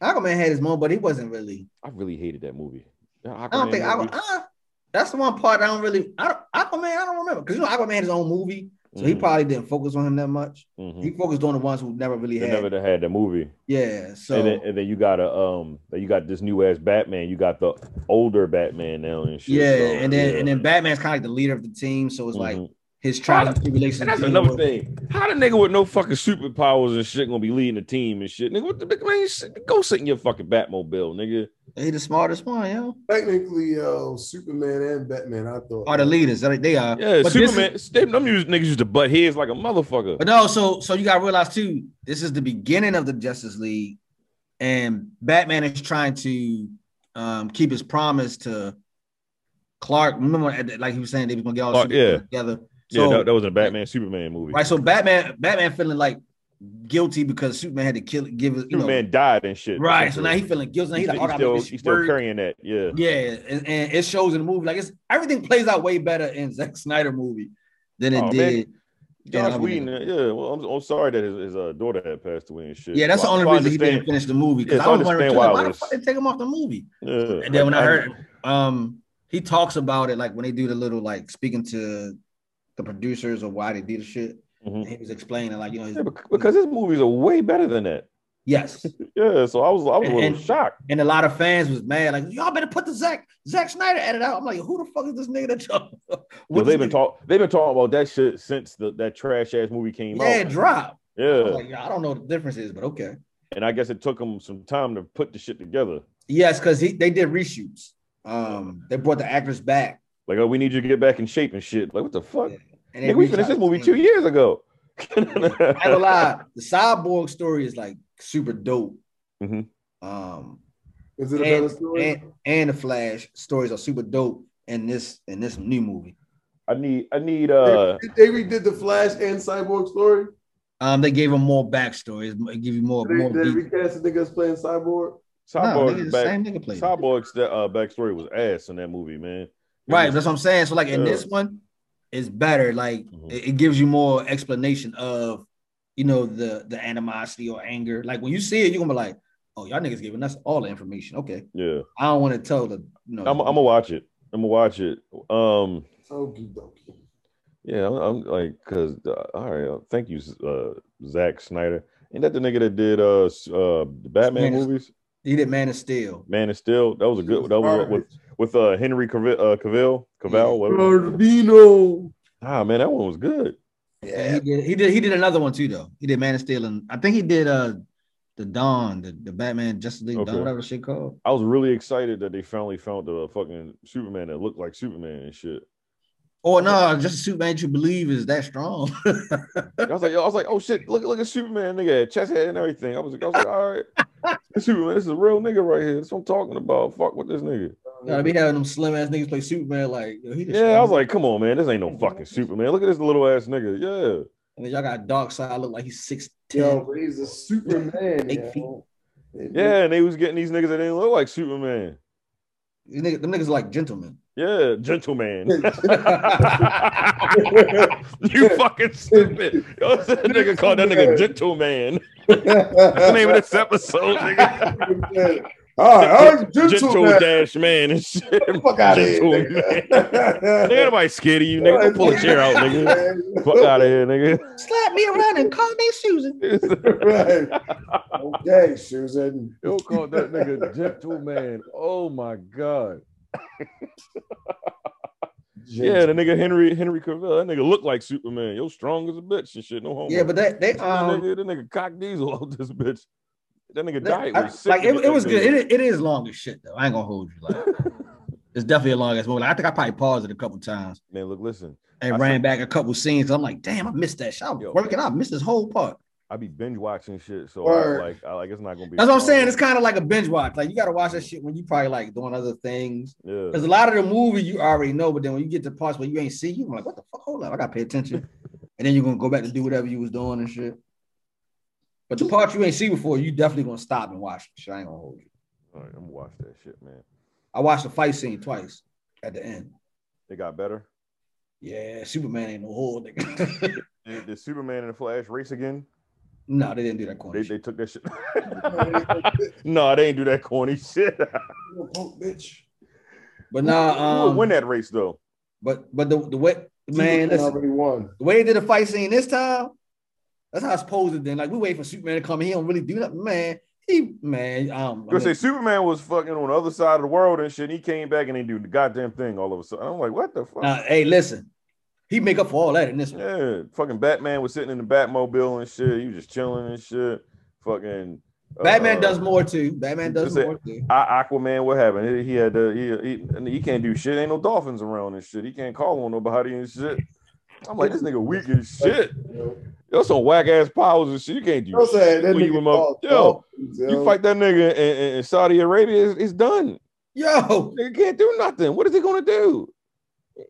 D: Aquaman had his moment, but he wasn't really.
C: I really hated that movie.
D: I don't think I,
C: movie-
D: I. That's the one part I don't really. I, Aquaman, I don't remember because you know Aquaman had his own movie, so he
C: Mhm.
D: probably didn't focus on him that much.
C: Mhm.
D: He focused on the ones who never really
C: They
D: had.
C: never had that movie.
D: yeah, so
C: and, then, and then you got a um, then you got this new ass Batman. You got the older Batman now and shit.
D: yeah,
C: so,
D: and then
C: yeah.
D: and then Batman's kind of like the leader of the team, so it's like his trials and tribulations.
C: And that's
D: dealing
C: another
D: with-
C: thing. How the nigga with no fucking superpowers and shit gonna be leading the team and shit? Nigga, what the man? sit- Go sit in your fucking Batmobile, nigga.
D: He the smartest one, yeah.
E: Technically, uh, Superman and Batman, I thought.
D: Are the leaders? They they are.
C: Yeah,
D: But this
C: Superman. they, them used- niggas used to butt heads like a motherfucker.
D: But no, so so you gotta realize too, this is the beginning of the Justice League, and Batman is trying to um, keep his promise to Clark. Remember, at the- like he was saying, they was gonna get all the
C: Clark,
D: Supermen
C: yeah.
D: together.
C: yeah,
D: So,
C: that, that was a Batman Superman movie.
D: right, so Batman, Batman feeling like guilty because Superman had to kill, give his, you know,
C: Superman died and shit.
D: right. So now he
C: essentially.
D: feeling guilty. Now
C: He's
D: he's
C: still-
D: like, oh,
C: he's
D: I
C: still,
D: made this
C: he's still
D: word.
C: carrying that. Yeah.
D: Yeah, and, and it shows in the movie. Like it's everything plays out way better in Zack Snyder movie than it
C: Oh, man.
D: did.
C: Josh
D: Yeah, I mean-
C: Whedon, yeah. Well, I'm, I'm sorry that his, his uh, daughter had passed away and shit.
D: Yeah, that's
C: So
D: the
C: I-
D: only
C: so I
D: reason he didn't
C: understand-
D: finish the movie. Because
C: Yes,
D: I was
C: I
D: wondering
C: understand
D: too,
C: why
D: why
C: it
D: the
C: was-
D: fuck they take him off the movie.
C: Yeah.
D: And then when I heard um he talks about it, like when they do the little like speaking to the producers or why they did the shit,
C: Mhm.
D: he was explaining like you know his,
C: Yeah, bec- because his movies are way better than that.
D: yes,
C: Yeah, so I was I was a
D: And-
C: little
D: and-
C: shocked.
D: and a lot of fans was mad like y'all better put the Zack Zack Snyder edit out. I'm like who the fuck is this nigga that y'all? [laughs]
C: Yo,
D: what
C: they've
D: this
C: been
D: nigga-
C: talk they've been talking about that shit since the, that trash ass movie came
D: Yeah,
C: out.
D: drop. I was
C: Yeah,
D: like, I don't know what the difference is, but okay.
C: and I guess it took them some time to put the shit together.
D: Yes, because he they did reshoots. Um, they brought the actors back.
C: Like, oh, we need you to get back in shape and shit. Like, what the fuck?
D: And they
C: Nigga, we
D: reshot
C: finished this
D: the
C: movie
D: scene.
C: two years ago.
D: I ain't gonna lie, the cyborg story is like super dope.
C: Mhm.
D: Um,
E: Is it a better
D: and,
E: story?
D: and, and the Flash stories are super dope in this in this new movie.
C: [laughs] I need I need uh
E: Did they redid the Flash and Cyborg story.
D: Um, they gave him more backstory. It's- It give you more
E: Did they,
D: more.
E: did they
D: Deep.
E: recast the nigga that's playing Cyborg?
D: No,
C: Cyborg's
D: nigga, the
C: back.
D: same nigga played. it.
C: Cyborg's uh, backstory was ass in that movie, man.
D: Right, that's what I'm saying. So like in
C: Yeah.
D: this one, it's better. Like
C: Mhm.
D: it, it gives you more explanation of you know the the animosity or anger. Like when you see it, you're gonna be like, oh y'all niggas giving us all the information. Okay,
C: Yeah,
D: I don't want to tell the you know.
C: I'm I'm gonna watch it. I'm gonna watch it. Um,
E: Okie dokie.
C: Yeah, I'm, I'm like, cause uh, all right, uh, thank you, uh, Zack Snyder. Ain't that the nigga that did uh, s- uh the Batman
D: Man of-
C: movies?
D: he did Man of Steel.
C: Man is still that was a good that was with with uh Henry Cavill, uh, Cavill, Cavill. whatever.
E: Garbino.
C: Ah man, that one was good.
D: And he did. He did. He did another one too, though. He did Man of Steel, and I think he did uh the Dawn, the, the Batman Justice League
C: Okay.
D: Dawn, whatever the shit called.
C: I was really excited that they finally found the fucking Superman that looked like Superman and shit.
D: Or no, just Superman you believe is that strong. [laughs]
C: I was like, yo, I was like, oh shit, look look at Superman, nigga, had chest head and everything. I was, I was like, all
D: [laughs]
C: right, this Superman, this is a real nigga right here. That's what I'm talking about. Fuck with this nigga.
D: Gotta be having them slim ass niggas play Superman like yo, he just
C: Yeah, I was like, come on, man. This ain't no fucking Superman. Look at this little ass nigga. Yeah.
D: and then y'all got Dark Side look like he's six
E: Yo,
D: ten.
E: but he's
C: [laughs]
D: [laughs]
E: a Superman.
D: Eight feet.
E: yo.
C: Yeah. And they was getting these niggas that didn't look like Superman.
D: These niggas, them niggas like gentlemen.
C: Yeah,
D: [laughs]
C: gentleman. you fucking stupid. Yo, that nigga
D: [laughs]
C: called that nigga gentleman. That's the name of this episode, nigga.
E: All right, all right, gentle
C: gentle
E: man.
C: dash man and shit.
E: Fuck outta here,
C: Gentle
E: nigga.
C: man. nigga, ain't nobody scared of you, nigga. Don't pull a chair out,
E: [laughs]
C: nigga. Fuck out of here, nigga.
D: Slap me around and call me Susan.
E: right. [laughs] Okay, Susan.
C: [laughs] Yo, call that nigga gentle man. Oh my god. Yeah, the nigga Henry Henry Cavill. That nigga look like Superman. Yo, strong as a bitch and shit. No homo.
D: Yeah, but that they
C: That
D: um
C: nigga, that nigga cock diesel [laughs] out this bitch. That nigga
D: that-
C: diet
D: I-
C: was sick.
D: like it, it was good.
C: [laughs] It,
D: It, it is long as shit though. I ain't gonna hold you. Like [laughs] it's definitely a long ass movie. Like, I think I probably paused it a couple times
C: man, look, listen.
D: and
C: I
D: ran
C: think-
D: back a couple scenes. I'm like, damn, I missed that shit. I was
C: Yo.
D: working. I missed this whole part.
C: I be binge watching shit, so I,
E: Word.
C: like, I like it's not gonna be.
D: That's what I'm
C: long.
D: saying. It's kind of like a binge watch. Like you gotta watch that shit when you probably like doing other things. [laughs]
C: yeah.
D: Because a lot of the movie you already know, but then when you get to parts where you ain't see you, I'm like, what the fuck? Hold up, I gotta
C: [laughs]
D: pay attention. and then you're gonna go back to do whatever you was doing and shit. But the parts you ain't see before, you definitely gonna stop and watch. Shit, I ain't gonna hold you.
C: All right, I'm gonna watch that shit, man.
D: I watched the fight scene twice at the end.
C: It got better.
D: Yeah, Superman ain't no whole nigga. [laughs]
C: Did, did Superman and the Flash race again?
D: no, they didn't do that
C: They,
D: corny Oh, shit.
C: they took that
D: [laughs]
C: shit. [laughs] no, they ain't do that corny [laughs] shit.
E: Punk bitch.
D: But nah,
C: Who would win
D: um,
C: that race though?
D: but but the, the way man,
E: Superman
D: listen,
E: already won.
D: the way they did the fight scene this time, that's how it's posed. Then like we wait for Superman to come, he don't really do that. Man, he man, um,
C: Because say Superman was fucking on the other side of the world and shit. And he came back and they do the goddamn thing all of a sudden. I'm like, what the fuck?
D: Now, hey, listen, he make up for all that in this one.
C: Yeah, fucking Batman was sitting in the Batmobile and shit. He was just chilling and shit. Fucking uh,
D: Batman does more too. Batman does
C: that's it.
D: more too.
C: I, Aquaman, what happened? He, he had uh, he, he he can't do shit. Ain't no dolphins around and shit. He can't call on nobody and shit. I'm like, this nigga weak as shit. Yo, some whack ass powers and shit. You can't do.
E: I'm saying that
C: shit when you
E: nigga
C: in my-
E: called
C: yo,
E: Dolphins,
C: you fight that nigga in, in- in Saudi Arabia, it's, it's done.
D: Yo,
C: Nigga can't do nothing. What is he gonna do?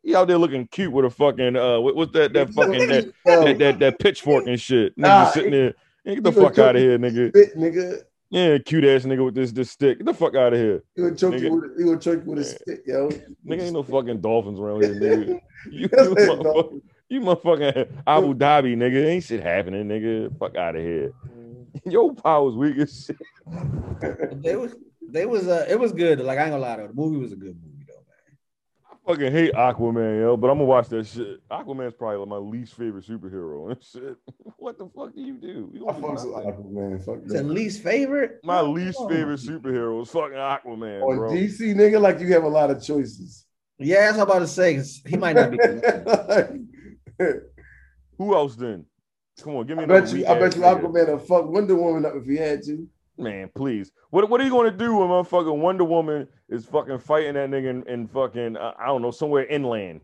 C: He out there looking cute with a fucking uh, what, what's that that fucking that,
E: Yo,
C: that that that pitchfork and shit. Nigga
E: Nah,
C: sitting there. Nigga, get the
E: he gonna
C: fuck out of
E: choke
C: here, nigga.
E: bit nigga.
C: Yeah, cute ass nigga with this this stick. Get the fuck out of here.
E: He gonna choke
C: Nigga.
E: you with he gonna choke you with a stick, yo.
C: Nigga ain't no fucking dolphins around here, nigga. You, you,
E: That's it,
C: motherfucker,
E: dog.
C: you motherfucking Abu Dhabi, nigga. Ain't shit happening, nigga. Fuck out of here. [laughs] Your power's weak as shit.
D: they was they was uh, it was good. Like I ain't gonna lie though, the movie was a good movie though, man.
C: I fucking hate Aquaman, yo, but I'm gonna watch that shit. Aquaman's probably like my least favorite superhero [laughs] and shit. What the fuck do you do? You
E: I
C: don't do
E: fucks with
C: nothing.
E: Aquaman. Fuck
D: It's the
E: that.
D: least favorite.
C: my least
D: Oh.
C: favorite superhero is fucking Aquaman,
E: On
C: bro.
E: DC, nigga, like you have a lot of choices. [laughs]
D: Yeah, that's what I'm about to say. 'cause He might not be.
C: [laughs]
E: I
C: Who else then? Come on, give me another
E: bet you,
C: weak
E: I bet
C: ass
E: you,
C: nigga.
E: Aquaman will fuck Wonder Woman up if he had to.
C: Man, please. What what are you gonna do when motherfucking Wonder Woman is fucking fighting that nigga in, in fucking uh, I don't know somewhere inland,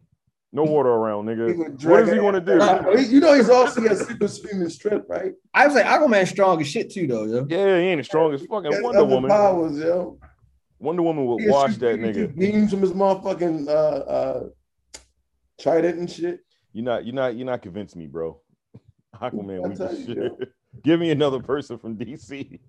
C: no water around,
E: He
C: nigga.
E: would
C: What
E: drag
C: is he
E: her
C: gonna do?
E: ass out. He- you know, he's also he has super screaming strength, right?
D: I was like Aquaman strong as shit too though. Yo.
C: Yeah, he ain't as strong as
E: He has
C: fucking Wonder
E: other
C: Woman.
E: powers, yo.
C: Wonder Woman would
E: He can
C: wash
E: shoot-
C: that
E: he can shoot
C: nigga.
E: Beams from his motherfucking uh, uh, trident and shit.
C: You're not you're not you're not convinced me, bro. [laughs] Aquaman
E: I
C: weak
E: tell
C: as
E: you,
C: shit. [laughs] Give me another person from DC.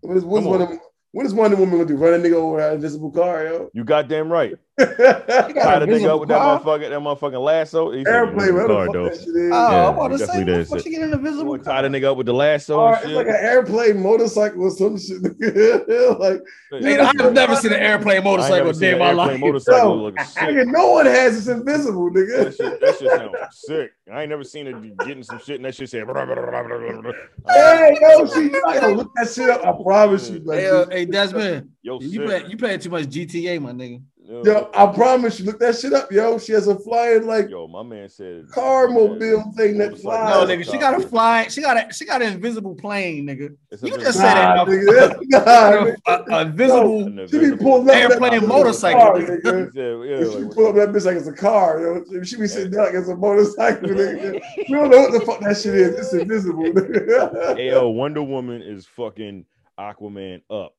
E: What is, what is
C: Come on.
E: Wonder, what is Wonder Woman gonna do? Run a nigga over her invisible car, yo? [laughs]
C: You goddamn right.
D: He
E: Airplane,
D: got
C: Tied
D: a
C: a nigga
D: visible
C: up with that
D: car?
C: motherfucker, that motherfucking lasso. He said
E: whatever the
C: car,
E: fuck
C: though.
E: that shit is.
D: Oh,
C: Yeah,
D: I'm about
C: he
D: to say,
C: definitely
D: what the
C: does
D: fuck
C: it.
D: she get an
C: You
D: invisible
C: wanna tie
D: car?
C: the nigga up with the lasso
E: Or
C: and
E: it's
C: shit.
E: like an airplane motorcycle or some shit. [laughs] like,
C: Hey,
E: Nigga,
D: Nigga,
E: Yeah.
D: I've never seen an airplane motorcycle a day in my life.
C: Motorcycle
E: Yo,
C: look sick.
E: nigga, no one has this invisible,
C: That
E: nigga.
C: shit, that shit sounds sick. I ain't never seen it getting some shit, and that shit said. Blah, blah, blah, blah, blah, blah.
E: hey, yo, she, you gotta look that shit up. I promise you. Like,
D: Hey, uh, hey Desmond,
C: [laughs] Yo,
D: you
C: sick.
D: play you playing too much GTA, my nigga.
C: yo,
E: yo, I promise you. Look that shit up, yo. She has a flying like
C: yo, my man said
E: car mobile thing that
C: Motorcycle.
D: No,
E: flies.
D: nigga, she got a fly. She got a she got an invisible plane, nigga.
C: It's
D: You
C: a-
D: just said
E: Nah,
D: it.
E: nigga. [laughs] Nah,
D: A, a
E: nigga.
D: visible.
C: An
E: Yo, She be
C: invisible-
E: pulling up that
D: Airplane
E: bitch
D: motorcycle.
E: like a car,
C: He
E: nigga.
C: said, yeah,
E: If she
C: like,
E: pull up that bitch like it's a car, yo. If she be [laughs] sitting there like it's a motorcycle, nigga. We don't know what the fuck that shit is. It's invisible. [laughs] nigga.
C: hey, yo, Wonder Woman is fucking Aquaman up,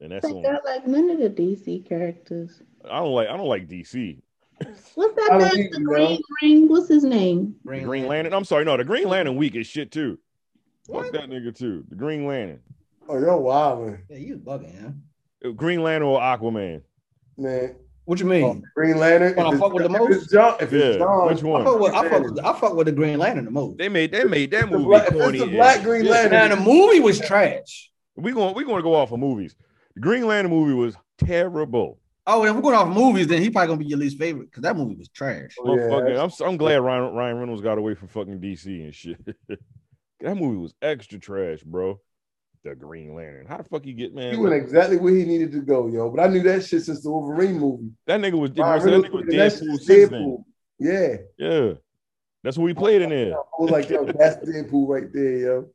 C: and that's on.
G: They're like none of the DC characters.
C: I don't like. I don't like DC.
G: What's
E: I
G: that
E: don't
G: man?
E: even
G: The
E: know.
G: Green Ring. What's his name?
C: The Green Lantern. I'm sorry, no, the Green Lantern weak as shit too. Fuck
D: What?
C: that nigga too. The Green Lantern,
E: Oh, yo, wow, man.
D: Yeah, you bugging, huh?
C: Green Lantern or Aquaman.
E: man.
D: What you
E: Oh,
D: mean?
E: Green Lantern.
D: Wanna
E: If it's-
D: fuck with the
E: if
D: most?
E: it's John, if it's
C: Yeah,
E: John,
C: which
D: I fuck
C: one?
D: with I fuck with, I fuck with the Green Lantern the most.
C: They made they made that
E: If the
C: movie
E: black, if
C: corny.
E: it's the
C: as
E: black Green
C: shit.
E: Lantern.
D: Now the movie was trash.
C: We going we going to go off of movies. The Green Lantern movie was terrible.
D: Oh, and we're going off movies. Then he probably gonna be your least favorite because that movie was trash.
E: Oh,
C: Motherfucking- I'm, so- I'm glad Ryan, Ryan Reynolds got away from fucking DC and shit. [laughs] that movie was extra trash, bro. The Green Lantern. How the fuck you get man?
E: He went exactly where he needed to go, yo. But I knew that shit since the Wolverine movie.
C: That nigga was,
E: Ryan
C: that nigga was
E: Reynolds- that
C: Deadpool
E: shit's
C: six then.
E: Yeah.
C: Yeah, that's what we played in there.
E: I was like, yo, that's Deadpool right there, yo.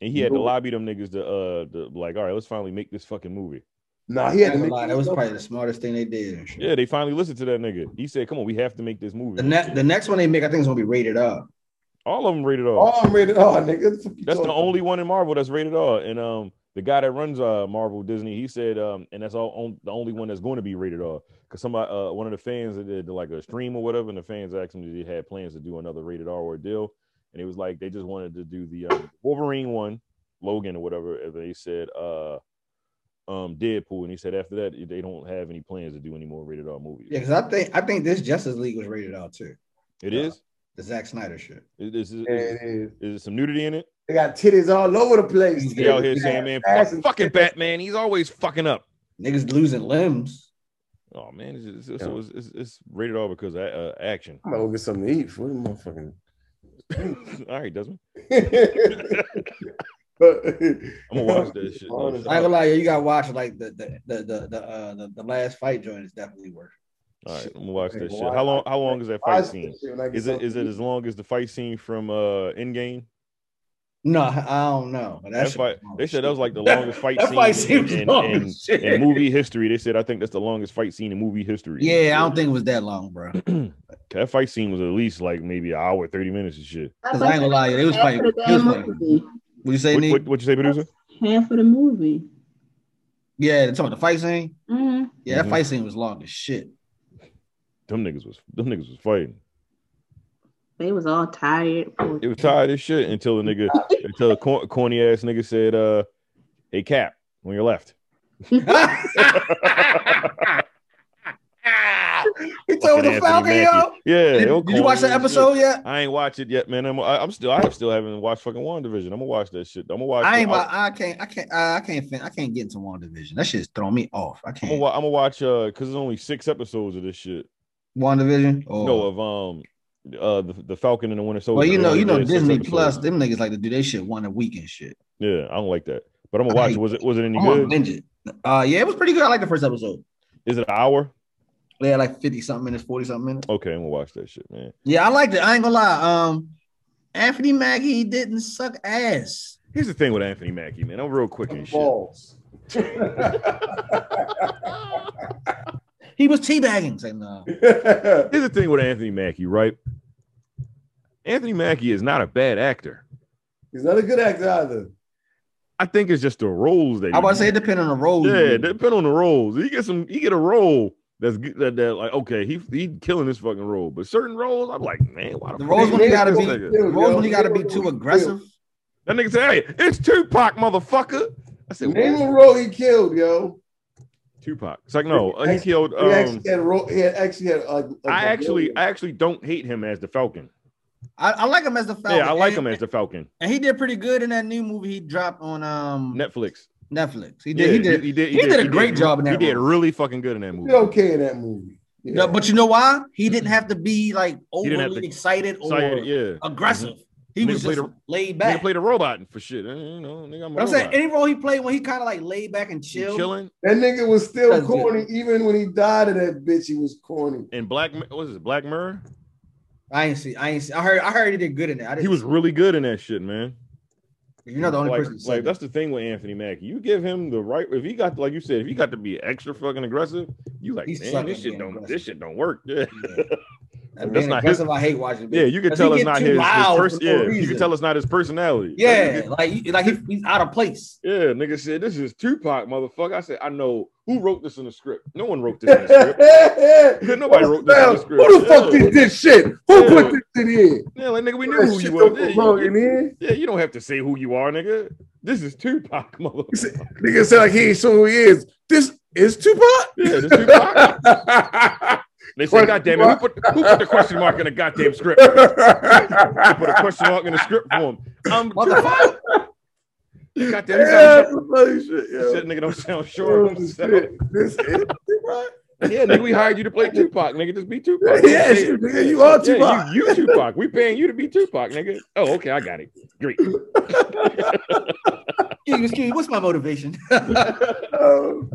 C: And he had to lobby them niggas to uh, to, like, all right, let's finally make this fucking movie.
E: Nah, he had to
D: Not gonna
E: make-
D: lie, That was probably the smartest thing they did. and shit.
C: Yeah, they finally listened to that nigga. He said, "Come on, we have to make this movie."
D: The, ne- the next one they make, I think, is gonna be rated R.
C: All of them rated R.
E: All them rated R, Oh, nigga.
C: That's the only one in Marvel that's rated R. And um, the guy that runs uh Marvel Disney, he said um, and that's all on, the only one that's going to be rated R. Because somebody, uh, one of the fans that did like a stream or whatever, and the fans asked him if he had plans to do another rated R ordeal, and it was like they just wanted to do the um, Wolverine one, Logan or whatever. And they said uh, um, Deadpool, and he said after that they don't have any plans to do any more rated R movies.
D: Yeah, because I think I think this Justice League was rated R too.
C: It is.
D: The Zack Snyder shit.
C: Is, is, is,
E: it is.
C: Is it some nudity in it?
E: They got titties all over the place.
C: They out here saying, man, fuck, fucking Batman. He's always fucking up.
D: Niggas losing limbs.
C: Oh man, it's, just, it's, it's, it's, it's rated R because of, uh, action.
D: [laughs]
E: I'm gonna go get something to eat for the motherfucking.
C: All right, Desmond.
E: [laughs] I'm
C: gonna watch that shit. though.
D: I ain't gonna lie, you gotta watch like the the the the the, uh, the, the last fight joint is definitely worth.
C: All right, I'm gonna watch that
D: Okay,
C: shit.
D: well,
C: How
D: I-
C: long? How long is that fight
D: watch
C: scene?
D: this shit when I get
C: Is it is it as long as the fight scene from uh Endgame?
D: it. No, I don't know. But that
C: That
D: shit-
C: fight, they said that was like the longest fight
D: That
C: scene,
D: fight scene was
C: in,
D: long as
C: in-
D: shit.
C: in movie history. They said I think that's the longest fight scene in movie history.
D: yeah, I don't think it was that long, bro.
C: [clears throat] that fight scene was at least like maybe an hour, thirty minutes and shit.
D: Because I ain't gonna lie, it was probably.
G: Half
D: It
G: of the
D: was probably what
G: damn movie.
D: you say,
C: What,
D: Nick?
C: what, what you say, producer?
G: Half of the movie.
D: yeah, it's about the fight scene.
G: Mhm.
D: Yeah, that
C: Mhm.
D: fight scene was long as shit.
G: [laughs]
C: Them niggas was them niggas was fighting.
G: They was all tired.
C: It was tired as shit until the nigga until a cor- corny ass nigga said, uh, "Hey Cap, when you're left." [laughs]
D: [laughs] He told the Falcon, yo.
C: Yeah.
D: Did-
C: it was
D: did you watch
C: corny
D: that
C: as
D: episode
C: shit.
D: yet?
C: I ain't watched it yet, man. I'm, I, I'm still I still haven't watched fucking One Division. I'm gonna watch that shit. I'm gonna watch.
D: I ain't.
C: the-
D: wa- I can't. I can't. I I can't. Fin- I can't get into one division. That shit's throwing me off. I
C: I'm gonna,
D: can't.
C: wa- I'm gonna watch uh because there's only six episodes of this shit.
D: One division. Oh.
C: No, of um uh the, the Falcon and the Winter Soldier.
D: well, you
C: They
D: know,
C: only
D: you know,
C: did six
D: Disney
C: episodes.
D: Plus. Them niggas like to do they shit one a week and shit.
C: Yeah, I don't like that. But I'm
D: I
C: gonna watch.
D: hate
C: it. Was it was it any
D: I'm gonna
C: good?
D: binge it. Uh, yeah, it was pretty good. I like the first episode.
C: Is it an hour?
D: They had like fifty something minutes, forty something minutes.
C: Okay, I'm gonna watch that shit, man.
D: Yeah, I liked it. I ain't gonna lie. Um, Anthony Mackie didn't suck ass.
C: Here's the thing with Anthony Mackie, man. I'm real quick and shit.
E: Balls. [laughs]
D: He was teabagging. It's Like, no.
C: Here's the thing with Anthony Mackie, right? Anthony Mackie is not a bad actor.
E: He's not a good actor either.
C: I think it's just the roles that
D: I
C: he
D: was to say it depend on the role. you
C: Yeah,
D: do.
C: depend on the roles. You get some, you get a role that's good. That, that like okay, he he killing this fucking role, but certain roles, I'm like, man, why the,
D: The
C: fuck
D: roles
C: they
D: when he
C: did
D: gotta
C: this
D: be
C: nigga?
D: the roles when he gotta be too aggressive.
C: That nigga said, "Hey, it's Tupac, motherfucker." I said,
E: Name
C: what?
E: a role he killed, yo.
C: Tupac. It's like, no, uh, he killed.
E: he actually
C: Um,
E: had a role. He had, actually had. Like, like
C: I
E: a
C: actually,
E: villain.
C: I actually don't hate him as the Falcon.
D: I, I like him as the Falcon.
C: Yeah, I like
D: and,
C: him as the Falcon.
D: and he did pretty good in that new movie he dropped on um
C: Netflix.
D: Netflix. He did.
C: Yeah,
D: he did. He did. He, did, a great job in that.
C: He did
D: role.
C: really fucking good in that
E: He
C: movie.
E: did okay in that movie. Yeah.
D: No, But you know why? He didn't have to be like
C: didn't have
D: overly
C: to-
D: excited or
C: Excited, yeah.
D: aggressive. He
C: Nigga
D: was
C: played
D: just
C: a-
D: laid
C: Nigga
D: back.
C: played a robot and for shit. eh, You know, nigga, I'm, a
D: But I'm saying
C: robot.
D: any role he played when he kind of like laid back and
C: He
D: chilled.
C: chilling
E: that nigga was still
D: That's good.
E: corny, even when he died of that bitch. He was corny.
C: in Black. Mi- What is it? Black Mirror.
D: I ain't see. I ain't see. I heard. I heard he did good in that. I didn't,
C: He was really good in that shit, man.
D: You're not the only
C: like,
D: person. who said
C: Like
D: that.
C: that's the thing with Anthony Mackie. You give him the right. If he got like you said, if he got to be extra fucking aggressive, you like
D: He's
C: man,
D: sucking
C: this shit
D: being
C: don't
D: aggressive.
C: this shit don't work. [laughs] Yeah, that's
D: That being
C: not
D: aggressive,
C: his-
D: I hate watching.
C: yeah. You can
D: Because
C: tell
D: he
C: it's
D: get
C: not
D: too
C: his, his
D: loud
C: pers-
D: for no
C: yeah. You
D: reason.
C: can tell it's not his personality.
D: Yeah, like he- like he, he's out of place.
C: yeah. Nigga said this is Tupac, motherfucker. I said I know who wrote this in the script. No one wrote this in the script. Nobody wrote this in the script.
E: Who the fuck
C: Yeah.
E: did this shit? Who
C: Yeah.
E: put this in here?
C: Yeah, like nigga, we knew
E: That
C: who
E: shit
C: you were.
E: don't
C: Yeah,
E: belong
C: you,
E: in here.
C: yeah, you don't have to say who you are, nigga. This is Tupac, motherfucker.
E: Nigga said like he ain't sure who he is. This is Tupac.
C: Yeah, this is Tupac.
E: [laughs]
C: They said, God damn it, who put, who put the question mark in the goddamn script? [laughs] Put a question mark in the script for him. I'm
D: Motherfucker.
C: God damn,
E: Yeah,
C: sound
E: funny shit, yo.
C: Shit, nigga, don't sound sure of
E: Oh,
C: himself.
E: shit. This is
C: Yeah, nigga, we hired you
E: [laughs]
C: to play Tupac, nigga. Just be Tupac.
E: Yeah,
C: Shit.
E: you- nigga, you are
C: Yeah,
E: Tupac.
C: you, you Tupac. We paying you to be Tupac, nigga. Oh, okay, I got it. Great.
D: Excuse me, what's my motivation? [laughs]
E: oh,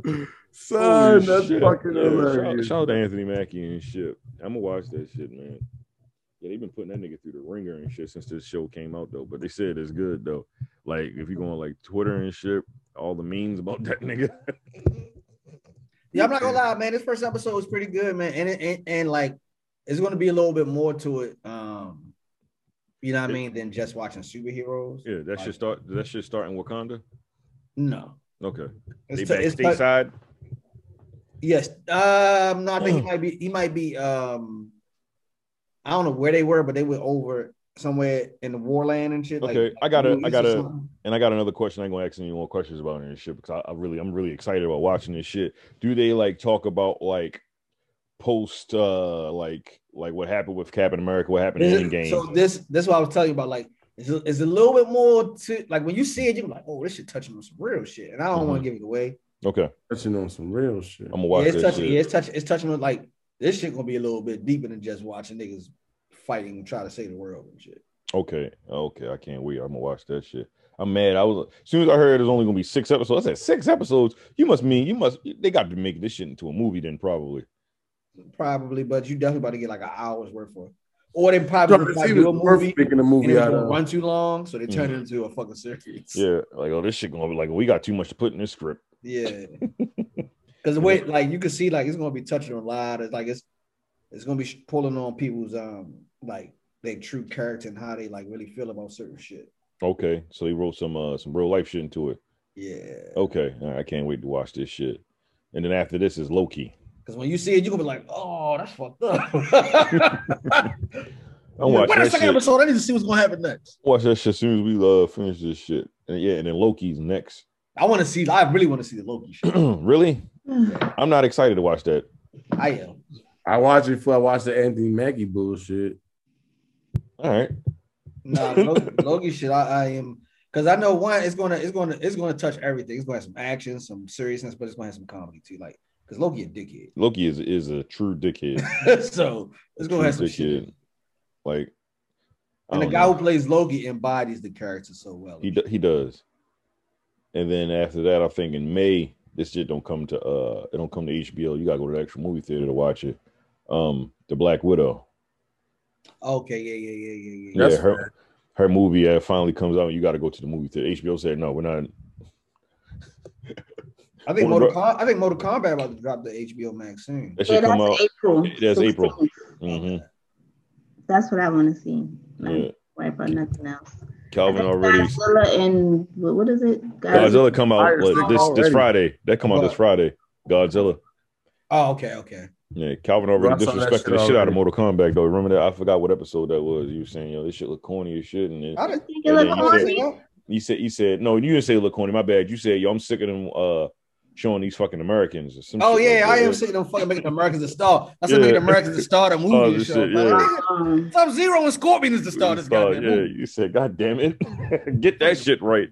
E: son.
C: Holy
E: that's
C: shit.
E: fucking
C: Yeah, shout,
E: hilarious.
C: shout out to Anthony Mackie and shit. I'm gonna watch that shit, man. Yeah, they've been putting that nigga through the ringer and shit since this show came out though. But they said it's good though. Like if you go on like Twitter and shit, all the memes about that [laughs] nigga.
D: Yeah, I'm not gonna lie, man. This first episode was pretty good, man. And it- and, and like it's gonna be a little bit more to it. Um, you know what I mean, than just watching superheroes.
C: yeah, that should start. That should start in Wakanda.
D: No.
C: Okay.
D: It's
C: they
D: t-
C: back
D: it's t-
C: stateside.
D: Yes. Um, no, I think he might be he might be um I don't know where they were, but they were over somewhere in the warland and shit. like-
C: Okay, I got a,
D: Middle
C: I
D: East
C: got
D: or
C: a,
D: something.
C: and I got another question. I ain't gonna ask any more questions about it and shit because I, I really, I'm really excited about watching this shit. Do they like talk about like post, uh like, like what happened with Captain America, what happened in Endgame?
D: So this this is what I was telling you about. Like, it's a, it's a little bit more to like when you see it, you're like, oh, this shit touching on some real shit, and I don't want
C: Mhm.
D: to give it away.
C: okay,
E: Touching on some real shit.
C: I'm gonna
D: Yeah,
C: watch
D: it's
C: this
D: touching.
C: shit.
D: Yeah, it's touching. It's touching on like this shit gonna be a little bit deeper than just watching niggas fighting, and try to save the world and shit.
C: Okay, okay, I can't wait. I'm gonna watch that shit. I'm mad. I was as soon as I heard it was only gonna be six episodes. I said six episodes. You must mean you must. They got to make this shit into a movie then, probably.
D: Probably, but you definitely about to get like an hour's worth of. Or they
E: Trying
D: probably
E: to
D: try to
E: see
D: do a
E: what's worth
D: movie.
E: making
D: And
E: a
D: it
E: movie
D: was
E: out
D: gonna
E: of.
D: run too long, so they turned
C: Mhm.
D: it into a fucking series.
C: Yeah, like oh, this shit gonna be like we got too much to put in this script.
D: Yeah. Cause the way like you can see like it's gonna be touching on a lot. It's like it's it's gonna be pulling on people's um like their true character and how they like really feel about certain shit.
C: Okay, so he wrote some uh some real life shit into it.
D: Yeah.
C: Okay, all right, I can't wait to watch this shit. And then after this is Loki.
D: Cause when you see it, you're gonna be like, oh, that's fucked up. [laughs] I'm
C: I'm
D: like, wait
C: watching
D: a
C: that
D: second
C: shit.
D: episode, I need to see what's gonna happen next.
C: Watch that shit as soon as we uh finish this shit. And yeah, and then Loki's next. [clears throat]
D: I wanna see, I really wanna see the Loki shit.
C: really? I'm not excited to watch that.
D: I am.
E: I watched it before I watched the Anthony Mackie bullshit.
C: All right. [laughs]
D: Nah, Loki, Loki shit, I, I am because I know one, it's gonna it's gonna it's gonna touch everything. It's gonna have some action, some seriousness, but it's gonna have some comedy too. Like, cause Loki a dickhead. [laughs]
C: Loki is is a true dickhead.
D: so
C: True
D: it's gonna have some shit.
C: dickhead. Like I
D: And the
C: don't
D: guy
C: know.
D: who plays Loki embodies the character so well.
C: he do- he does. And then after that, I think in May, this shit don't come to uh it don't come to HBO. You gotta go to the actual movie theater to watch it. Um, The Black Widow.
D: okay, yeah, yeah, yeah, yeah, yeah.
E: That's
C: yeah, her her movie uh, finally comes out. You got to go to the movie theater. HBO said no, we're not.
D: I
C: Well,
D: think Mortal Com- I think Mortal Kombat about to drop the HBO Max soon.
C: That
G: So
C: should come
G: that's
C: out.
G: April.
C: That's
G: 16th.
C: April. hmm
G: That's what I want to see. Not
C: Yeah,
G: worry about nothing else.
C: Calvin
G: I think
C: already.
G: Godzilla and what what is it?
C: Godzilla come out
E: Fire
C: like,
E: stick
C: this this
E: already.
C: Friday. That come out this Friday. Godzilla.
D: Oh, okay, okay.
C: Yeah, Calvin already
E: I saw that
C: disrespected
E: shit
C: the shit out of
E: already.
C: Mortal Kombat though. Remember that? I forgot what episode that was. You were saying yo, this shit look corny as shit, and then
D: I didn't
G: think
C: it looked
D: I didn't say
G: corny.
D: that.
C: he said he said no, you didn't say it look corny. My bad. You said yo, I'm sick of them uh showing these fucking Americans. Or some
D: Oh
C: shit like
D: yeah, I
C: that.
D: am sitting on fucking making the Americans a star. I said making
C: Yeah.
D: the Americans a star
C: [laughs]
D: of the movie
C: Oh,
D: and
C: this
D: show.
C: shit,
D: Like,
C: yeah.
D: nigga,
G: Um,
D: Sub Zero and Scorpion is the star of this
C: Star,
D: goddamn
C: yeah,
D: movie.
C: you said, God damn it, [laughs] get that shit right.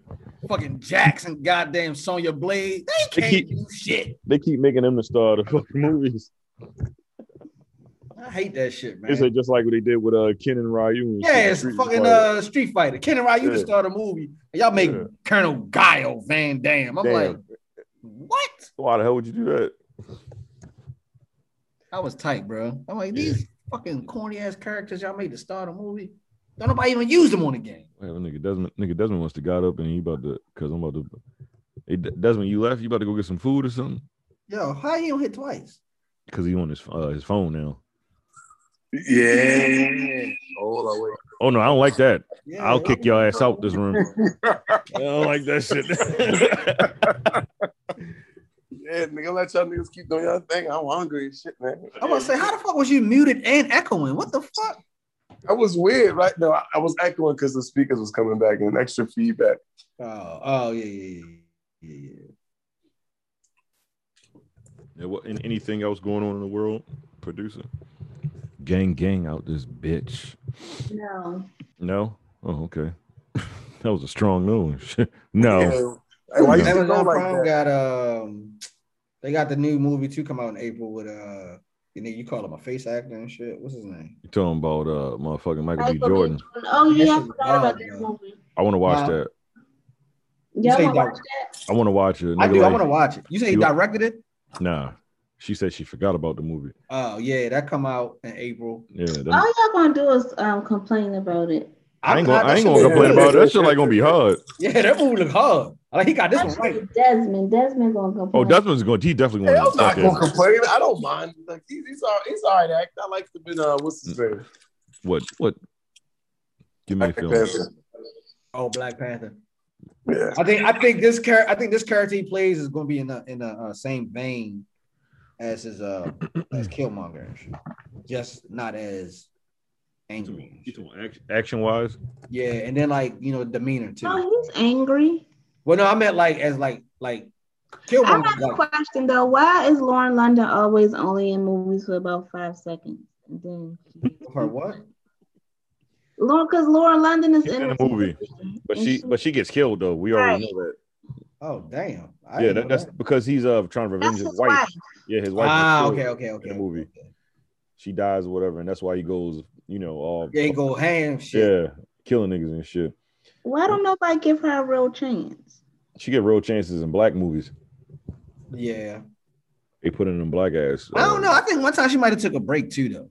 D: Fucking Jackson, goddamn Sonya Blade.
C: They
D: They can't
C: keep-
D: do shit.
C: They keep making them the star of the fucking movies.
D: I hate that shit, man.
C: They say just like what they did with uh Ken and Ryu. And shit,
D: yeah, it's
C: Street
D: fucking
C: Fighter.
D: uh, Street Fighter. Ken and Ryu
C: Yeah.
D: just started a movie. And y'all make
C: Yeah.
D: Colonel Guile Van Dam. I'm
C: Damn.
D: like, what?
C: Why the hell would you do that?
D: I was tight, bro. I'm like, these fucking corny ass characters y'all made to start a movie. Don't nobody even use them on the game.
C: Wait, well, nigga Desmond, nigga Desmond wants to got up and he about to because I'm about to. Hey, De- Desmond, you left? You about to go get some food or something?
D: Yo, how you don't hit twice?
C: Because he on his uh, his phone now.
E: Yeah. Hold on, wait.
C: Oh no, I don't like that.
D: Yeah,
C: I'll kick your ass out this room.
D: [laughs]
C: I don't like that shit. [laughs]
E: Yeah, nigga, let y'all niggas keep doing y'all thing. I'm hungry and shit, man.
D: I'm about to say, how the fuck was you muted and echoing? What the fuck?
E: I was weird, right? No, I, I was echoing because the speakers was coming back and extra feedback.
D: Oh, oh yeah, yeah, yeah, yeah, yeah.
C: Yeah, what, and anything else going on in the world, producer? Gang, gang out this bitch.
G: no.
C: No. Oh, okay. [laughs] That was a strong no. [laughs] no.
F: Hey, why you
D: Amazon
F: go like
D: Prime got um, they got the new movie too come out in April with uh, you know you call him a face actor and shit. What's his name?
C: You talking about uh motherfucking Michael B.
G: Michael B.
C: Jordan.
G: Oh yeah, I
D: That shit
G: forgot about
D: wild,
G: that
D: bro.
G: movie.
C: I want to watch
D: Nah.
C: that.
G: Yeah,
D: say
G: I wanna
D: that-
G: watch that.
C: I want to watch it.
D: I
C: Nigga,
D: do. I
C: like,
D: want to watch it. You say he
C: You-
D: directed it?
C: Nah. She said she forgot about the movie.
D: Oh yeah, that come out in April.
C: Yeah. that-
G: All y'all gonna do is um, complain about it.
C: I ain't
D: I'm
C: gonna,
D: not-
C: I ain't
D: that
C: gonna
D: shit-
C: complain about it. That shit like gonna be hard.
D: Yeah, that movie look hard. Like he got this one right.
G: Especially Desmond. Desmond gonna
C: Oh,
G: complain.
C: Desmond's going. He definitely
F: Hey,
C: going
F: I'm
C: to
F: not
C: fuck
F: gonna
C: it.
F: complain. I don't mind. Like he's, he's all he's all right. Act. I like the been uh what's his name?
C: What? What? Give me a
F: Black
C: film.
F: Panther.
D: Oh, Black Panther.
F: Yeah.
D: I think I think this character I think this character he plays is going to be in the in the uh, same vein as his uh as Killmonger, and shit. just not as angry. and shit.
C: Action wise,
D: Yeah, and then like you know demeanor too.
G: Oh, he's angry.
D: Well, no, I meant like as like like
G: I
D: Killmonger.
G: have a
D: Like,
G: question though. Why is Lauren London always only in movies for about five seconds? And then
D: her what?
G: Lauren, because Lauren London is
C: She's
G: in,
C: in
G: the
C: the movie, but
G: And
C: she but she gets killed though. We already know that.
D: Oh damn! I
C: Yeah,
D: didn't
C: that,
D: know
C: that's
D: that.
C: because he's uh trying to
G: that's
C: revenge
G: his
C: his
G: wife.
C: wife. Yeah, his wife. was
D: ah
C: killed
D: okay okay okay.
C: in the movie. She dies or whatever, and that's why he goes. You know, all
D: They go ham shit.
C: yeah, killing niggas and shit.
G: Why don't nobody give her a real chance?
C: She get real chances in black movies.
D: Yeah.
C: They put in them black ass.
D: I don't
C: uh,
D: know. I think one time she might have took a break too though.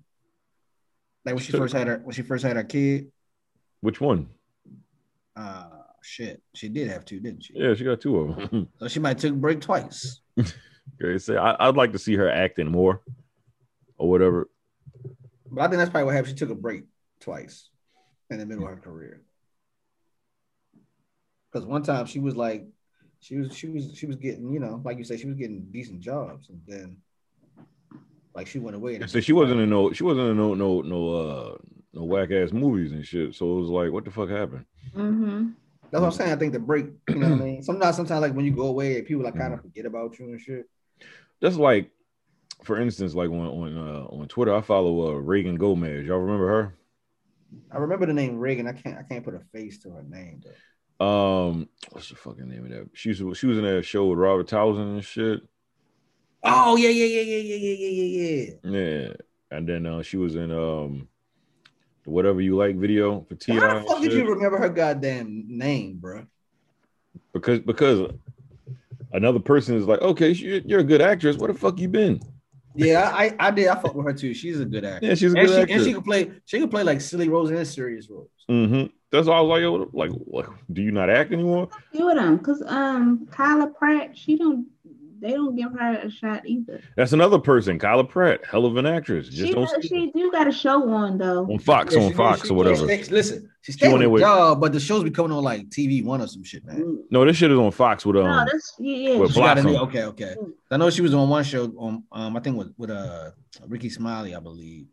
D: Like when she
C: Took-
D: first had her when she first had her kid.
C: Which one?
D: Uh shit. She did have two, didn't she?
C: Yeah, she got two of them.
D: So she might took a break twice.
C: [laughs] Okay, say I, I'd like to see her acting more, or whatever.
D: But I think that's probably what happened. She took a break twice in the middle of her career. Because one time she was like, she was she was she was getting you know like you said she was getting decent jobs and then like she went away. and-
C: So she wasn't in no, she wasn't in no, no, no, uh, no whack ass movies and shit. So it was like, what the fuck happened?
G: Mm-hmm.
D: That's what I'm saying. I think the break. You know what I mean? [clears throat] Sometimes sometimes like when you go away, people like
C: Mm.
D: kind of forget about you and shit.
C: That's like, for instance, like on on uh, on Twitter, I follow uh, Reagan Gomez. Y'all remember her?
D: I remember the name Reagan. I can't I can't put a face to her name though.
C: Um, what's the fucking name of that? She was she was in that show with Robert Towson and shit.
D: Oh yeah yeah yeah yeah yeah yeah yeah yeah yeah.
C: Yeah, and then uh, she was in um, the whatever you like video for Ti.
D: How the
C: and
D: fuck did
C: shit.
D: you remember her goddamn name, bro?
C: because because another person is like, okay, she, you're a good actress. Where the fuck you been?
D: Yeah, I I did. I fucked with her too. She's a good actor.
C: Yeah, she's a
D: and
C: good
D: she and
C: actress.
D: she can play she can play like silly roles and serious roles.
C: hmm That's why I was like, yo, what- like, what, do you not act anymore?
G: Few of them, cause um, Kyla Pratt, she don't, they don't give her a shot either.
C: That's another person, Kyla Pratt, hell of an actress. Just
G: She
C: don't
G: do,
C: see
G: she do got a show on
C: her.
G: though.
C: on Fox,
D: Yeah,
C: on
D: she-
C: Fox
D: she-
C: or whatever.
D: she- listen, she's staying
C: on
D: on
C: there
D: the
C: with-
D: job, but the show's be coming on like TV One or some shit, man.
G: Mm.
C: No, this shit is on Fox with um.
G: no, that's yeah. yeah.
C: Well,
D: She got a new,
C: Blossom.
D: okay, okay. I know she was on one show on um I think with with uh Ricky Smiley, I believe.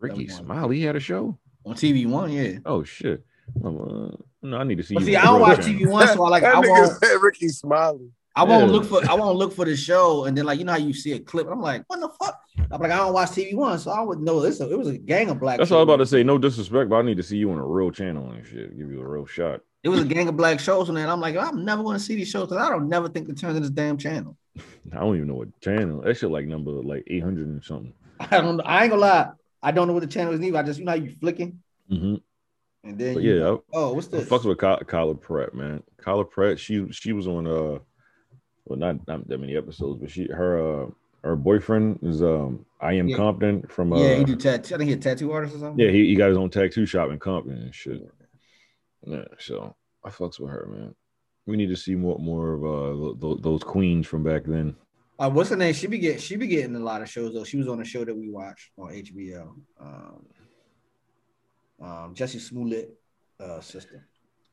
C: Ricky
D: that one.
C: Smiley had a show.
D: On TV One, yeah.
C: Oh shit. Um, uh, no, I need to see.
D: But
C: you
D: see,
C: on
D: I don't
C: Real
D: watch
C: Channel.
D: TV One, so I like
F: [laughs] that
D: I
F: nigga
D: won't
F: said Ricky Smiley.
D: I won't
C: Yeah.
D: look for I won't look for the show, and then like you know how you see a clip, I'm like, what the fuck? I'm like, I don't watch TV One, so I would know this. It was a gang of black.
C: That's all I was about
D: shows.
C: to say. No disrespect, but I need to see you on a real channel and shit. Give you a real shot.
D: It was a gang of black shows, and then I'm like, I'm never going to see these shows because I don't never think to turn to this damn channel. [laughs]
C: I don't even know what channel. That shit like number like eight hundred and something.
D: I don't. I ain't gonna lie. I don't know what the channel is either. I just you know how you flicking,
C: Mm-hmm.
D: and then
C: But
D: you-
C: yeah, I-
D: oh, what's
C: I
D: this?
C: fucks with Ky- Kyla Pratt, man. Kyla Pratt, she she was on uh, well not not that many episodes, but she her uh her boyfriend is um I am
D: Yeah.
C: Compton from uh
D: yeah,
C: yeah
D: he
C: he,
D: do tattoo. I think he a tattoo artist or something.
C: he, got his own tattoo shop in Compton and shit. Yeah, so I fucks with her, man. We need to see more more of uh tho- tho- those queens from back then.
D: Uh, what's her name? She be get she be getting a lot of shows though. She was on a show that we watched on HBO. Um, um Jesse Smollett, uh, sister.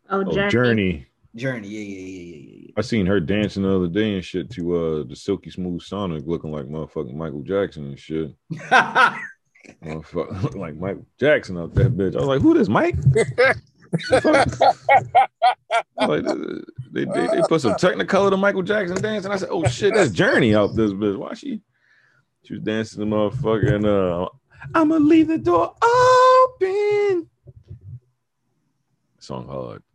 G: Oh,
C: Oh,
G: Journey.
C: Journey,
D: Journey. Yeah, yeah, yeah, yeah, yeah, yeah.
C: I seen her dancing the other day and shit to uh the silky smooth Sonic, looking like motherfucking Michael Jackson and shit. Motherfucker, [laughs] like Mike Jackson out that bitch. I was like, who this Mike? I was like, "This- they, they, they put some technicolor to Michael Jackson dance, and I said, oh shit, that's Journey out this bitch. Why she? She was dancing the motherfucking. Uh, I'm gonna leave the door open. Song hard.
D: [laughs]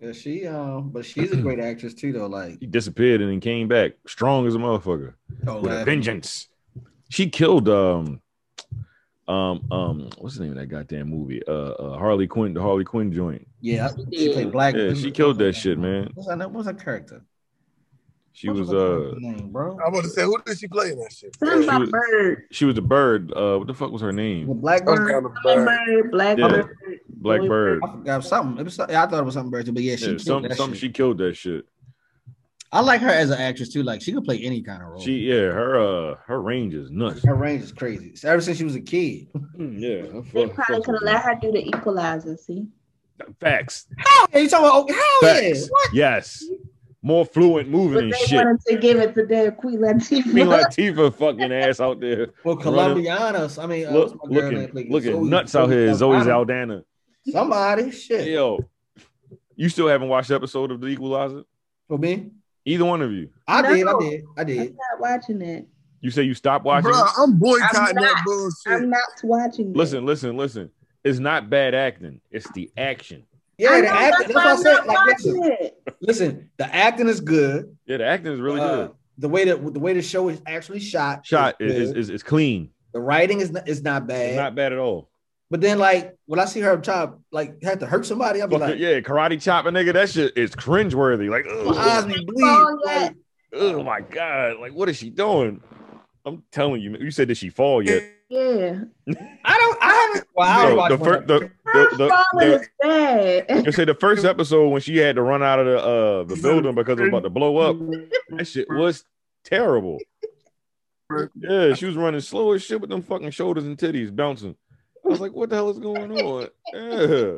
D: Yeah, she um, but she's a great actress too, though. Like
C: He disappeared and then came back strong as a motherfucker
D: Oh,
C: with a
D: laugh.
C: vengeance. She killed um um um what's the name of that goddamn movie? Uh, uh Harley Quinn, the Harley Quinn joint.
D: Yeah, she played Black.
C: Yeah, she killed that shit, man.
D: What's her, what's her character?
C: She was uh
D: Name, bro.
E: I want to say, who did she play in that shit?
G: Something
C: She
G: about
C: was-
G: bird.
C: she was a bird. Uh what the fuck was her name?
D: Black
E: Some
D: Bird.
E: kind of
G: Black
E: bird.
G: bird, black
C: Yeah.
G: bird.
C: Black Bird.
D: I forgot something. It was, some- yeah, I thought it was something Bird, too, but yeah, she
C: Yeah,
D: killed
C: some
D: that
C: some
D: shit.
C: she killed that shit.
D: I like her as an actress too. Like she could play any kind of role.
C: She yeah, her uh her range is nuts. Mm,
D: her range is crazy. So ever since she was
C: [laughs]
D: a kid,
C: Yeah, her
G: They
C: fuck-
G: probably
C: fuck-
G: could have let her do the equalizer, see?
C: facts.
D: hell yeah, you talking about? Oh, hell yeah!
C: Facts. Yes. More fluent moving
G: But
C: and
G: they
C: shit. [laughs]
G: wanted to give it to their Queen
C: Queen
D: [laughs]
G: [laughs] Latifah.
C: Latifah fucking ass out there
D: Well, Colombianas. I mean, uh,
C: look,
D: what's my girl
C: looking
D: name? Like,
C: looking
D: Zoe-
C: nuts out here. Zoe Aldana.
D: Somebody, shit.
C: Yo, you still haven't watched the episode of The Equalizer?
D: For me,
C: Either one of you?
D: I did, I
G: No.
D: did, I
G: I'm
D: did.
G: not watching it.
C: You say you stopped watching?
E: Bro, I'm boycotting
G: I'm
E: that
G: not.
E: bullshit.
G: I'm not watching it.
C: Listen, listen, listen. It's not bad acting. It's the action.
D: Yeah,
G: I
D: the
G: know,
D: acting. That's
G: why
D: what I
G: I'm
D: said.
G: not
D: Like,
G: watching
D: listen,
G: it.
D: listen, the acting is good.
C: Yeah, the acting is really
D: Uh,
C: good.
D: The way that the way the show is actually shot,
C: Shot
D: is,
C: is,
D: good.
C: is, is clean.
D: the writing is not, is not bad.
C: It's not bad at all.
D: but then, like when I see her try to, like have to hurt somebody, I'll be
C: Fucking-
D: like,
C: yeah, karate chop a nigga. That shit is cringeworthy. Like,
D: my eyes
C: ugh,
D: be
G: Fall
D: bleeding.
G: yet.
D: Like,
C: oh my god. Like, what is she doing? I'm telling you. You said did she fall yet?
G: Yeah.
D: I don't. I haven't. Well, I
C: So
D: don't watch
C: the
D: much
C: first,
D: of-
C: the,
G: Her
C: the, the,
G: falling
C: the-
G: is bad.
C: You say the first episode when she had to run out of the uh the building because it was about to blow
E: [laughs]
C: up. That shit was terrible. Yeah, she was running slow as shit with them fucking shoulders and titties bouncing. I was like, what the hell is going on? Yeah.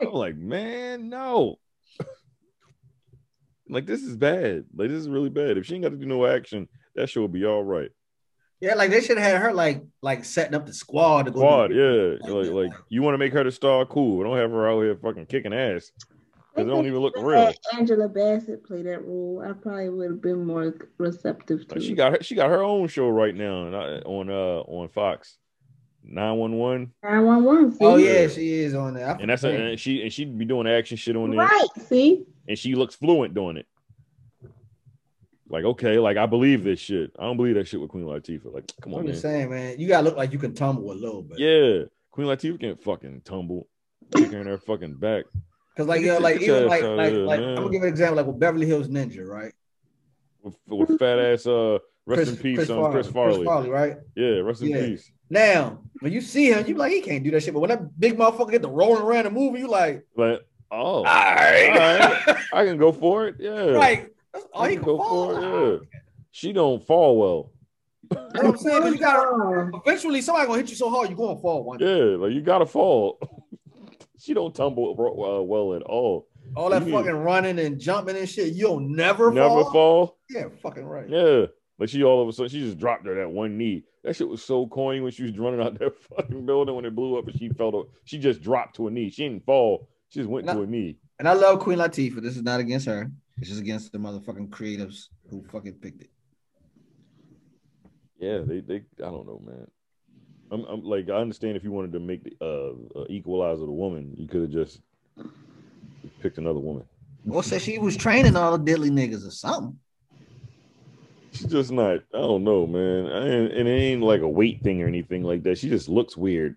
C: I'm like, man, no. [laughs] like this is bad. Like this is really bad. If she ain't got to do no action, that shit will be all right.
D: yeah, like they should have had her like like setting up the squad to go.
C: Quad,
D: do-
C: yeah. Like, like you want to make her the star, cool. But don't have her out here fucking kicking ass. Cause [laughs] it don't
G: [laughs]
C: even look
G: If
C: real.
G: had Angela Bassett play that role, I probably would have been more receptive to
C: Like, she
G: it.
C: got her, she got her own show right now and I- on uh on Fox, nine one one,
G: 911, see?
D: Oh yeah, she is on there. I
C: and that's a,
D: forget.
C: and she and she'd be doing action shit on there,
G: Right, see?
C: and she looks fluent doing it. Like okay, like I believe this shit. I don't believe that shit with Queen Latifah. Like come on,
D: I'm
C: man.
D: just saying, man. You gotta look like you can tumble a little bit.
C: Yeah, Queen Latifah can't fucking tumble, kicking her fucking back.
D: Cause like
C: Get
D: yo, like
C: your
D: even
C: ass
D: like
C: out
D: like
C: here,
D: like
C: man.
D: I'm gonna give an example like with Beverly Hills Ninja, right?
C: With, with fat ass, uh, rest in peace, um, Chris Farley.
D: right?
C: Yeah, rest in
D: Yeah.
C: peace.
D: Now, when you see him, you be like he can't do that shit. But when that big motherfucker get to rolling around the movie, you like,
C: Like, oh,
D: all right, [laughs]
C: I can go for it. Yeah,
D: like that's all
C: I
D: Oh, he
C: can
D: can
C: go
D: fall. Ah.
C: for it. Yeah, she don't fall well.
D: You know what I'm saying? 'Cause you gotta
G: Oh,
D: eventually somebody gonna hit you so hard you're gonna fall one. day.
C: Yeah, like you gotta fall. [laughs] she don't tumble ro- uh, well at all.
D: All that
C: Mhm.
D: fucking running and jumping and shit, you'll never,
C: Never
D: fall.
C: fall.
D: Yeah, fucking right.
C: Yeah, like she all of a sudden she just dropped her that one knee. That shit was so corny when she was running out that [laughs] fucking building when it blew up and she fell. To, she just dropped to a knee. She didn't fall. She just went to
D: No.
C: a knee.
D: And I love Queen Latifah. This is not against her. It's just against the motherfucking creatives who fucking picked it.
C: Yeah, they they I don't know, man. I'm, I'm like I understand if you wanted to make the uh, uh equalizer the woman, you could have just picked another woman.
D: Or say she was training all the diddly niggas or something.
C: She's just not. I don't know, man. I ain't, and it ain't like a weight thing or anything like that. She just looks weird.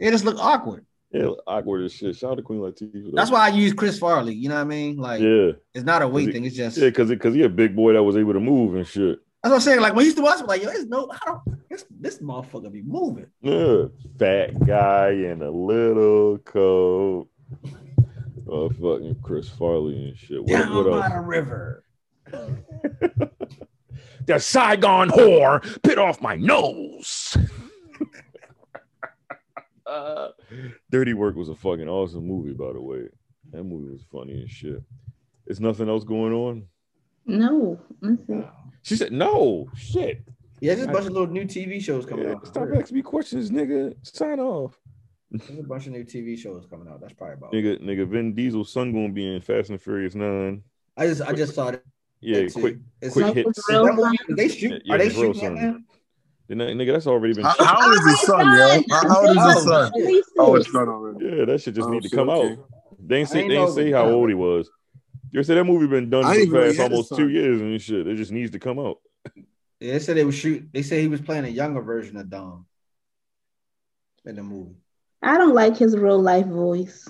D: It just looked awkward.
C: Yeah, awkward as shit. Shout out to Queen Latifah. though.
D: That's why I use Chris Farley. You know what I mean? Like
C: Yeah,
D: it's not a weight
C: Is it-
D: thing. It's just
C: yeah, because because he a big boy that was able to move and shit.
D: that's what I'm saying. Like when I used to watch, it, I'm like yo, there's no, I don't. This this motherfucker be moving.
C: Yeah,
D: Mm-hmm.
C: fat guy in a little coat. Oh, fucking Chris Farley and shit. What,
D: Down
C: what
D: by
C: else?
D: the river.
C: The Saigon whore bit off my
D: [laughs]
C: nose. uh, Dirty Work was a fucking awesome movie, by the way. That movie was funny as shit. There's nothing else going on.
G: no. that's it.
C: She said, "No shit.
D: Yeah, just a bunch of little new TV shows coming
C: Yeah,
D: out.
C: stop asking me questions, nigga. Sign off,
D: There's a bunch of new TV shows coming out. That's probably about. it.
C: nigga. Nigga, Vin Diesel's son gonna be in Fast and Furious Nine.
D: I just I just saw that.
C: Yeah,
D: too.
C: quick.
D: It's-
C: quick
G: Like
C: hit.
G: the
D: Is
G: real
D: that
G: one.
D: movie- they shoot.
C: Yeah,
D: are they
C: it's real
D: shooting that
C: son.
D: now?
C: Then that- nigga, that's already been.
E: How, how
G: Oh
E: old is his son, yo? How, how old is his son?
G: Release
E: Oh,
G: it.
E: it's not already.
C: yeah, that shit just
E: Oh,
C: need to
E: shit,
C: come
E: okay.
C: out. They ain't
E: I
C: say,
E: ain't
C: they
E: know it
C: ain't
E: was
C: say how
E: done.
C: old he was. They said that movie been done
E: I
C: for
E: ain't
C: the past
E: even know he had a
C: almost two
E: son.
C: years and shit. It just needs to come out.
D: Yeah, they said they was shoot. They said he was playing a younger version of Dom in the movie.
G: I don't like his real life voice.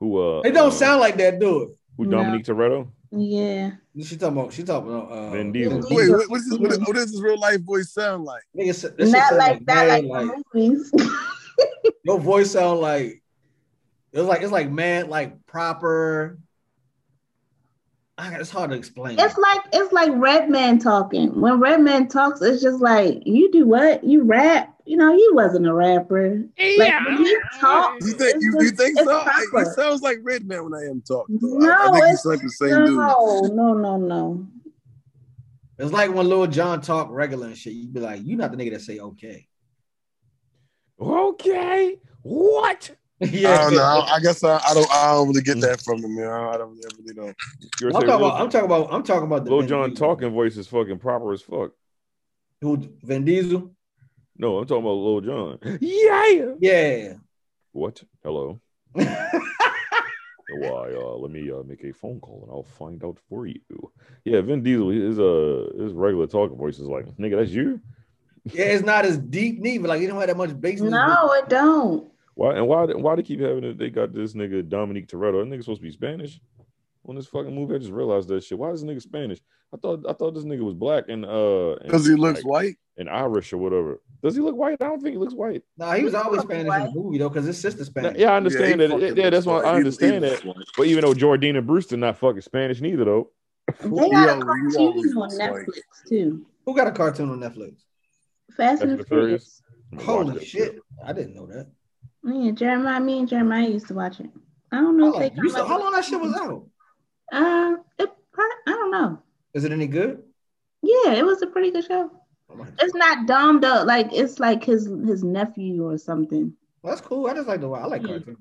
C: Who uh?
D: It don't
C: uh,
D: sound like that, do it.
C: Who
G: No.
C: Dominique Toretto?
G: Yeah.
D: She talking about. She talking about. Uh,
C: Vin Diesel.
E: Wait, what, what, is this, what, what does his real life voice sound like?
D: Nigga, s- that shit
G: Not
D: sound
G: like not
D: mad,
G: like, the movies. [laughs]
D: your voice sound like it's like it's like mad, like proper. I, it's hard to explain.
G: it's like it's like Red Man talking. When Red Man talks, it's just like you do what you rap. You know, he wasn't a rapper. Like when he talks,
E: You think
G: it's
E: you, you
G: just-
E: think
G: it's
E: so? I,
G: proper.
E: it sounds like Redman when I am talking. though. I- I,
G: No,
E: think
G: it's
E: he's like the same dude.
G: no, no, no, no.
D: It's like when Lil John talk regular and shit. You be like, you not the nigga that say okay. [laughs]
C: Okay, what?
D: yeah,
E: I don't know. I, I guess I, I don't. I don't really get that from him. You know? I don't I really don't.
C: You're
D: I'm
C: saying
D: talking
C: Lil-
D: about. I'm talking about. I'm talking about the
C: Lil
D: Vin
C: John
D: Diesel.
C: talking voice is fucking proper as fuck.
D: Who Vin Diesel?
C: No, I'm talking about Lil John. Yeah.
D: Yeah. [laughs]
C: What? Hello. Why? Uh, let me uh, make a phone call and I'll find out for you. Yeah, Vin Diesel his uh his regular talking voice is like, nigga, that's you.
D: Yeah, it's not as deep neither. Like you don't have that much bass. in his
G: No, it don't.
C: Why and why why they keep having it? They got this nigga Dominique Toretto. That nigga supposed to be Spanish on this fucking movie. I just realized that shit. Why is this nigga Spanish? I thought I thought this nigga was black and uh and-
E: Because he looks
C: like,
E: white.
C: and Irish or whatever. Does he look white? I don't think he looks white.
D: Nah, he was always Spanish in the movie though, because his sister's
C: Now,
D: Spanish.
C: yeah, I understand
E: he
C: that.
E: fucking
C: Yeah,
E: looks
C: that's why
E: white. He-
C: I
E: he
C: understand
E: looks
C: that.
E: white.
C: But even though Jordina Brewster not fucking Spanish neither though.
G: They
E: He
G: got a
E: always- he always
G: cartoon on
E: looks white.
G: Netflix too.
D: Who got a cartoon on Netflix?
G: Fast
C: Fast
G: and
C: and
G: the
C: the Furious.
G: Furious.
C: I'm gonna watch
D: Holy
C: that
D: shit! I didn't know that.
G: Yeah, Jeremiah, me and Jeremiah used to watch it. I don't know
D: How
G: if they
D: long, Oh, you
G: come
D: saw,
G: up.
D: how long that shit was out?
G: Uh, it, pro- I don't know.
D: Is it any good?
G: Yeah, it was a pretty good show.
D: I'm like,
G: It's not dumb though. Like it's like his his nephew or something.
D: that's cool. I just like the I like
G: Yeah.
D: cartoons.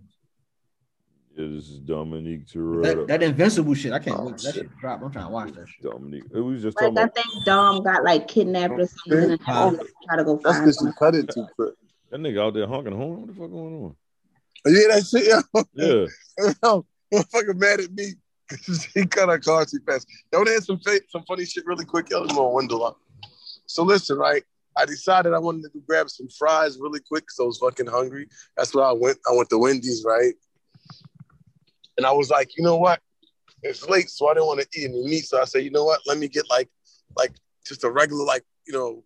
C: Is Dominique
D: That,
C: Toretto.
D: that Invincible shit, I can't
E: Oh,
D: wait. That
E: shit.
D: shit drop. I'm trying to watch that shit.
C: Dominique. It was just
G: Like
C: talking
G: I
C: about
G: think Dom got like kidnapped or something, and the
D: Oh.
G: nephew try to go
E: That's
G: find
E: because she
G: him.
E: cut it too quick.
C: that nigga out there honking the horn. What the fuck going on?
E: Yeah, that shit. [laughs] Yeah.
C: Yeah.
E: yo, [laughs] I'm fucking mad at me. [laughs] he cut our car too fast. Don't add some fa- some funny shit really quick. Y'all just gonna window up. So listen, right? I decided I wanted to grab some fries really quick because I was fucking hungry. That's where I went. I went to Wendy's, right? And I was like, you know what? It's late, so I didn't want to eat any meat. So I said, you know what? Let me get like, like just a regular like, you know,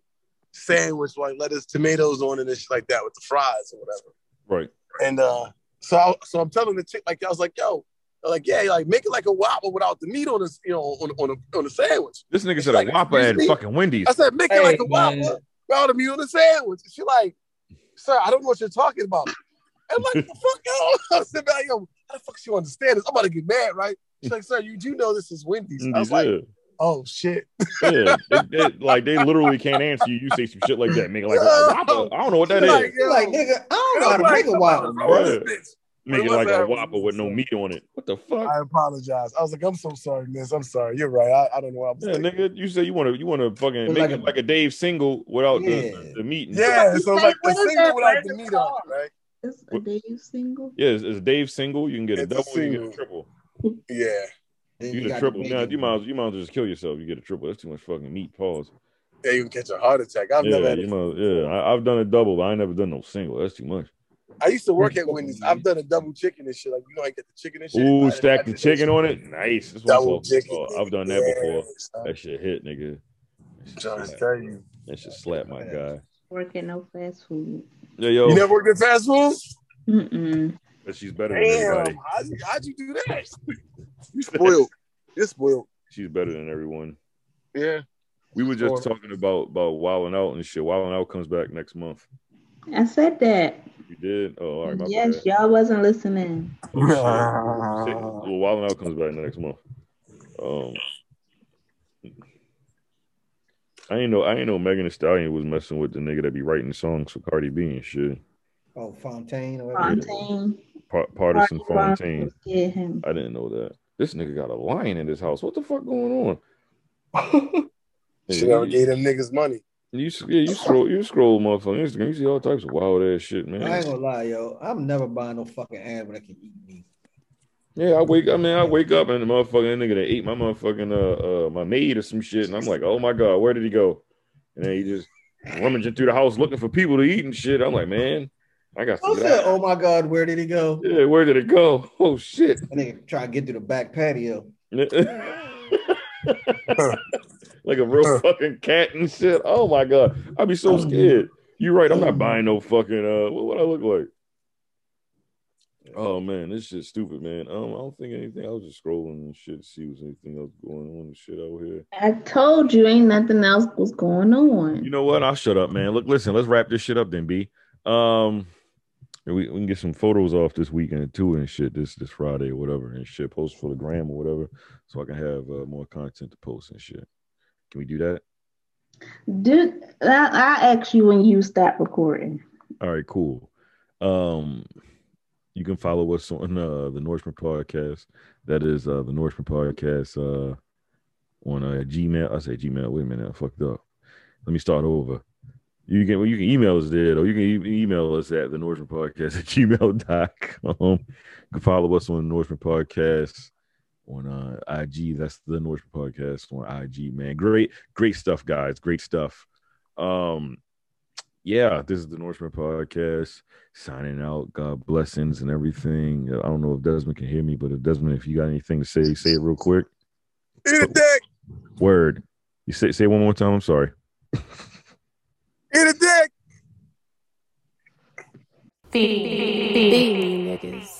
E: sandwich, like lettuce, tomatoes on it and shit like that with the fries or whatever.
C: Right.
E: And uh, so I, so I'm telling the chick like I was like, yo, I'm like yeah, like make it like a whopper without the meat on this, you know, on on a, on a sandwich.
C: This nigga said
E: like,
C: a Whopper at
E: excuse me?
C: fucking Wendy's.
E: I said make it
D: Hey,
E: like a
D: man.
E: whopper without the meat on the sandwich. And she like, sir, I don't know what you're talking about. And I'm like, the
C: [laughs]
E: fuck, yo, [laughs] I'm sitting back, yo, how the fuck she understand this? I'm about to get mad, right? She's like, sir, you do know this is Wendy's. I was
C: Wendy's,
E: like, oh shit.
C: yeah. yeah. They, they- like they literally can't answer you. You say some shit like that. Make it
E: [laughs]
C: like a Whopper. I don't know what that is.
E: She like,
D: You're like, nigga, I don't know how to
E: I'm
D: make a
E: like,
D: wild
E: bro,
C: bro.
E: this [laughs] bitch.
C: Make it
E: what's
C: like a
E: that?
C: Whopper with no meat on it. What the fuck?
E: I apologize. I was like, I'm so sorry, miss. I'm sorry. You're right. I, I don't know what I'm
C: Yeah,
E: saying.
C: nigga. You say you want to you want to fucking
D: It's
C: make
D: like
C: it
D: a-
C: like a Dave single without the,
D: Yeah.
C: the, the meat. and shit. [laughs]
E: Yeah, so it's like a
G: What is that
E: single without the
G: brand
E: meat on
G: called?
E: it, right?
G: Is a Dave single?
C: Yeah, it's, it's a Dave single. You can get a
E: It's a
C: double. you can get
E: single.
C: a triple.
E: Yeah,
C: You
D: Then you
C: get
D: got
C: a triple.
D: bacon.
C: Now you might as- you might as well just kill yourself. You get a triple. That's too much fucking meat. Pause.
E: yeah, you can catch a heart attack. I've
C: yeah,
E: never had.
C: you
E: A,
C: might, yeah. I, I've done a double, but I ain't never done no single. That's too much.
E: I used to
C: [laughs]
E: work at Wendy's. I've done a double chicken and shit. Like you know, I get the chicken and shit. I- I
C: Ooh, stack the
E: did that
C: chicken
E: shit.
C: on it. Nice. That's what I'm
E: Double
C: talking
E: chicken.
C: about.
E: nigga.
C: Oh, I've done that before.
E: Yeah, son.
C: That shit hit, nigga.
E: I'm
C: That shit
E: trying to
C: slap,
E: tell you.
C: that shit slap my guy.
G: Working no fast food.
C: Yeah, yo.
E: You never worked at fast food?
G: Mm-mm.
C: but she's better than
E: Damn,
C: everybody.
E: how'd you, how'd you do that? You spoiled. You're spoiled.
C: She's better than everyone.
E: [laughs] Yeah.
C: We were just
E: Spoiled.
C: talking about about wilding out and shit. Wilding out comes back next month.
G: I said that.
C: You did? Oh, all right. My
G: yes,
C: bad.
G: y'all wasn't listening.
C: Oh, shit. Shit. Well, Wildin' Out comes back next month. Um, I ain't know. I ain't know Megan Thee Stallion was messing with the nigga that be writing songs for Cardi B and shit.
D: Oh, Fontaine. Or whatever.
G: Fontaine.
C: Pa- Partisan
G: Fontaine.
C: Fontaine.
G: Get him.
C: I didn't know that. This nigga got a lion in his house. What the fuck going on?
E: She
C: Yeah,
E: never
C: you,
E: gave them niggas money.
C: you, yeah, you scroll, you scroll, motherfucking Instagram. You see all types of wild ass shit,
D: [laughs] I ain't
C: man.
D: gonna lie, yo. I'm never buying no fucking ad when I can eat meat.
C: Yeah, I wake. I mean, I wake up and the motherfucking nigga that ate my motherfucking uh, uh my maid or some shit, and I'm like, oh my god, where did he go? And then he just rummaging through the house looking for people to eat and shit. I'm like, man, I got.
N: Who said, oh my God, where did he go?
C: Yeah, where did it go? [laughs] Oh shit!
N: And they try to get through the back patio.
C: [laughs] like a real fucking cat and shit. Oh my god, I'd be so scared. You're right. I'm not buying no fucking. Uh, what would I look like? Oh man, this shit's stupid, man. Um, I don't think anything. I was just scrolling and shit, to see was anything else going on and shit out here.
G: I told you ain't nothing else was going on.
C: You know what? I'll shut up, man. Look, listen, let's wrap this shit up then, B. Um, and we, we can get some photos off this weekend too and shit. This this Friday or whatever and shit. Post for the gram or whatever, so I can have uh, more content to post and shit. Can we do that?
G: Did I, I asked you when you stop recording?
C: All right, cool. Um. You can follow us on uh, the Norseman Podcast. That is uh, the Norseman Podcast uh, on uh, Gmail. I say Gmail. Wait a minute, I fucked up. Let me start over. You can well, you can email us there, or you can e- email us at the Norseman Podcast at gmail.com. You can follow us on the Norseman Podcast on uh, IG. That's the Norseman Podcast on IG, man. Great, great stuff, guys. Great stuff. Um, yeah, this is the Norseman podcast signing out. God blessings and everything. Uh, I don't know if Desmond can hear me, but if Desmond, if you got anything to say, say it real quick.
O: Eat a dick.
C: Word. You say say it one more time. I'm sorry.
O: Eat a dick.
A: Feed me niggas.